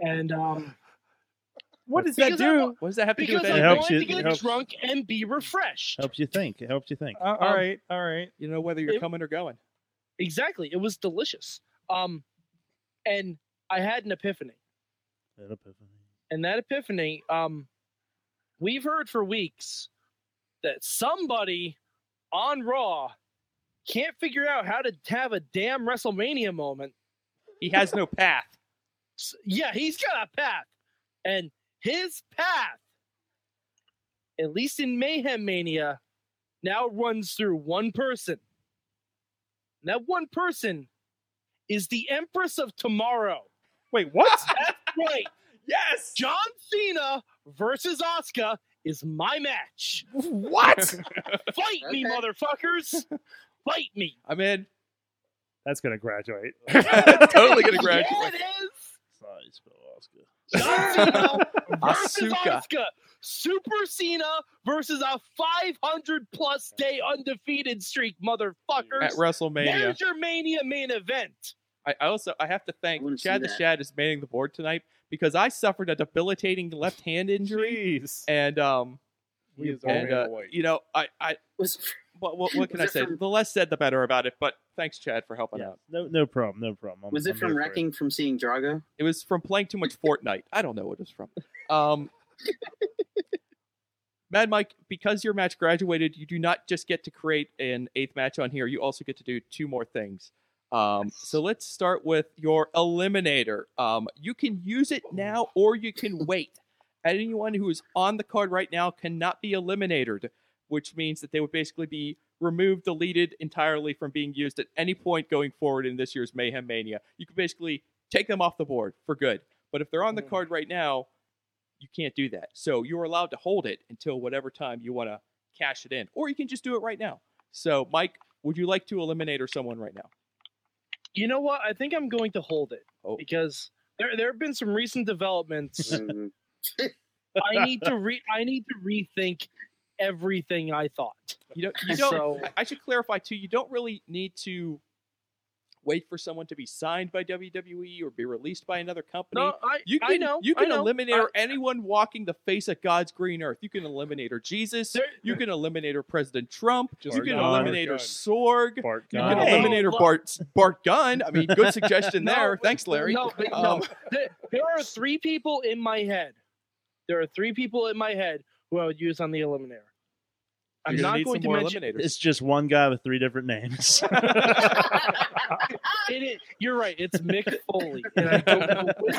[SPEAKER 5] And um,
[SPEAKER 2] what does
[SPEAKER 5] that do?
[SPEAKER 9] What does that have to do
[SPEAKER 5] because
[SPEAKER 9] with
[SPEAKER 5] I
[SPEAKER 4] anything? It helps
[SPEAKER 5] wanted
[SPEAKER 4] you-
[SPEAKER 5] to
[SPEAKER 4] it
[SPEAKER 5] get
[SPEAKER 4] helps-
[SPEAKER 5] drunk and be refreshed.
[SPEAKER 4] Helps you think. It helps you think.
[SPEAKER 2] Uh, all right, all right.
[SPEAKER 9] You know whether you're
[SPEAKER 5] It-
[SPEAKER 9] coming or going.
[SPEAKER 5] Exactly, it was delicious. Um, and I had an epiphany. and that epiphany um we've heard for weeks that somebody on raw can't figure out how to have a damn wrestlemania moment
[SPEAKER 9] He has no path.
[SPEAKER 5] S- yeah he's got a path and his path at least in mayhem mania now runs through one person and that one person is the empress of tomorrow
[SPEAKER 2] Wait, what?
[SPEAKER 5] that's right
[SPEAKER 9] Yes.
[SPEAKER 5] John Cena versus Asuka is my match.
[SPEAKER 9] What?
[SPEAKER 5] Fight me, motherfuckers! Fight me!
[SPEAKER 9] I'm in.
[SPEAKER 2] That's gonna graduate.
[SPEAKER 9] totally gonna
[SPEAKER 5] Yeah,
[SPEAKER 9] graduate.
[SPEAKER 5] it is.
[SPEAKER 4] Sorry, spell Oscar.
[SPEAKER 5] John Cena versus
[SPEAKER 9] Asuka.
[SPEAKER 5] Asuka. Super Cena versus a 500 plus day undefeated streak, motherfuckers.
[SPEAKER 9] At WrestleMania.
[SPEAKER 5] There's your Mania main event.
[SPEAKER 9] I I also I have to thank
[SPEAKER 6] wanna see
[SPEAKER 9] Chad the
[SPEAKER 6] that.
[SPEAKER 9] Shad is manning the board tonight because I suffered a debilitating left hand injury
[SPEAKER 2] Jeez.
[SPEAKER 9] and um
[SPEAKER 3] He is all
[SPEAKER 9] and
[SPEAKER 3] man
[SPEAKER 9] uh,
[SPEAKER 3] white.
[SPEAKER 9] you know I I
[SPEAKER 6] Was
[SPEAKER 9] what what, what can
[SPEAKER 6] Was
[SPEAKER 9] I
[SPEAKER 6] it
[SPEAKER 9] say
[SPEAKER 6] from-
[SPEAKER 9] the less said the better about it but thanks Chad for helping
[SPEAKER 4] Yeah.
[SPEAKER 9] out
[SPEAKER 4] No, no problem. No problem. I'm-
[SPEAKER 6] was
[SPEAKER 4] I'm
[SPEAKER 6] it from
[SPEAKER 4] here for
[SPEAKER 6] wrecking from seeing Drago?
[SPEAKER 9] it was from playing too much Fortnite I don't know what it's from um Mad Mike because your match graduated you do not just get to create an eighth match on here you also get to do two more things. Um, so let's start with your eliminator. Um, you can use it now or you can wait. Anyone who is on the card right now cannot be eliminated, which means that they would basically be removed, deleted entirely from being used at any point going forward in this year's Mayhem Mania. You can basically take them off the board for good. But if they're on the card right now, you can't do that. So you're allowed to hold it until whatever time you want to cash it in, or you can just do it right now. So, Mike, would you like to eliminate or someone right now?
[SPEAKER 5] You know what? I think I'm going to hold it
[SPEAKER 9] Oh.
[SPEAKER 5] because there there have been some recent developments.
[SPEAKER 6] Mm,
[SPEAKER 5] I need to re I need to rethink everything I thought.
[SPEAKER 9] You don't. You don't.
[SPEAKER 5] So-
[SPEAKER 9] I- I should clarify too. You don't really need to wait for someone to be signed by WWE or be released by another company.
[SPEAKER 5] No, I-
[SPEAKER 9] you can,
[SPEAKER 5] I know,
[SPEAKER 9] You
[SPEAKER 5] I
[SPEAKER 9] can
[SPEAKER 5] know.
[SPEAKER 9] eliminate
[SPEAKER 5] I-
[SPEAKER 9] or anyone walking the face of God's green earth. You can eliminate or Jesus. you can eliminate or President Trump.
[SPEAKER 4] Just
[SPEAKER 9] you can
[SPEAKER 4] Bart
[SPEAKER 9] eliminate or
[SPEAKER 4] Gunn.
[SPEAKER 9] Sorg.
[SPEAKER 4] Bart
[SPEAKER 9] you
[SPEAKER 4] Gunn.
[SPEAKER 9] can
[SPEAKER 4] Hey.
[SPEAKER 9] eliminate or
[SPEAKER 5] No,
[SPEAKER 9] Bart Bart Gunn. I mean, good suggestion
[SPEAKER 5] No,
[SPEAKER 9] there. Thanks, Larry.
[SPEAKER 5] No, but
[SPEAKER 9] Um,
[SPEAKER 5] no. There, there are three people in my head. There are three people in my head who I would use on the eliminator. I'm
[SPEAKER 4] You're gonna
[SPEAKER 5] not
[SPEAKER 4] need
[SPEAKER 5] going
[SPEAKER 4] some
[SPEAKER 5] to
[SPEAKER 4] more
[SPEAKER 5] mention
[SPEAKER 9] eliminators.
[SPEAKER 4] It's just one guy with three different names.
[SPEAKER 5] it. Is, you're right. It's Mick Foley, and I don't know which,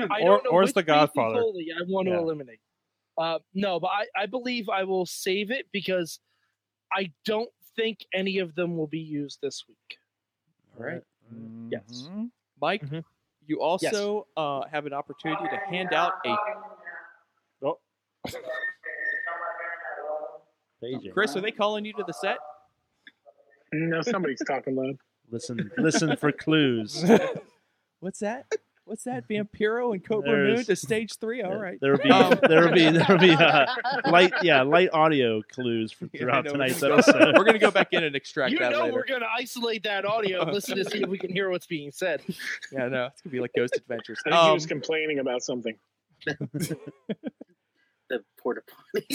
[SPEAKER 5] I
[SPEAKER 2] Or-
[SPEAKER 5] don't know
[SPEAKER 2] or it's
[SPEAKER 5] which
[SPEAKER 2] the
[SPEAKER 5] Mick
[SPEAKER 2] Godfather.
[SPEAKER 5] Foley I want to
[SPEAKER 2] Yeah.
[SPEAKER 5] eliminate. Uh, no, but I, I believe I will save it because I don't think any of them will be used this week.
[SPEAKER 9] all right.
[SPEAKER 2] Mm-hmm.
[SPEAKER 5] Yes.
[SPEAKER 9] Mike,
[SPEAKER 5] Mhm.
[SPEAKER 9] you also uh, have an opportunity to hand out a.
[SPEAKER 4] Paging.
[SPEAKER 9] Chris, are they calling you to the set?
[SPEAKER 7] No, somebody's talking loud.
[SPEAKER 4] Listen, listen for clues.
[SPEAKER 9] What's that? What's that? Vampiro and Cobra
[SPEAKER 4] There's-
[SPEAKER 9] Moon to stage three. All right.
[SPEAKER 4] There will be
[SPEAKER 9] Um,
[SPEAKER 4] there will be there will be uh, light yeah light audio clues for,
[SPEAKER 9] yeah, I
[SPEAKER 4] throughout
[SPEAKER 9] know,
[SPEAKER 4] tonight's
[SPEAKER 9] we're gonna go-
[SPEAKER 4] episode.
[SPEAKER 9] We're gonna go back in and extract
[SPEAKER 5] You
[SPEAKER 9] that
[SPEAKER 5] know
[SPEAKER 9] later.
[SPEAKER 5] we're going to isolate that audio and listen to see if we can hear what's being said.
[SPEAKER 9] Yeah, no, it's gonna be like Ghost Adventures.
[SPEAKER 7] I think he
[SPEAKER 9] Um,
[SPEAKER 7] was complaining about something.
[SPEAKER 6] The porta potty.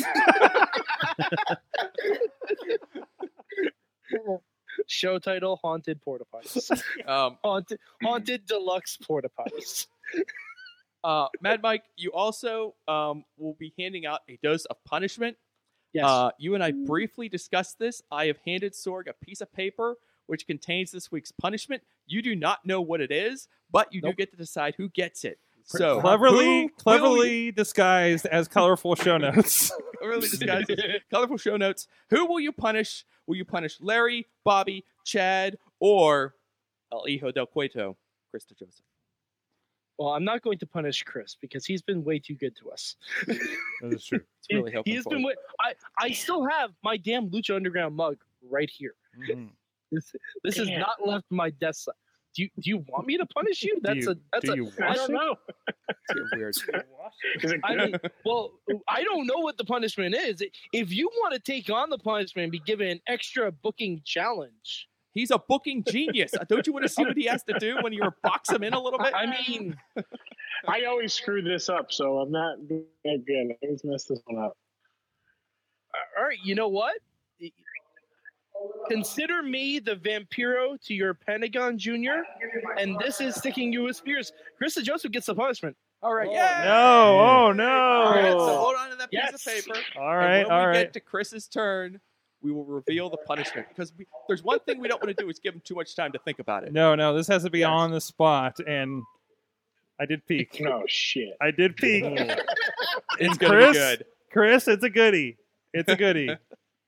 [SPEAKER 5] Show title: Haunted Porta Potties.
[SPEAKER 9] um,
[SPEAKER 5] haunted, haunted Deluxe Porta Potties.
[SPEAKER 9] uh, Mad Mike, you also um, will be handing out a dose of punishment.
[SPEAKER 5] Yes.
[SPEAKER 9] Uh, you and I briefly discussed this. I have handed Sorg a piece of paper which contains this week's punishment. You do not know what it is, but you do get to decide who gets it. So
[SPEAKER 2] cleverly,
[SPEAKER 9] who will
[SPEAKER 2] cleverly disguised as colorful show notes.
[SPEAKER 9] early disguises, colorful show notes. Who will you punish? Will you punish Larry, Bobby, Chad, or El Hijo del Cueto, Krista Joseph?
[SPEAKER 5] well, I'm not going to punish Chris because he's been way too good to us.
[SPEAKER 2] That is true.
[SPEAKER 9] It's really
[SPEAKER 5] he,
[SPEAKER 9] helpful.
[SPEAKER 5] has
[SPEAKER 9] for
[SPEAKER 5] been.
[SPEAKER 9] you.
[SPEAKER 5] Way, I I still have my damn Lucha Underground mug right here. This this has
[SPEAKER 7] Damn.
[SPEAKER 5] not left my desk. side. Do you do you want me to punish you? That's
[SPEAKER 3] you-
[SPEAKER 5] a that's
[SPEAKER 3] do
[SPEAKER 5] a.
[SPEAKER 3] you
[SPEAKER 7] I
[SPEAKER 5] that's
[SPEAKER 7] don't
[SPEAKER 5] a-
[SPEAKER 7] know.
[SPEAKER 9] It's weird.
[SPEAKER 7] Is it
[SPEAKER 5] I
[SPEAKER 7] good?
[SPEAKER 5] mean, well, I don't know what the punishment is. If you want to take on the punishment and be given an extra booking challenge,
[SPEAKER 9] He's a booking genius. Don't you want to see what he has to do when you box him in a little bit?
[SPEAKER 5] I mean,
[SPEAKER 7] I always screw this up, so I'm not doing that good. I always mess this one up.
[SPEAKER 5] all right, you know what? Consider me the Vampiro to your Pentagon Junior, and this is sticking you with spears. Krista Joseph gets the punishment.
[SPEAKER 9] All right,
[SPEAKER 5] Oh,
[SPEAKER 9] yeah.
[SPEAKER 2] No, oh
[SPEAKER 9] All right, so
[SPEAKER 2] no.
[SPEAKER 9] hold on to that
[SPEAKER 5] Yes.
[SPEAKER 9] piece of paper.
[SPEAKER 2] All
[SPEAKER 9] and
[SPEAKER 2] right,
[SPEAKER 9] when
[SPEAKER 2] all
[SPEAKER 9] we
[SPEAKER 2] right.
[SPEAKER 9] get to Chris's turn, we will reveal the punishment because we, there's one thing we don't want to do is give him too much time to think about it.
[SPEAKER 2] No, no, this has to be on the spot, and I did peek.
[SPEAKER 7] Oh shit!
[SPEAKER 2] I did peek.
[SPEAKER 9] it's
[SPEAKER 2] And
[SPEAKER 9] gonna
[SPEAKER 2] Chris,
[SPEAKER 9] be good.
[SPEAKER 2] Chris, it's a goodie. It's a goodie.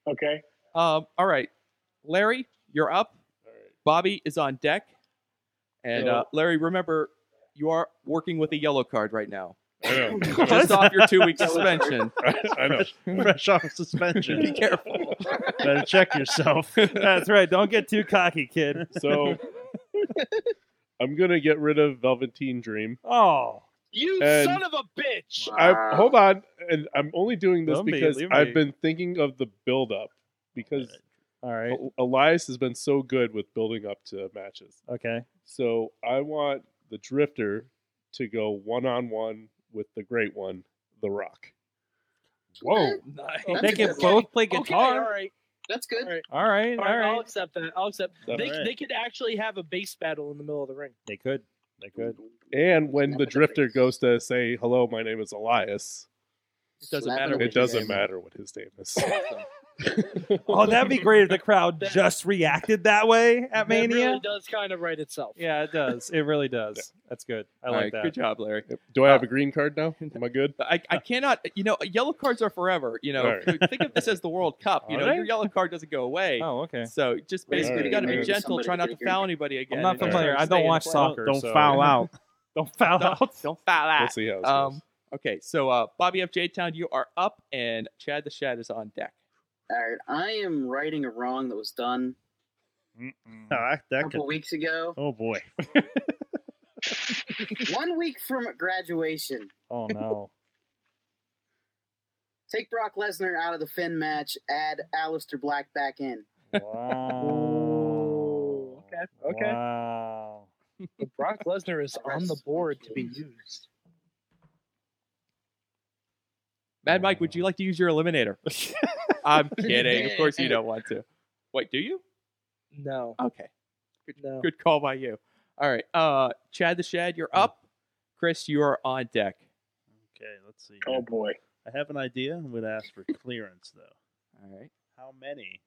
[SPEAKER 7] Okay.
[SPEAKER 9] Um, all right, Larry, you're up. Bobby is on deck, and uh, Larry, remember you are working with a yellow card right now,
[SPEAKER 3] I know.
[SPEAKER 9] just off your two week suspension.
[SPEAKER 3] I know.
[SPEAKER 4] Fresh off suspension.
[SPEAKER 9] Be careful.
[SPEAKER 4] Better check yourself.
[SPEAKER 2] That's right. Don't get too cocky, kid.
[SPEAKER 3] So I'm gonna get rid of Velveteen Dream.
[SPEAKER 2] Oh,
[SPEAKER 5] You
[SPEAKER 3] And-
[SPEAKER 5] son of a bitch!
[SPEAKER 3] I hold on, and I'm only doing this
[SPEAKER 2] Don't be,
[SPEAKER 3] because
[SPEAKER 2] leave me.
[SPEAKER 3] I've been thinking of the build up because
[SPEAKER 2] all right.
[SPEAKER 3] El- Elias has been so good with building up to matches.
[SPEAKER 2] Okay.
[SPEAKER 3] So I want the Drifter to go one on one with the Great One, The Rock.
[SPEAKER 2] Whoa.
[SPEAKER 9] Nice.
[SPEAKER 2] They can
[SPEAKER 6] Okay.
[SPEAKER 2] both play
[SPEAKER 5] Okay, all
[SPEAKER 2] guitar.
[SPEAKER 5] right,
[SPEAKER 6] That's good.
[SPEAKER 2] All right.
[SPEAKER 5] all
[SPEAKER 2] All
[SPEAKER 5] right. I'll
[SPEAKER 2] right.
[SPEAKER 5] accept that. I'll accept.
[SPEAKER 4] All
[SPEAKER 5] They,
[SPEAKER 4] right.
[SPEAKER 5] they could actually have a bass battle in the middle of the ring.
[SPEAKER 2] They could. They could.
[SPEAKER 3] And when the Drifter goes to say hello, my name is Elias.
[SPEAKER 9] It doesn't
[SPEAKER 6] Slap
[SPEAKER 9] matter
[SPEAKER 6] him
[SPEAKER 9] what
[SPEAKER 3] It
[SPEAKER 6] with
[SPEAKER 9] you
[SPEAKER 6] your
[SPEAKER 3] doesn't
[SPEAKER 6] hammer.
[SPEAKER 3] matter what his name is.
[SPEAKER 2] Oh, that'd be great if the crowd just reacted that way at
[SPEAKER 5] That
[SPEAKER 2] Mania.
[SPEAKER 5] really does kind of write itself.
[SPEAKER 2] Yeah, it does. It really does. That's good. I
[SPEAKER 9] All
[SPEAKER 2] like
[SPEAKER 9] right,
[SPEAKER 2] that.
[SPEAKER 9] Good job, Larry. Uh,
[SPEAKER 3] Do I have a green card now? Am I good?
[SPEAKER 9] I, I cannot. You know, yellow cards are forever. You know,
[SPEAKER 3] All
[SPEAKER 9] think of this as the World Cup. You
[SPEAKER 2] Are
[SPEAKER 9] know,
[SPEAKER 2] they?
[SPEAKER 9] your yellow card doesn't go away.
[SPEAKER 2] Oh, okay.
[SPEAKER 9] So just basically, you
[SPEAKER 3] Alright,
[SPEAKER 9] got to be
[SPEAKER 3] alright.
[SPEAKER 9] gentle. Try not to
[SPEAKER 6] Somebody
[SPEAKER 9] foul anybody again.
[SPEAKER 2] I'm not
[SPEAKER 9] and try
[SPEAKER 2] familiar.
[SPEAKER 9] to
[SPEAKER 2] I
[SPEAKER 9] stay
[SPEAKER 2] don't
[SPEAKER 9] in
[SPEAKER 2] watch
[SPEAKER 9] play.
[SPEAKER 2] soccer.
[SPEAKER 4] Don't
[SPEAKER 2] so-
[SPEAKER 4] foul out.
[SPEAKER 2] Don't foul out.
[SPEAKER 9] Don't foul
[SPEAKER 3] We'll
[SPEAKER 9] out.
[SPEAKER 3] see how this
[SPEAKER 9] Um,
[SPEAKER 3] goes.
[SPEAKER 9] Okay, so uh, Bobby F. J Town, you are up, and Chad the Shad is on deck.
[SPEAKER 6] All right, I am righting a wrong that was done
[SPEAKER 4] Ah,
[SPEAKER 6] a
[SPEAKER 4] that could,
[SPEAKER 6] couple weeks ago.
[SPEAKER 4] oh boy.
[SPEAKER 6] One week from graduation,
[SPEAKER 2] Oh no.
[SPEAKER 6] take Brock Lesnar out of the Finn match, add Aleister Black back in.
[SPEAKER 2] Wow.
[SPEAKER 5] Okay. Okay.
[SPEAKER 2] Wow.
[SPEAKER 5] Brock Lesnar is on the board to be used.
[SPEAKER 9] Mad Mike, would you like to use your eliminator? I'm kidding. Of course you don't want to. Wait, do you?
[SPEAKER 5] No.
[SPEAKER 9] Okay.
[SPEAKER 5] No.
[SPEAKER 9] Good call by you. All right. Uh, Chad the Shad, you're up. Chris, you are on deck.
[SPEAKER 4] Okay, let's see.
[SPEAKER 7] Oh boy.
[SPEAKER 4] I have an idea. I'm going to ask for clearance though.
[SPEAKER 9] All right.
[SPEAKER 4] How many?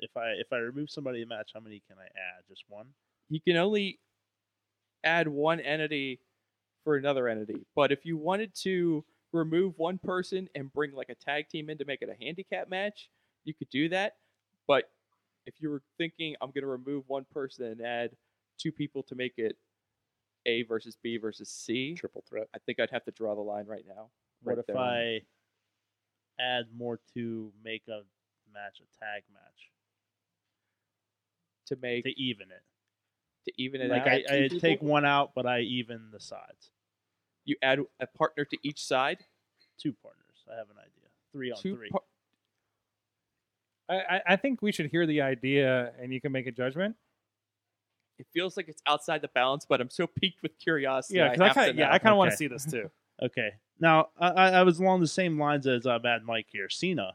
[SPEAKER 4] If I if I remove somebody in the match, how many can I add? Just one.
[SPEAKER 9] You can only add one entity for another entity, but if you wanted to remove one person and bring like a tag team in to make it a handicap match, you could do that. But if you were thinking, I'm going to remove one person and add two people to make it A versus B versus C,
[SPEAKER 3] Triple threat.
[SPEAKER 9] I think I'd have to draw the line right now.
[SPEAKER 4] What
[SPEAKER 9] Right
[SPEAKER 4] if
[SPEAKER 9] there.
[SPEAKER 4] I add more to make a match a tag match
[SPEAKER 9] to make
[SPEAKER 4] to even it?
[SPEAKER 9] to even it
[SPEAKER 4] like
[SPEAKER 9] out?
[SPEAKER 4] I,
[SPEAKER 6] add two
[SPEAKER 4] I
[SPEAKER 6] people?
[SPEAKER 4] take one out, but I even the sides.
[SPEAKER 9] you add a partner to each side.
[SPEAKER 4] Two partners. I have an idea. Three on
[SPEAKER 9] Two
[SPEAKER 4] three.
[SPEAKER 9] par-
[SPEAKER 2] I, I- I think we should hear the idea and you can make a judgment.
[SPEAKER 9] it feels like it's outside the balance, but I'm so piqued with curiosity.
[SPEAKER 2] Yeah, 'cause I
[SPEAKER 9] have to
[SPEAKER 2] kinda, yeah,
[SPEAKER 9] know.
[SPEAKER 2] I kind of want to
[SPEAKER 4] Okay.
[SPEAKER 2] see this too.
[SPEAKER 4] Okay. Now I, I I was along the same lines as uh, Mad Mike here. Cena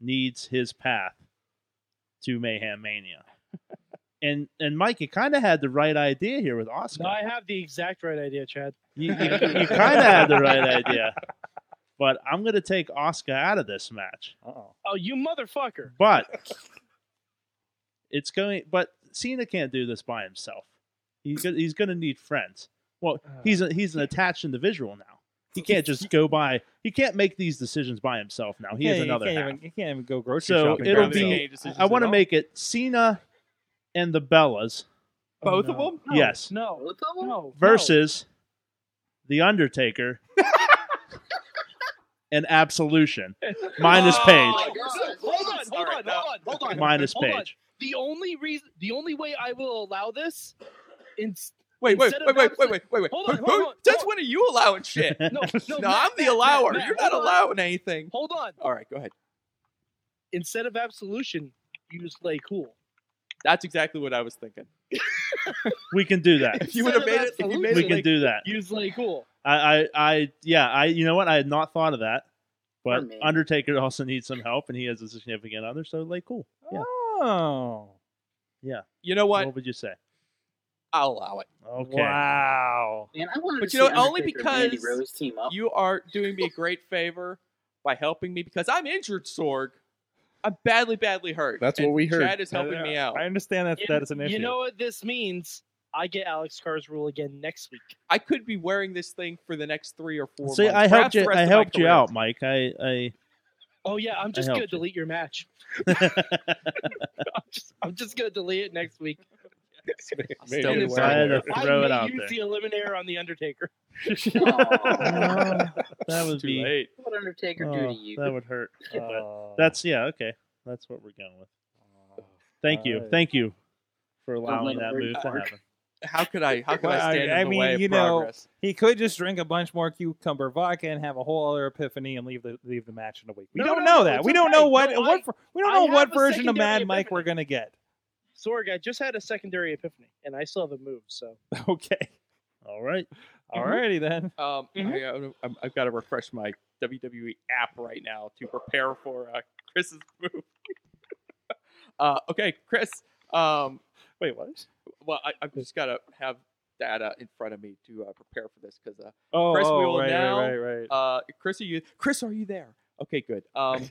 [SPEAKER 4] needs his path to Mayhem Mania, and and Mike, you kind of had the right idea here with Oscar.
[SPEAKER 5] No, I have the exact right idea, Chad.
[SPEAKER 4] You, kind of had the right idea, but I'm gonna take Oscar out of this match.
[SPEAKER 2] Uh-oh.
[SPEAKER 5] Oh, you motherfucker.
[SPEAKER 4] But it's going. But Cena can't do this by himself. He's gonna, he's gonna need friends. Well, he's a, he's an attached individual now. He can't just go by. He can't make these decisions by himself now. He
[SPEAKER 2] Yeah,
[SPEAKER 4] is another.
[SPEAKER 2] You can't,
[SPEAKER 4] half.
[SPEAKER 2] even, you can't even go grocery
[SPEAKER 4] So
[SPEAKER 2] shopping.
[SPEAKER 4] it'll
[SPEAKER 2] by
[SPEAKER 4] be-
[SPEAKER 2] yourself.
[SPEAKER 9] Any decisions
[SPEAKER 4] I want
[SPEAKER 9] at
[SPEAKER 4] to
[SPEAKER 9] all?
[SPEAKER 4] make it Cena and the Bellas
[SPEAKER 9] both
[SPEAKER 2] Oh, no.
[SPEAKER 9] of them.
[SPEAKER 5] No,
[SPEAKER 4] Yes.
[SPEAKER 5] No.
[SPEAKER 6] Both of them?
[SPEAKER 5] No.
[SPEAKER 4] versus the Undertaker and Absolution minus
[SPEAKER 9] Oh,
[SPEAKER 4] Page.
[SPEAKER 6] my
[SPEAKER 5] No.
[SPEAKER 6] God.
[SPEAKER 5] No, Hold on. Hold
[SPEAKER 9] Sorry,
[SPEAKER 5] on.
[SPEAKER 9] no.
[SPEAKER 5] Hold on. Hold on.
[SPEAKER 4] Minus
[SPEAKER 5] Hold on.
[SPEAKER 4] Page.
[SPEAKER 5] The only reason, the only way I will allow this, ins-
[SPEAKER 9] Wait, wait,
[SPEAKER 5] Instead
[SPEAKER 9] wait,
[SPEAKER 5] of
[SPEAKER 9] wait, wait,
[SPEAKER 5] absent-
[SPEAKER 9] wait, wait, wait.
[SPEAKER 5] Hold on,
[SPEAKER 9] Who-
[SPEAKER 5] hold
[SPEAKER 9] who-
[SPEAKER 5] on,
[SPEAKER 9] That's
[SPEAKER 5] hold-
[SPEAKER 9] when you allowing shit.
[SPEAKER 5] no,
[SPEAKER 9] No,
[SPEAKER 5] no, Matt,
[SPEAKER 9] I'm the
[SPEAKER 5] Matt,
[SPEAKER 9] allower.
[SPEAKER 5] Matt, Matt,
[SPEAKER 9] You're not
[SPEAKER 5] hold on.
[SPEAKER 9] allowing anything.
[SPEAKER 5] Hold on.
[SPEAKER 9] All right, go ahead.
[SPEAKER 5] Instead of absolution, use lay cool.
[SPEAKER 9] That's exactly what I was thinking.
[SPEAKER 4] We can do that.
[SPEAKER 9] If you would have
[SPEAKER 5] Instead
[SPEAKER 9] made
[SPEAKER 5] of
[SPEAKER 9] it, if you
[SPEAKER 5] absolution,
[SPEAKER 9] made
[SPEAKER 4] We
[SPEAKER 9] it,
[SPEAKER 4] can
[SPEAKER 9] like,
[SPEAKER 4] do that.
[SPEAKER 5] Use lay cool.
[SPEAKER 4] I, I, I, yeah, I. You know what? I had not thought of that. But
[SPEAKER 6] Pardon me.
[SPEAKER 4] Undertaker also needs some help, and he has a significant other. So, like, cool. Yeah.
[SPEAKER 2] Oh.
[SPEAKER 9] you know what?
[SPEAKER 4] What would you say?
[SPEAKER 9] I'll allow it.
[SPEAKER 4] Okay.
[SPEAKER 2] Wow.
[SPEAKER 6] Man, I wanted
[SPEAKER 9] But
[SPEAKER 6] to
[SPEAKER 9] you know
[SPEAKER 6] see
[SPEAKER 9] what, only
[SPEAKER 6] Undertaker and Mandy
[SPEAKER 9] because
[SPEAKER 6] Rose team up.
[SPEAKER 9] You are doing me a great favor by helping me because I'm injured, Sorg. I'm badly, badly hurt.
[SPEAKER 3] That's
[SPEAKER 9] and
[SPEAKER 3] what we heard.
[SPEAKER 9] Chad is helping me out.
[SPEAKER 2] I understand that
[SPEAKER 5] You-
[SPEAKER 2] that is an issue.
[SPEAKER 5] You know what this means? I get Alex Carr's rule again next week.
[SPEAKER 9] I could be wearing this thing for the next three or four.
[SPEAKER 4] See,
[SPEAKER 9] months,
[SPEAKER 4] I helped
[SPEAKER 9] perhaps the
[SPEAKER 4] you.
[SPEAKER 9] rest
[SPEAKER 4] I
[SPEAKER 9] of my
[SPEAKER 4] helped you
[SPEAKER 9] career.
[SPEAKER 4] out, Mike. I, I.
[SPEAKER 5] Oh yeah, I'm just
[SPEAKER 4] helped
[SPEAKER 5] gonna
[SPEAKER 4] you.
[SPEAKER 5] delete your match. I'm just, I'm just gonna delete it next week.
[SPEAKER 3] Maybe
[SPEAKER 9] Still
[SPEAKER 3] it
[SPEAKER 5] be
[SPEAKER 3] was
[SPEAKER 5] wearing
[SPEAKER 3] in
[SPEAKER 4] it.
[SPEAKER 3] there.
[SPEAKER 4] I'd Throw
[SPEAKER 5] I
[SPEAKER 4] it
[SPEAKER 5] may
[SPEAKER 4] out
[SPEAKER 5] use
[SPEAKER 4] there.
[SPEAKER 5] the eliminator on the Undertaker.
[SPEAKER 6] Aw,
[SPEAKER 4] that would
[SPEAKER 9] Too
[SPEAKER 4] be.
[SPEAKER 9] late.
[SPEAKER 6] what Undertaker do
[SPEAKER 4] oh,
[SPEAKER 6] to you?
[SPEAKER 4] that would hurt. But
[SPEAKER 2] Oh.
[SPEAKER 4] that's yeah. Okay. That's what we're going with. Thank you.
[SPEAKER 2] Alright.
[SPEAKER 4] Thank you for
[SPEAKER 6] let
[SPEAKER 4] allowing
[SPEAKER 6] it
[SPEAKER 4] that
[SPEAKER 6] hurt
[SPEAKER 4] move to
[SPEAKER 6] Mark.
[SPEAKER 4] happen.
[SPEAKER 9] How could I? How could
[SPEAKER 2] Well,
[SPEAKER 9] I stand
[SPEAKER 2] I- I
[SPEAKER 9] in the
[SPEAKER 2] mean,
[SPEAKER 9] way of
[SPEAKER 2] you know,
[SPEAKER 9] progress?
[SPEAKER 2] He could just drink a bunch more cucumber vodka and have a whole other epiphany and leave the leave the match in a week. We
[SPEAKER 5] No,
[SPEAKER 2] don't
[SPEAKER 5] no,
[SPEAKER 2] know
[SPEAKER 5] no,
[SPEAKER 2] that.
[SPEAKER 5] it's
[SPEAKER 2] We don't
[SPEAKER 5] okay.
[SPEAKER 2] know what
[SPEAKER 5] No,
[SPEAKER 2] what
[SPEAKER 5] I-
[SPEAKER 2] ver- we don't
[SPEAKER 5] I
[SPEAKER 2] know
[SPEAKER 5] have
[SPEAKER 2] what
[SPEAKER 5] a
[SPEAKER 2] version of Mad
[SPEAKER 5] secondary
[SPEAKER 2] Mike we're gonna
[SPEAKER 5] epiphany.
[SPEAKER 2] get.
[SPEAKER 5] Sorg, I just had a secondary epiphany, and I still haven't moved. So
[SPEAKER 2] Okay.
[SPEAKER 4] All right.
[SPEAKER 5] Mm-hmm.
[SPEAKER 2] Alrighty then.
[SPEAKER 9] Um,
[SPEAKER 5] Mhm.
[SPEAKER 9] I, have got to refresh my WWE app right now to prepare for uh, Chris's move. uh, okay, Chris. Um,
[SPEAKER 2] Wait, what?
[SPEAKER 9] well, I, I've just got to have data in front of me to uh, prepare for this because, uh,
[SPEAKER 2] Oh,
[SPEAKER 9] Chris, we
[SPEAKER 2] oh,
[SPEAKER 9] will
[SPEAKER 2] right,
[SPEAKER 9] now-
[SPEAKER 2] right, right, right.
[SPEAKER 9] uh, Chris, are you? Chris, are you there? Okay, good. Um,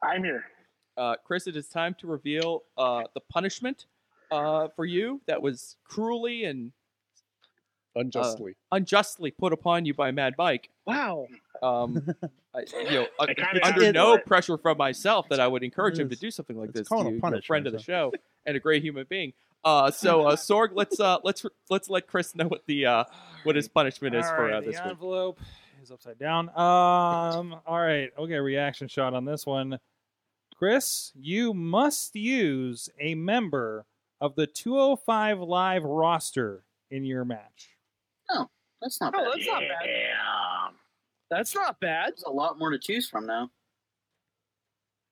[SPEAKER 7] I'm here.
[SPEAKER 9] uh, Chris, it is time to reveal uh, the punishment uh, for you that was cruelly and uh,
[SPEAKER 3] unjustly.
[SPEAKER 9] unjustly put upon you by Mad Mike.
[SPEAKER 5] wow,
[SPEAKER 9] Um, I, you know, uh, un-
[SPEAKER 7] kinda
[SPEAKER 9] under
[SPEAKER 7] asked
[SPEAKER 9] no
[SPEAKER 7] for it.
[SPEAKER 9] pressure from myself that I would encourage him to
[SPEAKER 4] It's-
[SPEAKER 9] do something like
[SPEAKER 4] it's
[SPEAKER 9] this. To
[SPEAKER 4] called a
[SPEAKER 9] you, you know,
[SPEAKER 4] punishment,
[SPEAKER 9] friend of the
[SPEAKER 4] so.
[SPEAKER 9] show and a great human being. Uh, so uh, Sorg, let's uh, let's let's let Chris know what the uh, what his punishment is for uh,
[SPEAKER 2] Alright,
[SPEAKER 9] this
[SPEAKER 2] the
[SPEAKER 9] week.
[SPEAKER 2] envelope is upside down. Um. All right. Okay. Reaction shot on this one. Chris, you must use a member of the 205 Live roster in your match.
[SPEAKER 6] That's not
[SPEAKER 5] Oh,
[SPEAKER 6] bad.
[SPEAKER 5] that's not bad. That's not bad.
[SPEAKER 6] There's a lot more to choose from now.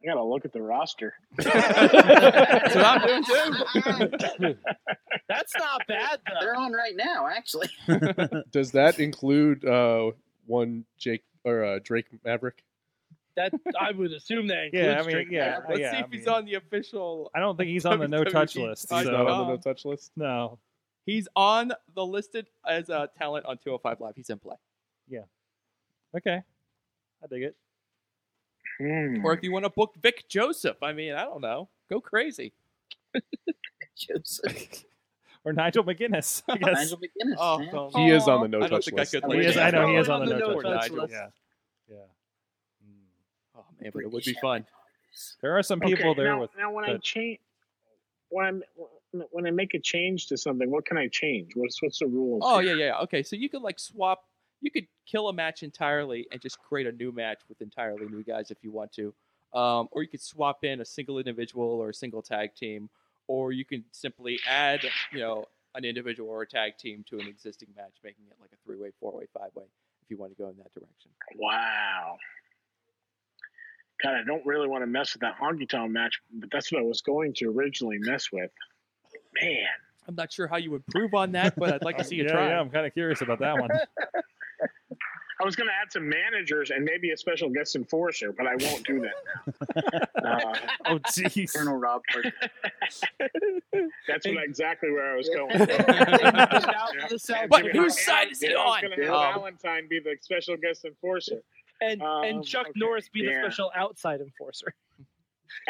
[SPEAKER 7] I gotta look at the roster.
[SPEAKER 9] That's what I'm doing too.
[SPEAKER 5] That's not bad though.
[SPEAKER 6] They're on right now, actually.
[SPEAKER 3] Does that include uh, one Jake or uh, Drake Maverick?
[SPEAKER 5] That I would assume that includes
[SPEAKER 2] Yeah, I mean,
[SPEAKER 5] Drake
[SPEAKER 2] yeah,
[SPEAKER 5] Maverick.
[SPEAKER 9] Let's
[SPEAKER 2] yeah,
[SPEAKER 9] see if
[SPEAKER 2] I
[SPEAKER 9] he's
[SPEAKER 2] mean-
[SPEAKER 9] on E the official.
[SPEAKER 2] I don't think he's on the no touch
[SPEAKER 9] WWE
[SPEAKER 2] list.
[SPEAKER 9] I
[SPEAKER 3] He's
[SPEAKER 9] know.
[SPEAKER 3] not on
[SPEAKER 2] So
[SPEAKER 7] Um,
[SPEAKER 3] the no touch list.
[SPEAKER 2] no.
[SPEAKER 9] He's on the listed as a talent on 205 Live. He's in play.
[SPEAKER 2] Okay. I dig it.
[SPEAKER 7] Hmm.
[SPEAKER 9] Or if you want to book Vic Joseph, I mean, I don't know. Go crazy.
[SPEAKER 6] Joseph.
[SPEAKER 2] Or Nigel McGuinness. I guess.
[SPEAKER 6] Nigel McGuinness.
[SPEAKER 9] Oh,
[SPEAKER 6] yeah.
[SPEAKER 9] don't-
[SPEAKER 3] He is on the no
[SPEAKER 9] I don't
[SPEAKER 3] touch
[SPEAKER 9] think I
[SPEAKER 3] list.
[SPEAKER 9] could.
[SPEAKER 6] He
[SPEAKER 9] let
[SPEAKER 6] is-
[SPEAKER 9] you
[SPEAKER 6] I know he
[SPEAKER 9] down.
[SPEAKER 6] is on the
[SPEAKER 2] no
[SPEAKER 9] Poor
[SPEAKER 2] touch
[SPEAKER 9] Nigel.
[SPEAKER 2] Yeah. Yeah. Mm.
[SPEAKER 9] Oh man, but it would be fun.
[SPEAKER 2] There are some people
[SPEAKER 7] Okay,
[SPEAKER 2] there
[SPEAKER 7] now,
[SPEAKER 2] with
[SPEAKER 7] now when I
[SPEAKER 2] that-
[SPEAKER 7] change when I'm when I make a change to something, what can I change? What's what's the rule?
[SPEAKER 9] Oh yeah, yeah. yeah. Okay, so you could like swap. You could kill a match entirely and just create a new match with entirely new guys if you want to. Um, or you could swap in a single individual or a single tag team, or you can simply add, you know, an individual or a tag team to an existing match, making it like a three-way, four-way, five-way if you want to go in that direction.
[SPEAKER 7] Wow. God, I don't really want to mess with that honky tonk match, but that's what I was going to originally mess with. Man,
[SPEAKER 9] I'm not sure how you improve on that, but I'd like to see you
[SPEAKER 2] yeah,
[SPEAKER 9] try.
[SPEAKER 2] yeah, I'm kind of curious about that one.
[SPEAKER 7] I was going to add some managers and maybe a special guest enforcer, but I won't do that now. Uh,
[SPEAKER 2] oh, jeez.
[SPEAKER 6] Colonel Rob Parker.
[SPEAKER 7] that's what, exactly where I was going.
[SPEAKER 5] Without the sound
[SPEAKER 9] But
[SPEAKER 5] check.
[SPEAKER 7] Give me-
[SPEAKER 9] whose side is he
[SPEAKER 7] Yeah, I was
[SPEAKER 9] on?
[SPEAKER 7] gonna have
[SPEAKER 9] Um,
[SPEAKER 7] Valentine be the special guest enforcer.
[SPEAKER 5] and
[SPEAKER 7] Um,
[SPEAKER 5] and Chuck
[SPEAKER 7] okay,
[SPEAKER 5] Norris be the
[SPEAKER 7] yeah.
[SPEAKER 5] special outside enforcer.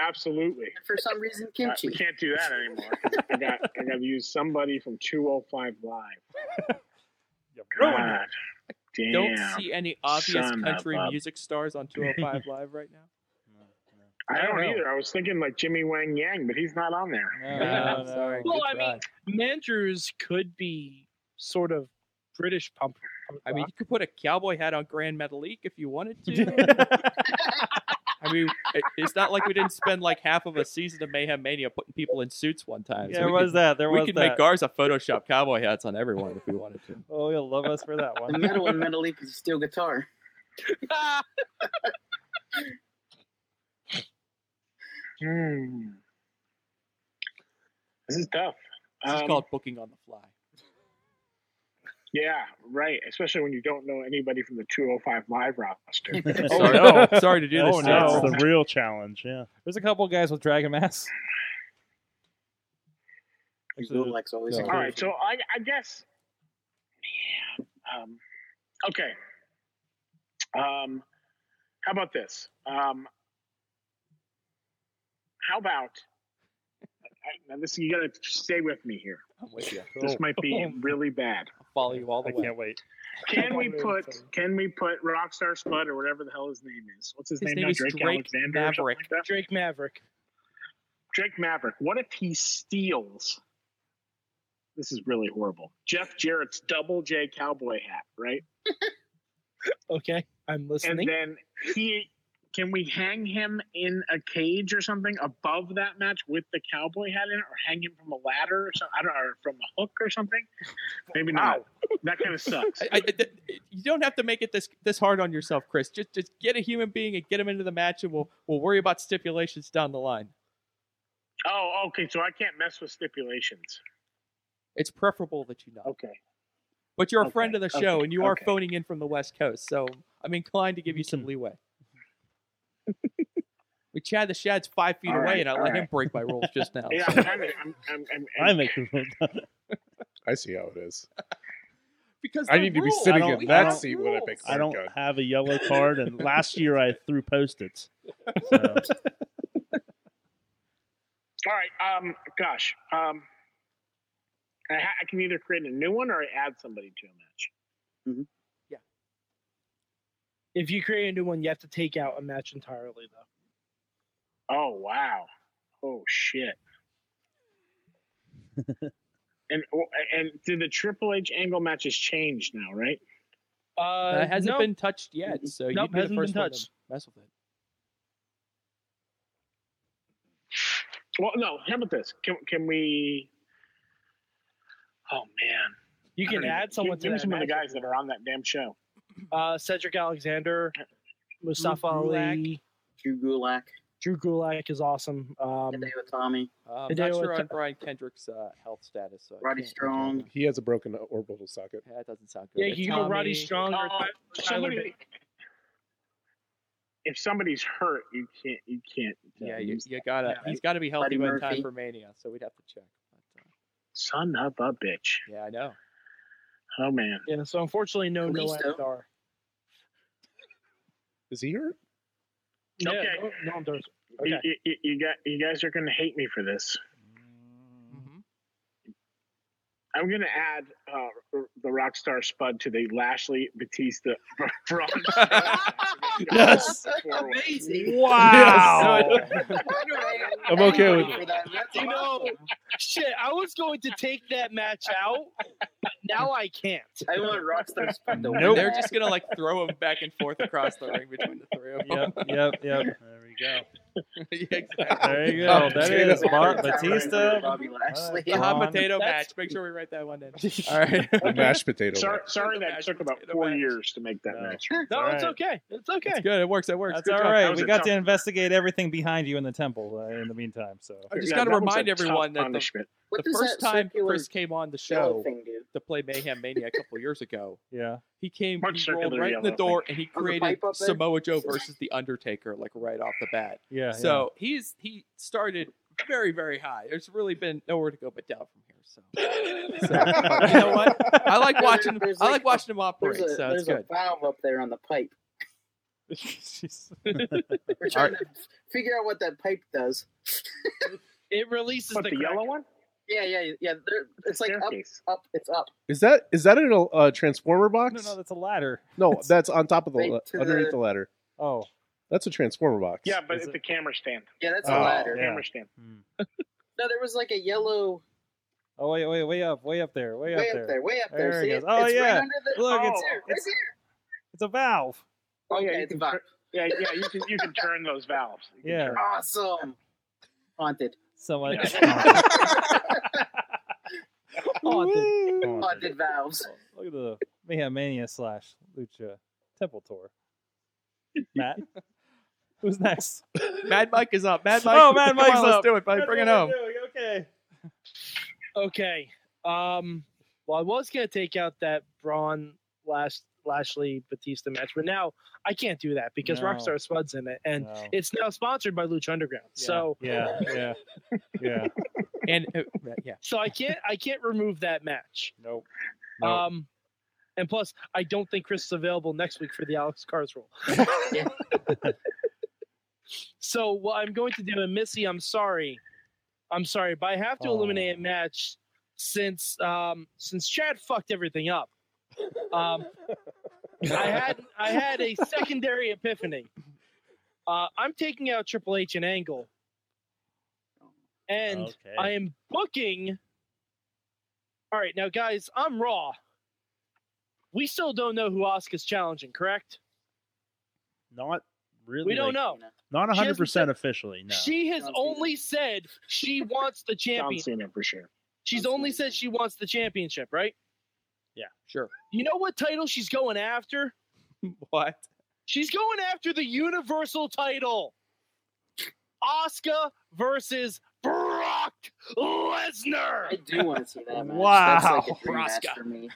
[SPEAKER 7] Absolutely.
[SPEAKER 6] For some reason,
[SPEAKER 7] Uh,
[SPEAKER 6] kimchi.
[SPEAKER 7] we can't do that anymore. I got I got to use somebody from 205 Live. God. Damn.
[SPEAKER 9] Don't see any obvious
[SPEAKER 7] Son of
[SPEAKER 9] country
[SPEAKER 7] a-
[SPEAKER 9] music stars on 205 Live right now.
[SPEAKER 7] I don't
[SPEAKER 2] I don't know.
[SPEAKER 7] either. I was thinking like Jimmy Wang Yang, but he's not on there.
[SPEAKER 2] No,
[SPEAKER 9] Yeah,
[SPEAKER 2] no,
[SPEAKER 9] I'm sorry.
[SPEAKER 2] no.
[SPEAKER 5] Well, I mean, Mandrews could be sort of British pump. punk
[SPEAKER 9] I mean,
[SPEAKER 5] rock.
[SPEAKER 9] you could put a cowboy hat on Grand Metalik if you wanted to. I mean, it- it's not like we didn't spend like half of a season of Mayhem Mania putting people in suits one time. So
[SPEAKER 2] there
[SPEAKER 9] we
[SPEAKER 2] was
[SPEAKER 9] could,
[SPEAKER 2] that. There
[SPEAKER 9] we
[SPEAKER 2] was
[SPEAKER 9] could
[SPEAKER 2] that.
[SPEAKER 9] make ours a Photoshop cowboy hats on everyone if we wanted to.
[SPEAKER 2] oh, you'll love us for that
[SPEAKER 6] The
[SPEAKER 2] one.
[SPEAKER 6] metal in Metal Leap is a steel guitar.
[SPEAKER 5] Ah,
[SPEAKER 7] Hmm. This is tough.
[SPEAKER 9] This is
[SPEAKER 7] Um,
[SPEAKER 9] called booking on the fly.
[SPEAKER 7] Yeah, right. Especially when you don't know anybody from the 205 Live roster.
[SPEAKER 2] oh,
[SPEAKER 9] sorry,
[SPEAKER 2] no.
[SPEAKER 9] sorry to do this.
[SPEAKER 2] Oh,
[SPEAKER 9] to
[SPEAKER 2] no.
[SPEAKER 9] you.
[SPEAKER 4] That's the real challenge. Yeah.
[SPEAKER 2] There's a couple guys with dragon masks. Actually,
[SPEAKER 6] Gulak's always
[SPEAKER 2] no.
[SPEAKER 6] a
[SPEAKER 7] All right, so I, I guess. Yeah. Um, okay. Um, how about this? Um, how about? I, now this you gotta stay with me here.
[SPEAKER 9] I'm with you.
[SPEAKER 7] This might be
[SPEAKER 9] Oh.
[SPEAKER 7] really bad.
[SPEAKER 9] I'll follow you all the
[SPEAKER 2] I
[SPEAKER 9] way.
[SPEAKER 2] can't wait.
[SPEAKER 7] Can we put? Can we put Rockstar Spud or whatever the hell his name is? What's his,
[SPEAKER 9] His name
[SPEAKER 7] now?
[SPEAKER 9] is Drake
[SPEAKER 7] or something
[SPEAKER 9] Maverick.
[SPEAKER 7] like that?
[SPEAKER 5] Drake Maverick.
[SPEAKER 7] Drake Maverick, what if he steals? This is really horrible. Jeff Jarrett's double J cowboy hat, right?
[SPEAKER 5] Okay, I'm
[SPEAKER 7] And
[SPEAKER 5] listening.
[SPEAKER 7] then he can we hang him in a cage or something above that match with the cowboy hat in it, or hang him from a ladder or something? I don't know, or from a hook or something. Maybe not. That kind of sucks.
[SPEAKER 9] I, I, th- you don't have to make it this this hard on yourself, Chris. Just just get a human being and get him into the match, and we'll we'll worry about stipulations down the line.
[SPEAKER 7] Oh, okay. So I can't mess with stipulations.
[SPEAKER 9] It's preferable that you not.
[SPEAKER 7] Okay.
[SPEAKER 9] But you're a
[SPEAKER 7] Okay,
[SPEAKER 9] friend of the show,
[SPEAKER 7] okay,
[SPEAKER 9] and you are
[SPEAKER 7] okay.
[SPEAKER 9] phoning in from the West Coast, so I'm inclined to give you some leeway. we Chad the Shad's five feet
[SPEAKER 7] All
[SPEAKER 9] away,
[SPEAKER 7] right,
[SPEAKER 9] and I
[SPEAKER 7] all
[SPEAKER 9] let
[SPEAKER 7] right.
[SPEAKER 9] him break my rules just now.
[SPEAKER 7] Yeah,
[SPEAKER 9] so.
[SPEAKER 7] I'm, kind of- I'm, I'm, I'm, I'm,
[SPEAKER 4] I make the
[SPEAKER 3] I see how it is.
[SPEAKER 9] Because
[SPEAKER 3] I
[SPEAKER 9] the
[SPEAKER 3] need to be
[SPEAKER 9] rules-
[SPEAKER 3] sitting
[SPEAKER 9] I
[SPEAKER 4] in
[SPEAKER 9] don't- we
[SPEAKER 4] that
[SPEAKER 9] have
[SPEAKER 3] seat when I pick
[SPEAKER 9] rules.
[SPEAKER 4] I don't
[SPEAKER 3] Okay.
[SPEAKER 4] have a yellow card, and last year I threw post-its. So,
[SPEAKER 7] All right. Um. Gosh. Um. I, ha- I can either create a new one or I add somebody to a match.
[SPEAKER 5] if you create a new one, you have to take out a match entirely, though.
[SPEAKER 7] Oh wow. Oh shit. and and do the Triple H angle matches change now? Right.
[SPEAKER 5] Uh,
[SPEAKER 9] That hasn't
[SPEAKER 5] no.
[SPEAKER 9] been touched yet, so you'd be
[SPEAKER 5] Nope,
[SPEAKER 9] the
[SPEAKER 5] hasn't been
[SPEAKER 9] first one to
[SPEAKER 5] touched.
[SPEAKER 9] mess with it.
[SPEAKER 7] Well, no. How about this? Can can we? Oh man,
[SPEAKER 5] You
[SPEAKER 7] I
[SPEAKER 5] can
[SPEAKER 7] don't even-
[SPEAKER 5] add someone
[SPEAKER 7] give-
[SPEAKER 5] to
[SPEAKER 7] give me
[SPEAKER 5] that
[SPEAKER 7] some of the
[SPEAKER 5] match
[SPEAKER 7] guys that are on that damn show.
[SPEAKER 5] Uh, Cedric Alexander, Mustafa
[SPEAKER 6] Gulak.
[SPEAKER 5] Ali,
[SPEAKER 6] Drew Gulak,
[SPEAKER 5] Drew Gulak is awesome. Um,
[SPEAKER 6] Hideo Itami,
[SPEAKER 9] Uh, I'm
[SPEAKER 5] Hideo
[SPEAKER 9] not sure
[SPEAKER 5] Ita-
[SPEAKER 9] on Brian Kendrick's uh, health status. So I
[SPEAKER 6] Roddy
[SPEAKER 9] can't-
[SPEAKER 6] Strong.
[SPEAKER 3] He has a broken orbital socket.
[SPEAKER 9] That doesn't sound good.
[SPEAKER 5] yeah, you can go Roddy Strong or
[SPEAKER 7] Oh,
[SPEAKER 5] Ty- Tyler.
[SPEAKER 7] Somebody, if sombady's hurt, you can't. You can't. uh,
[SPEAKER 9] Yeah, you,
[SPEAKER 7] use
[SPEAKER 9] you gotta. He's got to be healthy
[SPEAKER 6] Buddy
[SPEAKER 9] by the
[SPEAKER 6] Murphy.
[SPEAKER 9] time for Mania, so we'd have to check. But, uh,
[SPEAKER 7] Son of a bitch.
[SPEAKER 9] yeah, I know.
[SPEAKER 7] Oh man.
[SPEAKER 5] Yeah, so unfortunately, no Noam
[SPEAKER 6] Kalisto.
[SPEAKER 5] Dar.
[SPEAKER 3] Is he hurt?
[SPEAKER 5] Yeah,
[SPEAKER 7] Okay.
[SPEAKER 5] no, Noam Dar's-
[SPEAKER 7] You-
[SPEAKER 5] Okay.
[SPEAKER 7] You, you, you got. You guys are gonna hate me for this. I'm gonna add uh, r- the rock star Spud to the Lashley Batista Braun.
[SPEAKER 3] Yes.
[SPEAKER 6] Amazing.
[SPEAKER 2] Wow.
[SPEAKER 3] I'm okay with it.
[SPEAKER 5] You know, shit, I was going to take that match out. Now I can't.
[SPEAKER 6] I want Rockstar Spud to win.
[SPEAKER 2] Nope.
[SPEAKER 9] They're just gonna like throw him back and forth across the ring between the three of them.
[SPEAKER 2] Yep, yep, yep.
[SPEAKER 4] There we go.
[SPEAKER 9] yeah, exactly.
[SPEAKER 2] There you go. That is Bar-
[SPEAKER 6] Batista,
[SPEAKER 2] Batista.
[SPEAKER 6] Bobby Lashley.
[SPEAKER 9] The hot
[SPEAKER 2] Braun.
[SPEAKER 9] potato match. Make sure we write that one in. All right.
[SPEAKER 3] The mashed potato.
[SPEAKER 7] sorry,
[SPEAKER 3] one.
[SPEAKER 7] sorry that took about four years to make that
[SPEAKER 4] No.
[SPEAKER 7] match.
[SPEAKER 5] No, it's
[SPEAKER 2] Alright.
[SPEAKER 5] okay. It's
[SPEAKER 9] It's
[SPEAKER 5] okay.
[SPEAKER 9] good. It works. It works.
[SPEAKER 2] That's
[SPEAKER 9] Good
[SPEAKER 2] all
[SPEAKER 9] job.
[SPEAKER 2] right.
[SPEAKER 7] That was
[SPEAKER 2] We
[SPEAKER 7] a
[SPEAKER 2] got
[SPEAKER 7] tough-
[SPEAKER 2] to investigate everything behind you in the temple uh, in the meantime. So
[SPEAKER 9] I just
[SPEAKER 7] Yeah,
[SPEAKER 9] got to
[SPEAKER 7] that was a
[SPEAKER 9] remind
[SPEAKER 7] tough
[SPEAKER 9] everyone that the,
[SPEAKER 7] punishment.
[SPEAKER 6] What
[SPEAKER 9] the
[SPEAKER 6] does
[SPEAKER 9] first
[SPEAKER 6] that
[SPEAKER 9] time
[SPEAKER 6] circular
[SPEAKER 9] Chris came on the
[SPEAKER 6] yellow
[SPEAKER 9] show
[SPEAKER 6] thing do?
[SPEAKER 9] to play Mayhem Mania a couple years ago,
[SPEAKER 2] yeah,
[SPEAKER 9] he came
[SPEAKER 7] What
[SPEAKER 9] he rolled
[SPEAKER 7] circular
[SPEAKER 9] right in the
[SPEAKER 7] yellow
[SPEAKER 9] door and he
[SPEAKER 6] the
[SPEAKER 9] created
[SPEAKER 6] pipe up there?
[SPEAKER 9] Samoa Joe versus the Undertaker like right off the bat.
[SPEAKER 2] yeah. yeah.
[SPEAKER 9] So he's he started very very high. There's really been nowhere to go but down from here. So, so you know what? I like watching
[SPEAKER 6] There's
[SPEAKER 9] I
[SPEAKER 6] like
[SPEAKER 9] like
[SPEAKER 6] a-
[SPEAKER 9] watching him operate.
[SPEAKER 6] There's
[SPEAKER 9] so
[SPEAKER 6] a,
[SPEAKER 9] it's
[SPEAKER 6] there's a
[SPEAKER 9] good.
[SPEAKER 6] valve up there on the pipe. We're trying to figure out what that pipe does.
[SPEAKER 5] It releases
[SPEAKER 7] What,
[SPEAKER 5] the,
[SPEAKER 7] the yellow one?
[SPEAKER 6] Yeah, yeah, yeah. There, it's like up,
[SPEAKER 7] Staircase.
[SPEAKER 6] up, it's up.
[SPEAKER 3] Is that is that in a uh, transformer box?
[SPEAKER 2] no, no, that's a ladder.
[SPEAKER 3] No, that's on top of the
[SPEAKER 6] Right
[SPEAKER 3] la-
[SPEAKER 6] to
[SPEAKER 3] underneath
[SPEAKER 6] the-
[SPEAKER 3] the ladder.
[SPEAKER 2] Oh,
[SPEAKER 3] That's a transformer box.
[SPEAKER 7] Yeah, but
[SPEAKER 2] Is
[SPEAKER 7] it's
[SPEAKER 2] it-
[SPEAKER 7] a camera stand.
[SPEAKER 6] Yeah, that's
[SPEAKER 3] Oh,
[SPEAKER 6] a ladder.
[SPEAKER 2] yeah.
[SPEAKER 7] Camera stand.
[SPEAKER 6] No, there was like a yellow
[SPEAKER 2] oh, wait, wait, way up, way up there, way,
[SPEAKER 6] way up there, way up there.
[SPEAKER 2] There it
[SPEAKER 6] See
[SPEAKER 2] goes.
[SPEAKER 6] it?
[SPEAKER 2] Oh,
[SPEAKER 6] it's
[SPEAKER 2] yeah.
[SPEAKER 6] Right under the,
[SPEAKER 2] Look,
[SPEAKER 6] oh,
[SPEAKER 2] it's-
[SPEAKER 6] there,
[SPEAKER 2] it's-
[SPEAKER 6] right
[SPEAKER 2] It's a valve.
[SPEAKER 6] there.
[SPEAKER 7] Oh yeah,
[SPEAKER 6] Okay,
[SPEAKER 7] you
[SPEAKER 6] it's a
[SPEAKER 7] can
[SPEAKER 6] box.
[SPEAKER 7] tur- yeah, yeah, you can you can turn those valves. You can
[SPEAKER 2] Yeah.
[SPEAKER 7] turn-
[SPEAKER 6] Awesome. Haunted.
[SPEAKER 2] Someone.
[SPEAKER 9] Haunted.
[SPEAKER 6] Haunted valves.
[SPEAKER 2] Look at the Mayhem Mania slash Lucha Temple Tour. Matt, who's next?
[SPEAKER 9] Mad Mike is up. Mad Mike.
[SPEAKER 2] Oh, Mad
[SPEAKER 9] come
[SPEAKER 2] Mike's
[SPEAKER 9] on, let's
[SPEAKER 2] up.
[SPEAKER 9] do it, buddy. Bring it home.
[SPEAKER 2] Okay.
[SPEAKER 5] Okay. Um. Well, I was gonna take out that Braun Lash, Lashley Batista match, but now I can't do that because
[SPEAKER 2] No.
[SPEAKER 5] Rockstar Spud's in it, and
[SPEAKER 2] No.
[SPEAKER 5] it's now sponsored by Lucha Underground. So,
[SPEAKER 2] Yeah, yeah, yeah.
[SPEAKER 9] And uh, yeah,
[SPEAKER 5] so I can't I can't remove that match.
[SPEAKER 2] Nope.
[SPEAKER 5] Um. And plus, I don't think Chris is available next week for the Alex Cars role. so what I'm going to do, and Missy, I'm sorry, I'm sorry, but I have to
[SPEAKER 2] Oh.
[SPEAKER 5] eliminate a match since um since Chad fucked everything up. Um, I had I had a secondary epiphany. Uh, I'm taking out Triple H and Angle, and
[SPEAKER 4] okay.
[SPEAKER 5] I am booking. All right, now guys, I'm Raw. We still don't know who Oscar's challenging, correct?
[SPEAKER 4] not really.
[SPEAKER 5] We don't
[SPEAKER 4] like,
[SPEAKER 5] know.
[SPEAKER 4] Not
[SPEAKER 5] She hasn't
[SPEAKER 4] 100
[SPEAKER 5] said-
[SPEAKER 4] percent officially. No.
[SPEAKER 5] She has
[SPEAKER 6] John Cena.
[SPEAKER 5] only said she wants the
[SPEAKER 7] John
[SPEAKER 5] champion.
[SPEAKER 7] Cena for sure.
[SPEAKER 5] She's
[SPEAKER 6] John
[SPEAKER 5] only
[SPEAKER 6] Cena.
[SPEAKER 5] said she wants the championship, right?
[SPEAKER 9] sure.
[SPEAKER 5] You know what title she's going after?
[SPEAKER 9] What?
[SPEAKER 5] She's going after the Universal title. Oscar versus Brock
[SPEAKER 6] I
[SPEAKER 5] Lesnar.
[SPEAKER 6] do want to see that match.
[SPEAKER 2] Wow.
[SPEAKER 6] That's like
[SPEAKER 5] Roscoe.
[SPEAKER 6] a dream match for me.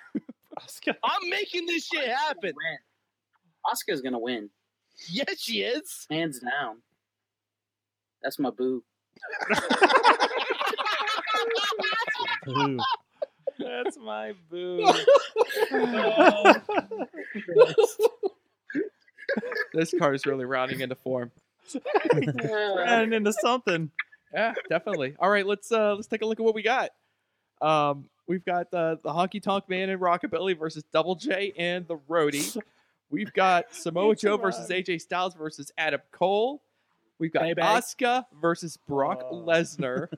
[SPEAKER 5] I'm making this shit happen.
[SPEAKER 6] Oscar's gonna win,
[SPEAKER 5] Yes, she is.
[SPEAKER 6] hands down. That's my boo.
[SPEAKER 2] Ooh. That's my boo.
[SPEAKER 9] This card is really rounding into form.
[SPEAKER 2] Ran into something.
[SPEAKER 9] Yeah, definitely. All right, let's uh let's take a look at what we got. Um, we've got uh, the Honky Tonk Man and Rockabilly versus Double J and the Roadie. We've got Samoa Joe versus AJ Styles versus Adam Cole. We've got
[SPEAKER 5] Baby.
[SPEAKER 9] Asuka versus Brock
[SPEAKER 2] Oh.
[SPEAKER 9] Lesnar.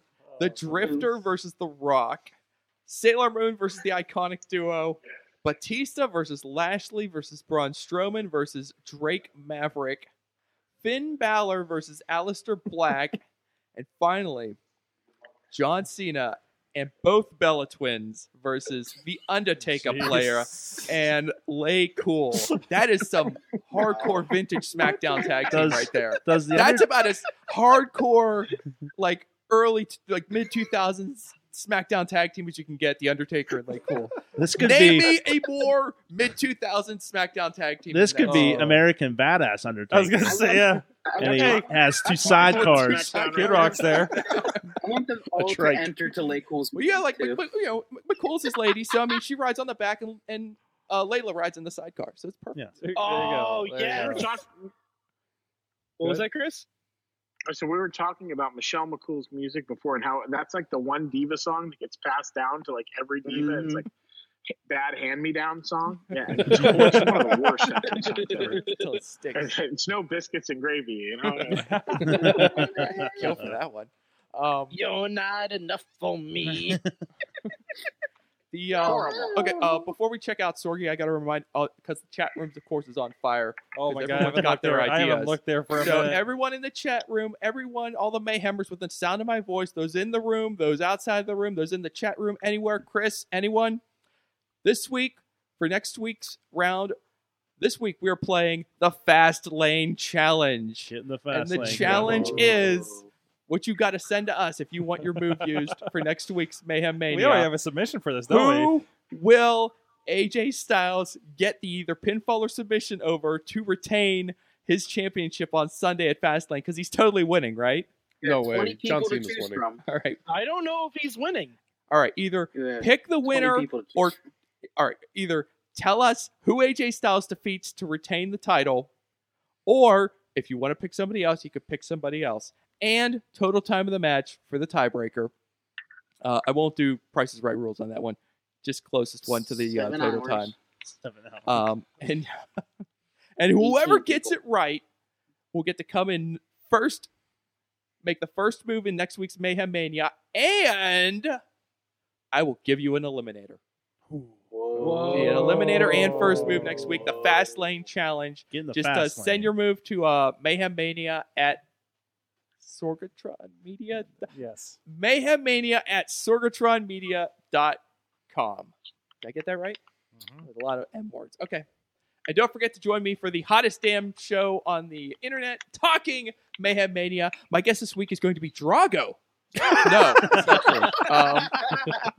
[SPEAKER 9] The Drifter versus The Rock. Sailor Moon versus the Iconic Duo. Batista versus Lashley versus Braun Strowman versus Drake Maverick, Finn Balor versus Aleister Black, and finally, John Cena and both Bella Twins versus The Undertaker
[SPEAKER 1] Jeez.
[SPEAKER 9] player and Lay Cool. That is some hardcore vintage SmackDown tag team
[SPEAKER 4] Does-
[SPEAKER 9] right there.
[SPEAKER 4] does The
[SPEAKER 9] That's
[SPEAKER 4] Under-
[SPEAKER 9] about as hardcore, like early, t- like mid 2000s SmackDown tag team as you can get. The Undertaker and Lay Cool.
[SPEAKER 4] This could
[SPEAKER 9] Name
[SPEAKER 4] be-
[SPEAKER 9] me a more mid 2000s SmackDown tag team.
[SPEAKER 4] This
[SPEAKER 9] than
[SPEAKER 4] could
[SPEAKER 9] that.
[SPEAKER 4] be American Badass Undertaker.
[SPEAKER 9] I was gonna say, yeah.
[SPEAKER 4] And he
[SPEAKER 9] Hey.
[SPEAKER 4] has two sidecars.
[SPEAKER 6] Kid Rock's
[SPEAKER 2] there.
[SPEAKER 6] I want them all to
[SPEAKER 4] trike.
[SPEAKER 6] enter to Lake Cool's.
[SPEAKER 9] Well, yeah, like
[SPEAKER 6] too.
[SPEAKER 9] Mc- Mc- you know, Mc- McCool's his lady, so I mean, she rides on the back, and and uh, Layla rides in the sidecar, so it's perfect.
[SPEAKER 4] Yeah.
[SPEAKER 5] Oh, yeah.
[SPEAKER 7] We're talk-
[SPEAKER 5] What was that, Chris?
[SPEAKER 7] So we were talking about Michelle McCool's music before, and how that's like the one diva song that gets passed down to like every diva. It's
[SPEAKER 2] Mm-hmm.
[SPEAKER 7] like bad hand-me-down song. Yeah, it's, one of the worst. fucking songs ever.
[SPEAKER 9] Until it sticks.
[SPEAKER 7] It's no biscuits and gravy, you know.
[SPEAKER 9] Kill for that one. Um,
[SPEAKER 5] You're not enough for me.
[SPEAKER 9] The uh, okay. Uh, before we check out Sorgi, I gotta remind because the chat room, of course, is on fire.
[SPEAKER 2] Oh
[SPEAKER 9] 'cause
[SPEAKER 2] my God, I
[SPEAKER 9] everyone's
[SPEAKER 2] haven't looked there- I haven't looked there for a
[SPEAKER 9] so
[SPEAKER 2] minute.
[SPEAKER 9] everyone in the chat room, everyone, all the mayhemers within sound of my voice, those in the room, those outside the room, those in the chat room, anywhere, Chris, anyone. This week for next week's round. This week we are playing the fast lane challenge.
[SPEAKER 4] in the
[SPEAKER 9] and
[SPEAKER 4] fast
[SPEAKER 9] the
[SPEAKER 4] lane, yeah.
[SPEAKER 9] challenge is what you got to send to us if you want your move used for next week's Mayhem Mania.
[SPEAKER 2] We already have a submission for this, don't we?
[SPEAKER 9] Who will AJ Styles get the either pinfall or submission over to retain his championship on Sunday at Fastlane? Because he's totally winning, right?
[SPEAKER 3] No Yeah, 20 way. people John to Cena's choose winning. from.
[SPEAKER 9] All right.
[SPEAKER 5] I don't know if he's winning.
[SPEAKER 9] All right. Either pick the
[SPEAKER 5] 20
[SPEAKER 9] winner
[SPEAKER 5] people to choose
[SPEAKER 9] or, all right, either tell us who AJ Styles defeats to retain the title, or if you want to pick somebody else, you could pick somebody else. And total time of the match for the tiebreaker. Uh, I won't do prices right rules on that one. Just closest one to the uh,
[SPEAKER 4] Seven
[SPEAKER 9] total
[SPEAKER 4] hours.
[SPEAKER 9] time.
[SPEAKER 4] Seven hours.
[SPEAKER 9] Um, and and whoever gets it right will get to come in first, make the first move in next week's Mayhem Mania, and I will give you an eliminator. Be An eliminator and first move next week. The fast lane challenge.
[SPEAKER 4] Get in the
[SPEAKER 9] Just
[SPEAKER 4] fast
[SPEAKER 9] uh,
[SPEAKER 4] lane.
[SPEAKER 9] send your move to uh, Mayhem Mania at Sorgatron Media.
[SPEAKER 2] Yes.
[SPEAKER 9] Mayhem Mania at sorgatronmedia.com. Did I get that right?
[SPEAKER 2] Mm-hmm.
[SPEAKER 9] With a lot of M words. Okay. And don't forget to join me for the hottest damn show on the internet, Talking Mayhem Mania. My guest this week is going to be Drago. no, it's not true. Um,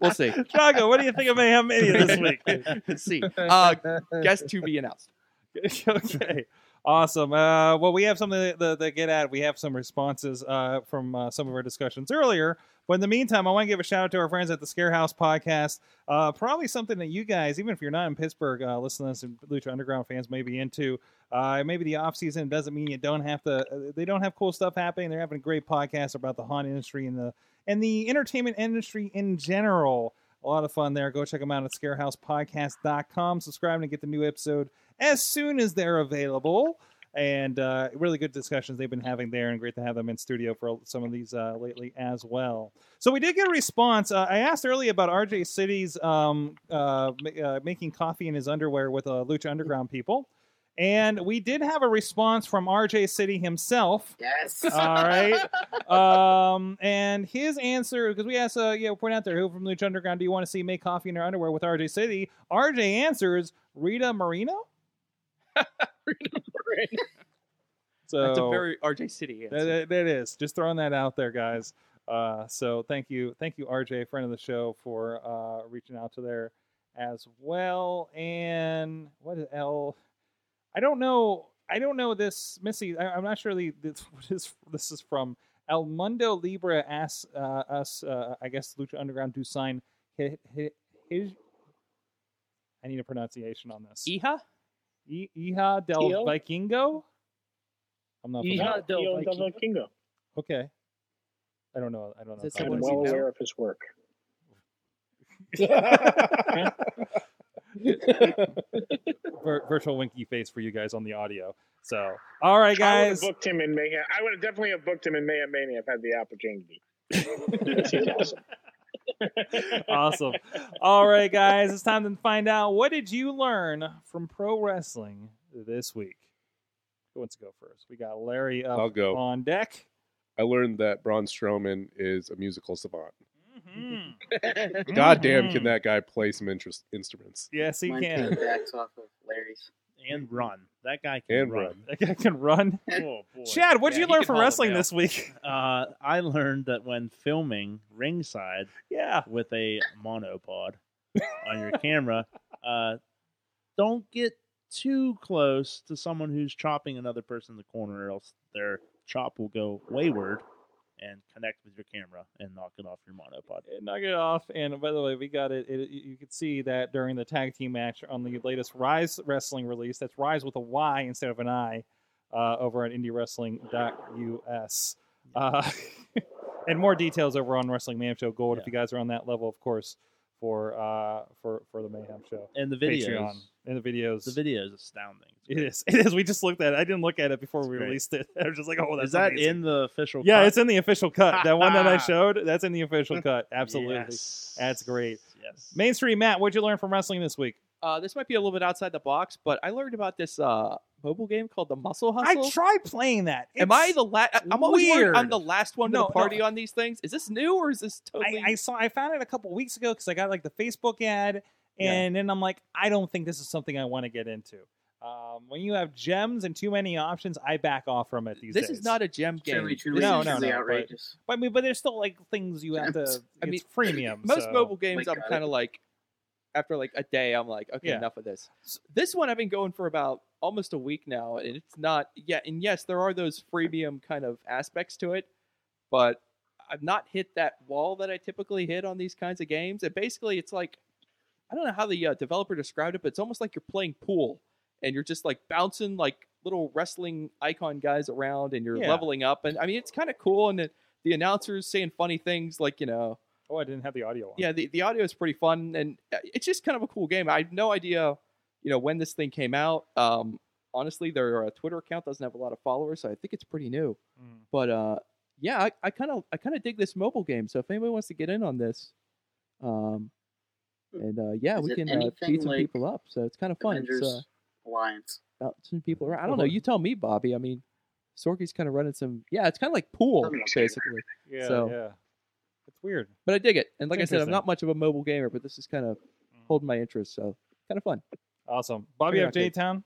[SPEAKER 9] we'll see.
[SPEAKER 2] Drago, what do you think of Mayhem Mania this week?
[SPEAKER 9] Let's see. Uh, guest to be announced.
[SPEAKER 2] okay. Awesome. Uh, well, we have something to, to, to get at. We have some responses uh, from uh, some of our discussions earlier. But in the meantime, I want to give a shout out to our friends at the Scarehouse Podcast. Uh, probably something that you guys, even if you're not in Pittsburgh, uh, listening to us and Lucha Underground fans may be into. Uh, maybe the off season doesn't mean you don't have to. Uh, they don't have cool stuff happening. They're having great podcasts about the haunt industry and the and the entertainment industry in general. A lot of fun there. Go check them out at scarehousepodcast.com. Subscribe and get the new episode as soon as they're available. And uh, really good discussions they've been having there, and great to have them in studio for some of these uh, lately as well. So we did get a response. Uh, I asked earlier about RJ City's um, uh, ma- uh, making coffee in his underwear with uh, Lucha Underground people, and we did have a response from RJ City himself.
[SPEAKER 6] Yes.
[SPEAKER 2] All right. Um, and his answer, because we asked, uh, you know, point out there, who from Lucha Underground do you want to see make coffee in her underwear with RJ City? RJ answers Rita Marino. So
[SPEAKER 9] That's a very RJ City answer.
[SPEAKER 2] that- that- that is just throwing that out there, guys. Uh, so thank you, thank you, RJ, friend of the show, for uh, reaching out to there as well. And what is L? I don't know. I don't know this, Missy. I, I'm not sure the, this, what is, this is from. El Mundo Libre asks uh, us, uh, I guess, Lucha Underground to sign hi- hi- his. I need a pronunciation on this.
[SPEAKER 5] E
[SPEAKER 9] Iha?
[SPEAKER 2] I- Iha del
[SPEAKER 7] Io?
[SPEAKER 2] Vikingo? I'm not familiar.
[SPEAKER 7] Iha del Io del Vikingo. Vikingo.
[SPEAKER 2] Okay. I don't know. I don't know.
[SPEAKER 7] Is
[SPEAKER 2] if I
[SPEAKER 7] I'm
[SPEAKER 2] know.
[SPEAKER 7] well aware of his work.
[SPEAKER 2] Vir- virtual winky face for you guys on the audio. So, all right,
[SPEAKER 7] I would have
[SPEAKER 2] guys.
[SPEAKER 7] booked him in Mayhem. I would have definitely have booked him in Mayhem Mania if I had the opportunity. Yes, he does.
[SPEAKER 2] awesome. All right, guys, it's time to find out what did you learn from pro wrestling this week. Who wants to go first? We got Larry up
[SPEAKER 3] I'll go.
[SPEAKER 2] on deck.
[SPEAKER 3] I learned that Braun Strowman is a musical savant.
[SPEAKER 4] Mm-hmm.
[SPEAKER 3] Goddamn, can that guy play some interest instruments?
[SPEAKER 2] Mm-hmm. Yes, he
[SPEAKER 6] Mine
[SPEAKER 2] can.
[SPEAKER 6] piggybacks off of Larry's.
[SPEAKER 4] and run. That guy can
[SPEAKER 3] And
[SPEAKER 4] run.
[SPEAKER 3] run.
[SPEAKER 2] That guy can run.
[SPEAKER 4] Oh, boy.
[SPEAKER 2] Chad, what did
[SPEAKER 4] Yeah,
[SPEAKER 2] you
[SPEAKER 4] he
[SPEAKER 2] learn
[SPEAKER 4] can
[SPEAKER 2] from
[SPEAKER 4] haul it
[SPEAKER 2] wrestling
[SPEAKER 4] down.
[SPEAKER 2] this week?
[SPEAKER 4] Uh, I learned that when filming ringside
[SPEAKER 2] Yeah.
[SPEAKER 4] with a monopod on your camera, uh, don't get too close to someone who's chopping another person in the corner, or else their chop will go wayward and connect with your camera and knock it off your monopod.
[SPEAKER 2] And Knock it off. And by the way, we got it. it you could see that during the tag team match on the latest Rise Wrestling release. That's Rise with a Y instead of an I uh, over at indiewrestling.us. Uh, and more details over on Wrestling Mayhem Show Gold if
[SPEAKER 4] Yeah.
[SPEAKER 2] you guys are on that level, of course, for uh, for for the Mayhem Show.
[SPEAKER 4] And the
[SPEAKER 2] Patreon
[SPEAKER 4] videos,
[SPEAKER 2] and the videos.
[SPEAKER 4] the video is astounding. It's
[SPEAKER 2] It
[SPEAKER 4] great.
[SPEAKER 2] is. It is. We just looked at it. I didn't look at it before we
[SPEAKER 4] great.
[SPEAKER 2] released it. I was just like, oh, that's
[SPEAKER 4] is that
[SPEAKER 2] amazing.
[SPEAKER 4] in the official?
[SPEAKER 2] Yeah,
[SPEAKER 4] cut?
[SPEAKER 2] it's in the official cut. That one that I showed, that's in the official cut. Absolutely.
[SPEAKER 4] Yes.
[SPEAKER 2] That's great.
[SPEAKER 4] Yes.
[SPEAKER 2] Mainstream Matt, what'd you learn from wrestling this week?
[SPEAKER 9] Uh, this might be a little bit outside the box, but I learned about this uh, mobile game called the Muscle Hustle.
[SPEAKER 2] I tried playing that.
[SPEAKER 9] Am I the last? I'm always
[SPEAKER 2] weird.
[SPEAKER 9] worried I'm the last one to
[SPEAKER 2] No,
[SPEAKER 9] the party
[SPEAKER 2] no.
[SPEAKER 9] on these things. Is this new or is this totally?
[SPEAKER 2] I, I saw I found it a couple weeks ago because I got like the Facebook ad, and then I'm like, I don't think this is something I want to get into. Um, when you have gems and too many options, I back off from it these
[SPEAKER 9] this
[SPEAKER 2] days.
[SPEAKER 9] is not a gem game.
[SPEAKER 6] Truly, truly,
[SPEAKER 9] This
[SPEAKER 2] No,
[SPEAKER 9] is-
[SPEAKER 2] no,
[SPEAKER 6] truly
[SPEAKER 2] no, but-
[SPEAKER 6] outrageous.
[SPEAKER 2] But I mean, but there's still like things you have to.
[SPEAKER 6] Gems.
[SPEAKER 9] I
[SPEAKER 2] it's
[SPEAKER 9] mean,
[SPEAKER 2] freemium.
[SPEAKER 9] Most
[SPEAKER 2] so-
[SPEAKER 9] mobile games,
[SPEAKER 6] My
[SPEAKER 9] I'm
[SPEAKER 6] God.
[SPEAKER 9] kind of like, after like a day, I'm like, okay,
[SPEAKER 2] Yeah.
[SPEAKER 9] enough of this. S- This one I've been going for about almost a week now, and it's not yet. And yes, there are those freemium kind of aspects to it, but I've not hit that wall that I typically hit on these kinds of games. And basically, it's like, I don't know how the uh, developer described it, but it's almost like you're playing pool and you're just like bouncing like little wrestling icon guys around, and you're
[SPEAKER 2] Yeah.
[SPEAKER 9] leveling up. And I mean, it's kind of cool, and the, the announcers saying funny things like, you know
[SPEAKER 2] Oh, I didn't have the audio on.
[SPEAKER 9] yeah the, the audio is pretty fun and uh, it's just kind of a cool game i have no idea you know when this thing came out um honestly their uh, twitter account doesn't have a lot of followers so i think it's pretty new
[SPEAKER 2] Mm.
[SPEAKER 9] but uh yeah i kind of i kind of dig this mobile game so if anybody wants to get in on this um and uh yeah
[SPEAKER 6] Is
[SPEAKER 9] we
[SPEAKER 6] it
[SPEAKER 9] can uh,
[SPEAKER 6] anything
[SPEAKER 9] feed some
[SPEAKER 6] like
[SPEAKER 9] people up so it's kind of fun
[SPEAKER 6] Avengers
[SPEAKER 9] it's uh,
[SPEAKER 6] Alliance.
[SPEAKER 9] bouncing people around i don't know
[SPEAKER 2] Cool.
[SPEAKER 9] you tell me bobby i mean sorky's kind of running some yeah it's kind of like pool
[SPEAKER 6] Something like that.
[SPEAKER 9] basically
[SPEAKER 2] Yeah,
[SPEAKER 9] So-
[SPEAKER 2] yeah. It's weird.
[SPEAKER 9] but i dig it and like i
[SPEAKER 2] It's
[SPEAKER 9] said i'm
[SPEAKER 2] interesting.
[SPEAKER 9] not much of a mobile gamer but this is kind of holding my interest so kind of fun
[SPEAKER 2] Awesome. Bobby
[SPEAKER 9] Very
[SPEAKER 2] F. J Town.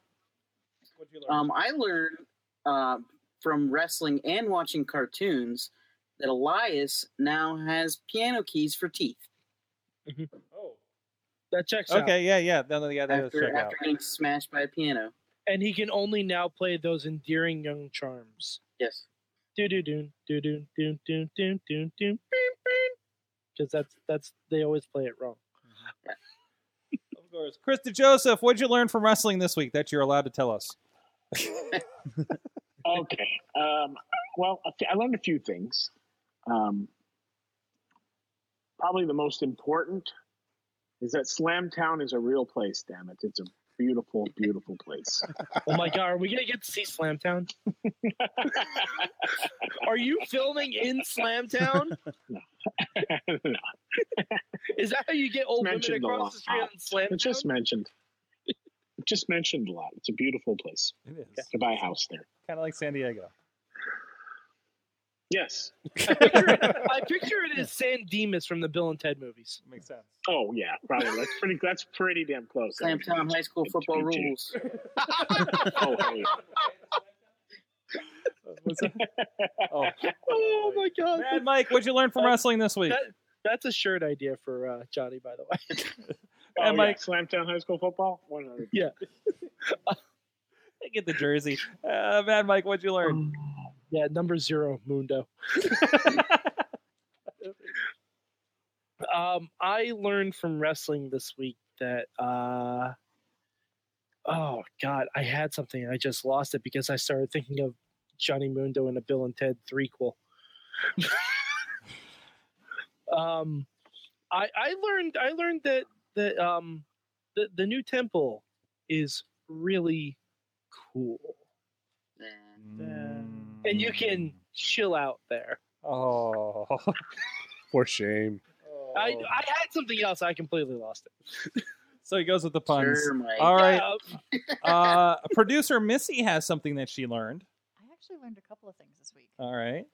[SPEAKER 6] Um, I learned uh, from wrestling and watching cartoons that Elias now has piano keys for teeth.
[SPEAKER 5] That checks out.
[SPEAKER 2] Okay, yeah, yeah. No, no, yeah, that is
[SPEAKER 6] after
[SPEAKER 2] check out.
[SPEAKER 6] after getting smashed by a piano.
[SPEAKER 5] And he can only now play those endearing young charms.
[SPEAKER 6] Yes.
[SPEAKER 5] Do do do do do do do do do do. Because that's that's they always play it wrong.
[SPEAKER 2] Of course. Krista Joseph, what'd you learn from wrestling this week that you're allowed to tell us?
[SPEAKER 7] Okay. Um, well, a fe- I learned a few things. Um, probably the most important is that Slamtown is a real place. Damn it, it's a beautiful, beautiful place.
[SPEAKER 5] Oh my god, are we gonna get to see Slamtown? Are you filming in Slamtown? Is that how you get old women
[SPEAKER 7] Mentioned a
[SPEAKER 5] across the street
[SPEAKER 7] lot.
[SPEAKER 5] on Slamtown?
[SPEAKER 7] it's just mentioned. It Just mentioned a lot. It's a beautiful place
[SPEAKER 2] It is.
[SPEAKER 7] to buy a house there.
[SPEAKER 2] Kind of like San Diego.
[SPEAKER 7] Yes.
[SPEAKER 5] I picture it as San Dimas from the Bill and Ted movies.
[SPEAKER 2] Makes sense.
[SPEAKER 7] Oh yeah, probably. That's pretty. That's pretty damn close.
[SPEAKER 6] Slamtown High School football
[SPEAKER 7] Me too.
[SPEAKER 6] rules.
[SPEAKER 7] Oh, hey.
[SPEAKER 2] What's that? oh.
[SPEAKER 5] Oh my god.
[SPEAKER 2] Mad Mike, what'd you learn from wrestling this week?
[SPEAKER 5] That- that's a shirt idea for uh, Johnny, by the way.
[SPEAKER 7] Oh,
[SPEAKER 2] And
[SPEAKER 7] yeah,
[SPEAKER 2] Mike-
[SPEAKER 7] Slamtown High School football. One hundred.
[SPEAKER 2] Get the jersey. Uh, Mad Mike, what'd you learn?
[SPEAKER 5] Yeah, number zero, Mundo. um, I learned from wrestling this week that uh, oh god, I had something and I just lost it because I started thinking of Johnny Mundo in a Bill and Ted threequel. um, I I learned I learned that that um the the new temple is really cool
[SPEAKER 6] And
[SPEAKER 2] Um,
[SPEAKER 5] and
[SPEAKER 2] Mm.
[SPEAKER 5] you can chill out there.
[SPEAKER 2] Oh.
[SPEAKER 3] For shame.
[SPEAKER 5] I, I had something else. I completely lost it.
[SPEAKER 2] So he goes with the puns.
[SPEAKER 6] Sure, Mike.
[SPEAKER 2] All right.
[SPEAKER 5] Uh,
[SPEAKER 2] Uh, producer Missy has something that she learned.
[SPEAKER 11] I actually learned a couple of things this week,
[SPEAKER 2] All right.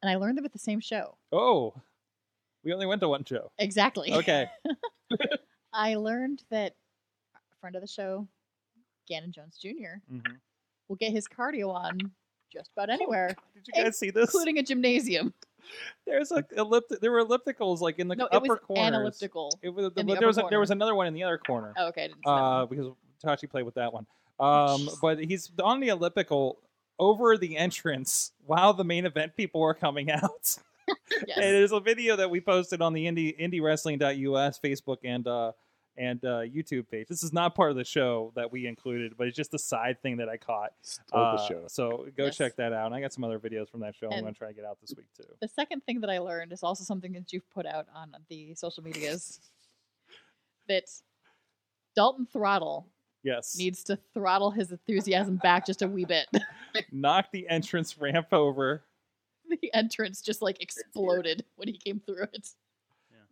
[SPEAKER 11] and I learned them at the same show.
[SPEAKER 2] Oh, we only went to one show.
[SPEAKER 11] Exactly.
[SPEAKER 2] Okay.
[SPEAKER 11] I learned that a friend of the show, Gannon Jones Jr.,
[SPEAKER 2] Mhm.
[SPEAKER 11] will get his cardio on just about anywhere,
[SPEAKER 2] Did you guys see this?
[SPEAKER 11] including a gymnasium.
[SPEAKER 2] There's like ellipti- There were ellipticals like in the
[SPEAKER 11] no, it
[SPEAKER 2] upper
[SPEAKER 11] was
[SPEAKER 2] corners.
[SPEAKER 11] an elliptical.
[SPEAKER 2] It was,
[SPEAKER 11] in the
[SPEAKER 2] there was
[SPEAKER 11] upper
[SPEAKER 2] a, there was
[SPEAKER 11] corner.
[SPEAKER 2] another one in the other corner.
[SPEAKER 11] Oh, okay, I didn't see that
[SPEAKER 2] uh,
[SPEAKER 11] one.
[SPEAKER 2] because Tachi played with that one. Um, but he's on the elliptical over the entrance while the main event people were coming out.
[SPEAKER 11] Yes.
[SPEAKER 2] And there's a video that we posted on the indie indiewrestling.us Facebook and uh and uh YouTube page. This is not part of the show that we included, but it's just a side thing that I caught.
[SPEAKER 3] Stole
[SPEAKER 2] Uh,
[SPEAKER 3] the show.
[SPEAKER 2] So go
[SPEAKER 11] Yes.
[SPEAKER 2] check that out. And I got some other videos from that show I'm
[SPEAKER 11] And-
[SPEAKER 2] gonna try to get out this week too.
[SPEAKER 11] The second thing that I learned is also something that you've put out on the social medias that Dalton Throttle
[SPEAKER 2] Yes.
[SPEAKER 11] needs to throttle his enthusiasm back just a wee bit.
[SPEAKER 2] Knock the entrance ramp over.
[SPEAKER 11] the entrance just like exploded when he came through it.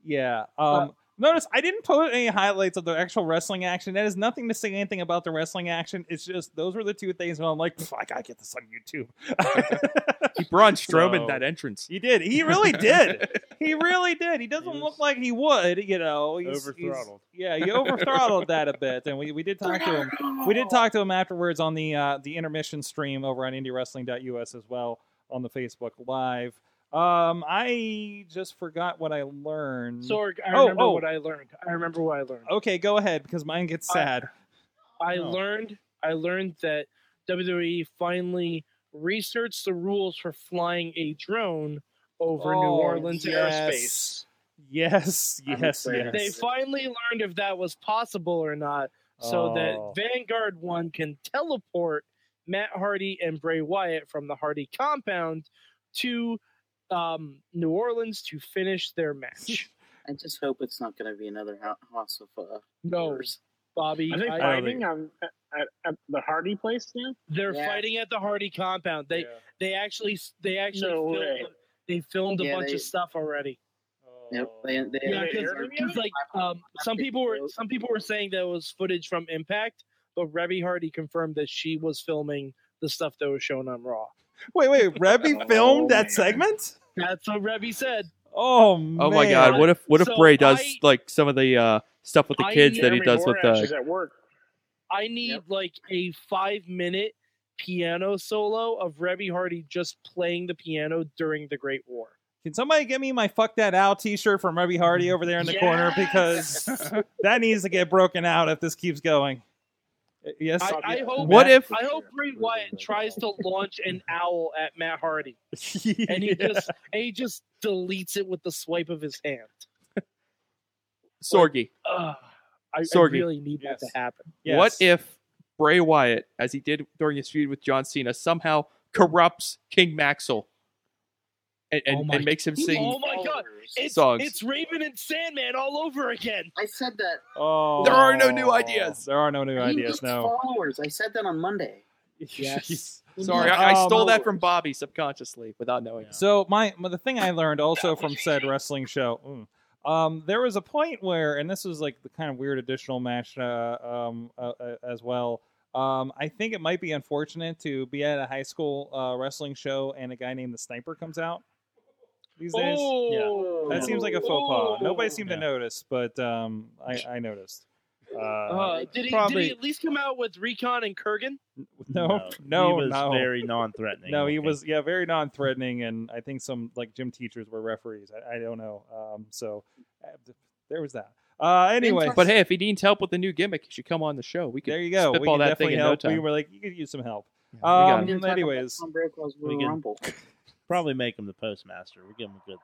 [SPEAKER 2] Yeah. Um, notice I didn't post any highlights of the actual wrestling action. That is nothing to say anything about the wrestling action. It's just those were the two things where I'm like, "Pff, I gotta get this on YouTube.
[SPEAKER 9] He Braun Strowman
[SPEAKER 2] So-
[SPEAKER 9] that entrance.
[SPEAKER 2] he did. He really did. He really did. He doesn't
[SPEAKER 4] He
[SPEAKER 2] look
[SPEAKER 4] was
[SPEAKER 2] like he would, you know. He's, he's-
[SPEAKER 3] Overthrottled.
[SPEAKER 2] yeah, he overthrottled that a bit, and we, we did talk to him. We did talk to him afterwards on the uh, the intermission stream over on indiewrestling.us as well on the Facebook Live. Um, I just forgot what I learned.
[SPEAKER 5] Sorg, I
[SPEAKER 2] Oh,
[SPEAKER 5] remember
[SPEAKER 2] oh.
[SPEAKER 5] what I learned. I remember what I learned.
[SPEAKER 2] Okay, go ahead because mine gets
[SPEAKER 5] Uh,
[SPEAKER 2] sad.
[SPEAKER 5] I
[SPEAKER 2] Oh.
[SPEAKER 4] No.
[SPEAKER 5] learned I learned that WWE finally researched the rules for flying a drone over New
[SPEAKER 2] Oh,
[SPEAKER 5] Orleans
[SPEAKER 2] yes. Yes,
[SPEAKER 6] I'm
[SPEAKER 2] yes,
[SPEAKER 6] excited.
[SPEAKER 5] airspace. They
[SPEAKER 2] yes.
[SPEAKER 5] finally learned if that was possible or not, so
[SPEAKER 2] Oh.
[SPEAKER 5] that Vanguard One can teleport Matt Hardy and Bray Wyatt from the Hardy compound to um, New Orleans to finish their match.
[SPEAKER 6] I just hope it's not going to be another ho- house of uh,
[SPEAKER 5] no,
[SPEAKER 6] horrors.
[SPEAKER 5] Bobby,
[SPEAKER 7] Are they
[SPEAKER 5] I-
[SPEAKER 7] fighting um, at, at the Hardy place now?
[SPEAKER 5] they're
[SPEAKER 6] Yeah.
[SPEAKER 5] fighting at the Hardy compound. They they actually they actually
[SPEAKER 7] No
[SPEAKER 5] filmed,
[SPEAKER 7] way.
[SPEAKER 5] they filmed a
[SPEAKER 6] Yeah,
[SPEAKER 5] bunch
[SPEAKER 6] they- Oh.
[SPEAKER 5] of stuff already.
[SPEAKER 6] Yep, they, they,
[SPEAKER 5] Yeah,
[SPEAKER 7] they
[SPEAKER 5] because
[SPEAKER 7] aired it
[SPEAKER 5] because,
[SPEAKER 7] yet?
[SPEAKER 5] like um, some people were
[SPEAKER 6] Nope.
[SPEAKER 5] some people were saying that it was footage from Impact, but Rebby Hardy confirmed that she was filming the stuff that was shown on Raw.
[SPEAKER 2] Wait, wait, Rebby
[SPEAKER 6] Oh,
[SPEAKER 2] filmed that
[SPEAKER 6] man.
[SPEAKER 2] segment?
[SPEAKER 5] That's what Rebby said.
[SPEAKER 2] Oh, man.
[SPEAKER 9] Oh my God! What if what if
[SPEAKER 5] So
[SPEAKER 9] Bray does
[SPEAKER 5] I-
[SPEAKER 9] like some of the uh, stuff with the
[SPEAKER 5] I
[SPEAKER 9] kids that he
[SPEAKER 7] Jeremy
[SPEAKER 9] does with uh,
[SPEAKER 7] Borash is
[SPEAKER 9] the?
[SPEAKER 7] at work.
[SPEAKER 5] I need like a five minute piano solo of Rebby Hardy just playing the piano during the Great War.
[SPEAKER 2] Can somebody get me my fuck that owl t shirt from Rebby Hardy over there in the corner? Because that needs to get broken out if this keeps going. Uh, Yes.
[SPEAKER 5] I, I hope.
[SPEAKER 9] What if-
[SPEAKER 5] I hope Bray Wyatt tries to launch an owl at Matt Hardy. and he just and he just deletes it with the swipe of his hand.
[SPEAKER 9] Sorgi.
[SPEAKER 5] Ugh, I, I
[SPEAKER 9] Sorgi.
[SPEAKER 5] really need that
[SPEAKER 2] Yes.
[SPEAKER 5] to happen.
[SPEAKER 2] Yes.
[SPEAKER 9] What if Bray Wyatt, as he did during his feud with John Cena, somehow corrupts King Maxwell and, and,
[SPEAKER 5] Oh my-
[SPEAKER 9] and makes him sing?
[SPEAKER 5] Oh my god,
[SPEAKER 6] Horrors.
[SPEAKER 5] it's
[SPEAKER 9] Songs.
[SPEAKER 5] it's Raven and Sandman all over again.
[SPEAKER 6] I said that.
[SPEAKER 2] Oh,
[SPEAKER 9] There are no new ideas.
[SPEAKER 2] There are no new
[SPEAKER 6] he
[SPEAKER 2] ideas,
[SPEAKER 6] needs
[SPEAKER 2] no.
[SPEAKER 6] followers. I said that on Monday.
[SPEAKER 2] Yes.
[SPEAKER 9] Sorry, I, I stole
[SPEAKER 2] Um,
[SPEAKER 9] that from Bobby subconsciously without knowing.
[SPEAKER 2] So my, my the thing I learned also from said wrestling show, mm, um, there was a point where, and this was like the kind of weird additional match, uh, um, uh, uh, as well. Um, I think it might be unfortunate to be at a high school uh, wrestling show and a guy named the Sniper comes out these days.
[SPEAKER 5] Oh,
[SPEAKER 2] That seems like a faux pas.
[SPEAKER 5] Oh.
[SPEAKER 2] Nobody seemed
[SPEAKER 4] Yeah.
[SPEAKER 2] to notice, but um, I, I noticed. Uh,
[SPEAKER 5] Uh, did he did
[SPEAKER 4] Probably-
[SPEAKER 5] he at least come out with Recon and Kurgan?
[SPEAKER 2] no, no,
[SPEAKER 4] he was
[SPEAKER 2] no.
[SPEAKER 4] very non-threatening.
[SPEAKER 2] No, he
[SPEAKER 4] looking.
[SPEAKER 2] was yeah very non-threatening, and I think some like gym teachers were referees. I, I don't know. Um, so uh, th- there was that. Uh, anyway,
[SPEAKER 9] But hey, if he needs help with the new gimmick, he should come on the show. We could
[SPEAKER 2] there you go. We
[SPEAKER 9] spitball
[SPEAKER 2] can
[SPEAKER 9] that thing
[SPEAKER 2] definitely
[SPEAKER 9] in no
[SPEAKER 2] help. we
[SPEAKER 9] time.
[SPEAKER 2] were like, you could use some help.
[SPEAKER 9] We got
[SPEAKER 2] Um,
[SPEAKER 9] it.
[SPEAKER 6] We didn't talk about
[SPEAKER 2] anyways.
[SPEAKER 6] Tom Brackwell's
[SPEAKER 4] We
[SPEAKER 6] Royal
[SPEAKER 4] can-
[SPEAKER 6] Rumble.
[SPEAKER 4] probably make him the postmaster. We'll give him a good.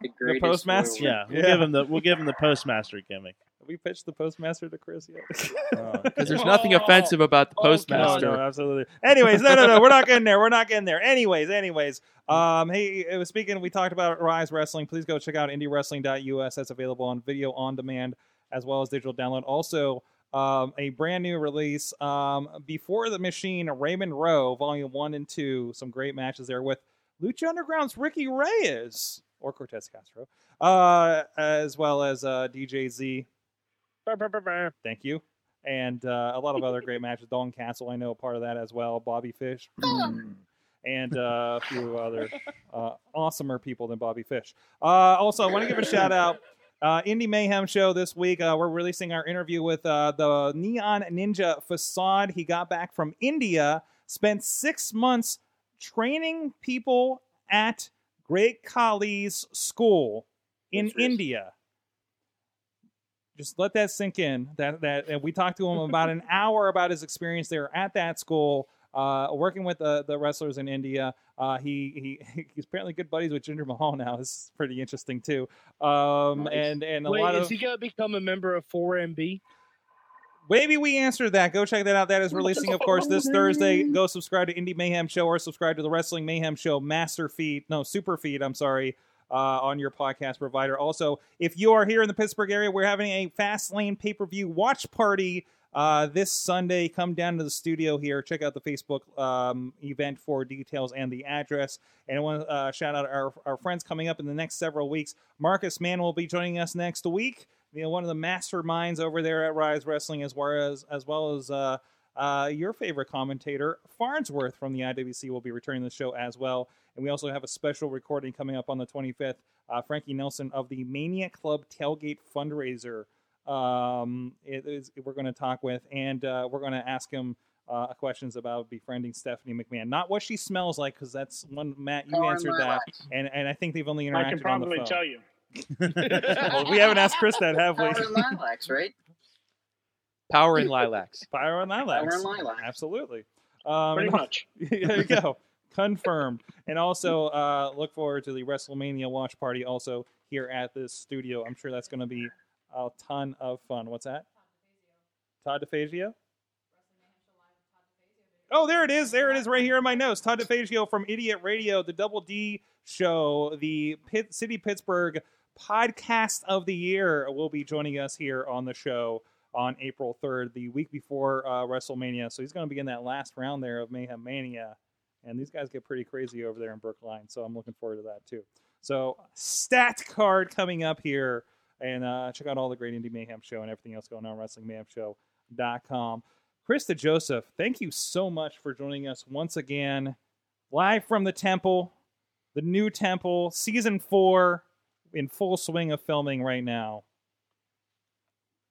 [SPEAKER 6] The, greatest
[SPEAKER 2] postmaster?
[SPEAKER 6] Royal
[SPEAKER 4] Yeah, we'll
[SPEAKER 2] Yeah.
[SPEAKER 4] give him the we'll give him the postmaster gimmick.
[SPEAKER 2] Have we pitched the postmaster to Chris yet?
[SPEAKER 9] 'Cause there's nothing offensive about the
[SPEAKER 5] Oh,
[SPEAKER 9] postmaster.
[SPEAKER 2] No, no, absolutely. Anyways, no, no, no. We're not getting there. We're not getting there. Anyways, anyways. Um, hey, it was speaking. We talked about Rise Wrestling. Please go check out indiewrestling.us. That's available on video on demand as well as digital download. Also, um, a brand new release um, before the machine. Raymond Rowe, Volume One and Two. Some great matches there with Lucha Underground's Ricky Reyes. or Cortez Castro, uh, as well as uh, DJ Z. Thank you. And uh, a lot of other great matches. Don Castle, I know, a part of that as well. Bobby Fish. And uh, a few other uh, awesomer people than Bobby Fish. Uh, also, I want to give a shout out uh, Indie Mayhem show this week. Uh, we're releasing our interview with uh, the Neon Ninja Facade. He got back from India, spent six months training people at Great Kali's school in India. Just let that sink in. That that and we talked to him about an hour about his experience there at that school, uh, working with the, the wrestlers in India. Uh, he he he's apparently good buddies with Ginger Mahal now. This is pretty interesting too. Um, and and a
[SPEAKER 5] Wait,
[SPEAKER 2] lot
[SPEAKER 5] is
[SPEAKER 2] of
[SPEAKER 5] he gonna become a member of 4MB?
[SPEAKER 2] Maybe we answered that. Go check that out. That is releasing, of course, this Thursday. Go subscribe to Indie Mayhem Show or subscribe to the Wrestling Mayhem Show Master Feed, no, Super Feed, I'm sorry, uh, on your podcast provider. Also, if you are here in the Pittsburgh area, we're having a Fast Lane pay per view watch party uh, this Sunday. Come down to the studio here. Check out the Facebook um, event for details and the address. And I want to uh, shout out our, our friends coming up in the next several weeks. Marcus Mann will be joining us next week. You know, one of the masterminds over there at Rise Wrestling, as well as as well as uh, uh, your favorite commentator Farnsworth from the IWC will be returning to the show as well. And we also have a special recording coming up on the 25th. Uh, Frankie Nelson of the Mania Club Tailgate Fundraiser um, it is, we're going to talk with, and uh, we're going to ask him uh, questions about befriending Stephanie McMahon. Not what she smells like, because that's one Matt you
[SPEAKER 7] Or in
[SPEAKER 2] answered
[SPEAKER 7] my
[SPEAKER 2] that, and and I think they've only interacted
[SPEAKER 7] I can
[SPEAKER 2] on the
[SPEAKER 7] probably
[SPEAKER 2] phone.
[SPEAKER 7] tell you.
[SPEAKER 2] well, we haven't asked Chris that, have we?
[SPEAKER 6] Power and lilacs, right?
[SPEAKER 9] Power and lilacs.
[SPEAKER 2] Power and lilacs.
[SPEAKER 6] Power and lilacs.
[SPEAKER 2] Absolutely. Um,
[SPEAKER 6] Pretty
[SPEAKER 2] and-
[SPEAKER 6] much.
[SPEAKER 2] there you go. Confirmed. And also, uh, look forward to the WrestleMania watch party also here at this studio. I'm sure that's going to be a ton of fun. What's that? Todd DeFazio? Oh, there it is. There it is right here in my notes. Todd DeFazio from Idiot Radio, the Double D show, the Pit- City Pittsburgh podcast of the year will be joining us here on the show on April 3rd, the week before uh, WrestleMania. So he's going to be in that last round there of Mayhem Mania. And these guys get pretty crazy over there in Brookline. So I'm looking forward to that too. So, stat card coming up here. And uh, check out all the great Indie Mayhem show and everything else going on at WrestlingMayhemShow.com. Krista Joseph, thank you so much for joining us once again, live from the temple, the new temple, season four, in full swing of filming right now.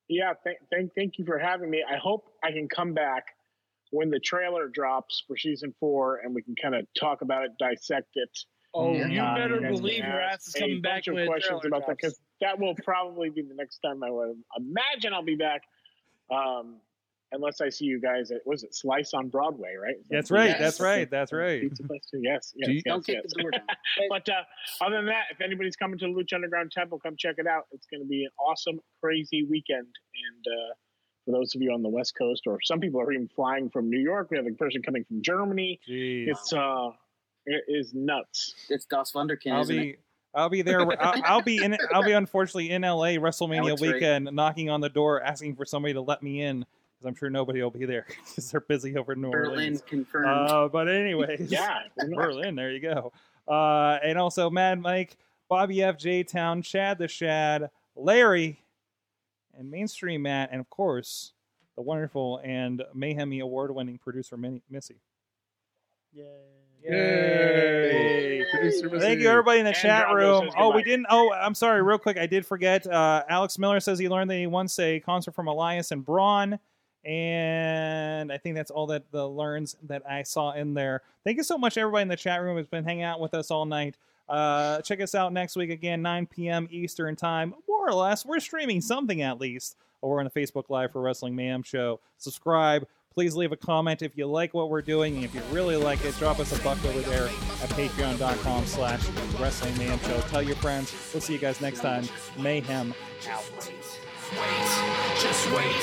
[SPEAKER 7] Yeah, thank, thank thank you for having me. I hope I can come back when the trailer drops for season four, and we can kind of talk about it, dissect it.
[SPEAKER 5] Oh,
[SPEAKER 7] and,
[SPEAKER 5] you
[SPEAKER 7] uh,
[SPEAKER 5] better
[SPEAKER 7] and
[SPEAKER 5] believe your
[SPEAKER 7] ask
[SPEAKER 5] ass is
[SPEAKER 7] a
[SPEAKER 5] coming back
[SPEAKER 7] bunch of
[SPEAKER 5] when the
[SPEAKER 7] questions
[SPEAKER 5] trailer
[SPEAKER 7] about that
[SPEAKER 5] drops.
[SPEAKER 7] because that will probably be the next time I would imagine I'll be back. Um, unless I see you guys at was it Slice on Broadway, right?
[SPEAKER 2] That's right. That's right. That's right.
[SPEAKER 7] Pizza place? Yes. Yes.
[SPEAKER 2] Do you-
[SPEAKER 7] yes,
[SPEAKER 2] Don't
[SPEAKER 7] yes. but uh, other than that, if anybody's coming to the Lucha Underground Temple, come check it out. It's going to be an awesome, crazy weekend. And uh, for those of you on the West Coast, or some people are even flying from New York, we have a person coming from Germany. It's uh, it is nuts.
[SPEAKER 6] It's Goss Wunderkind.
[SPEAKER 2] I'll be I'll be there. I'll, I'll be in. I'll be unfortunately in LA WrestleMania
[SPEAKER 6] Alex Ray.
[SPEAKER 2] weekend, knocking on the door, asking for somebody to let me in because I'm sure nobody will be there because they're busy over in New
[SPEAKER 6] Berlin
[SPEAKER 2] Orleans.
[SPEAKER 6] confirmed.
[SPEAKER 2] Uh, but anyways,
[SPEAKER 6] Yeah, who knows?
[SPEAKER 2] Berlin. There you go. Uh, and also Mad Mike, Bobby F. J. Town, Chad the Shad, Larry, and Mainstream Matt, and of course the wonderful and Mayhemy award-winning producer Minnie- Missy. Yay. Thank you, everybody in the
[SPEAKER 4] And
[SPEAKER 2] chat
[SPEAKER 4] Bravo
[SPEAKER 2] room.
[SPEAKER 4] says
[SPEAKER 2] Oh, we
[SPEAKER 4] goodbye.
[SPEAKER 2] didn't. Oh, I'm sorry. Real quick, I did forget. Uh, Alex Miller says he learned that he once a concert from Elias and Braun, and I think that's all that the learns that I saw in there. Thank you so much, everybody in the chat room has been hanging out with us all night. Uh, check us out next week again, 9 p.m. Eastern time, more or less. We're streaming something at least over on the Facebook Live for Wrestling Mayhem Show. Subscribe. Please leave a comment if you like what we're doing, and if you really like it, drop us a buck over there at patreon.com slash wrestling mayhem show. Tell your friends. We'll see you guys next time. Mayhem out.
[SPEAKER 1] Just wait, just wait,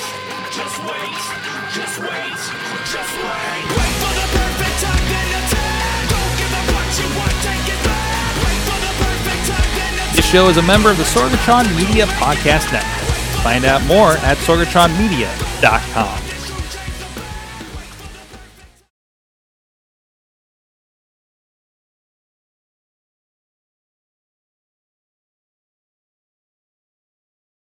[SPEAKER 1] just wait, just wait. Wait for the perfect time, then attack. Don't give up what you want, take it back. Wait for the perfect time, then
[SPEAKER 2] This show is a member of the Sorgatron Media Podcast Network. Find out more at sorgatronmedia.com.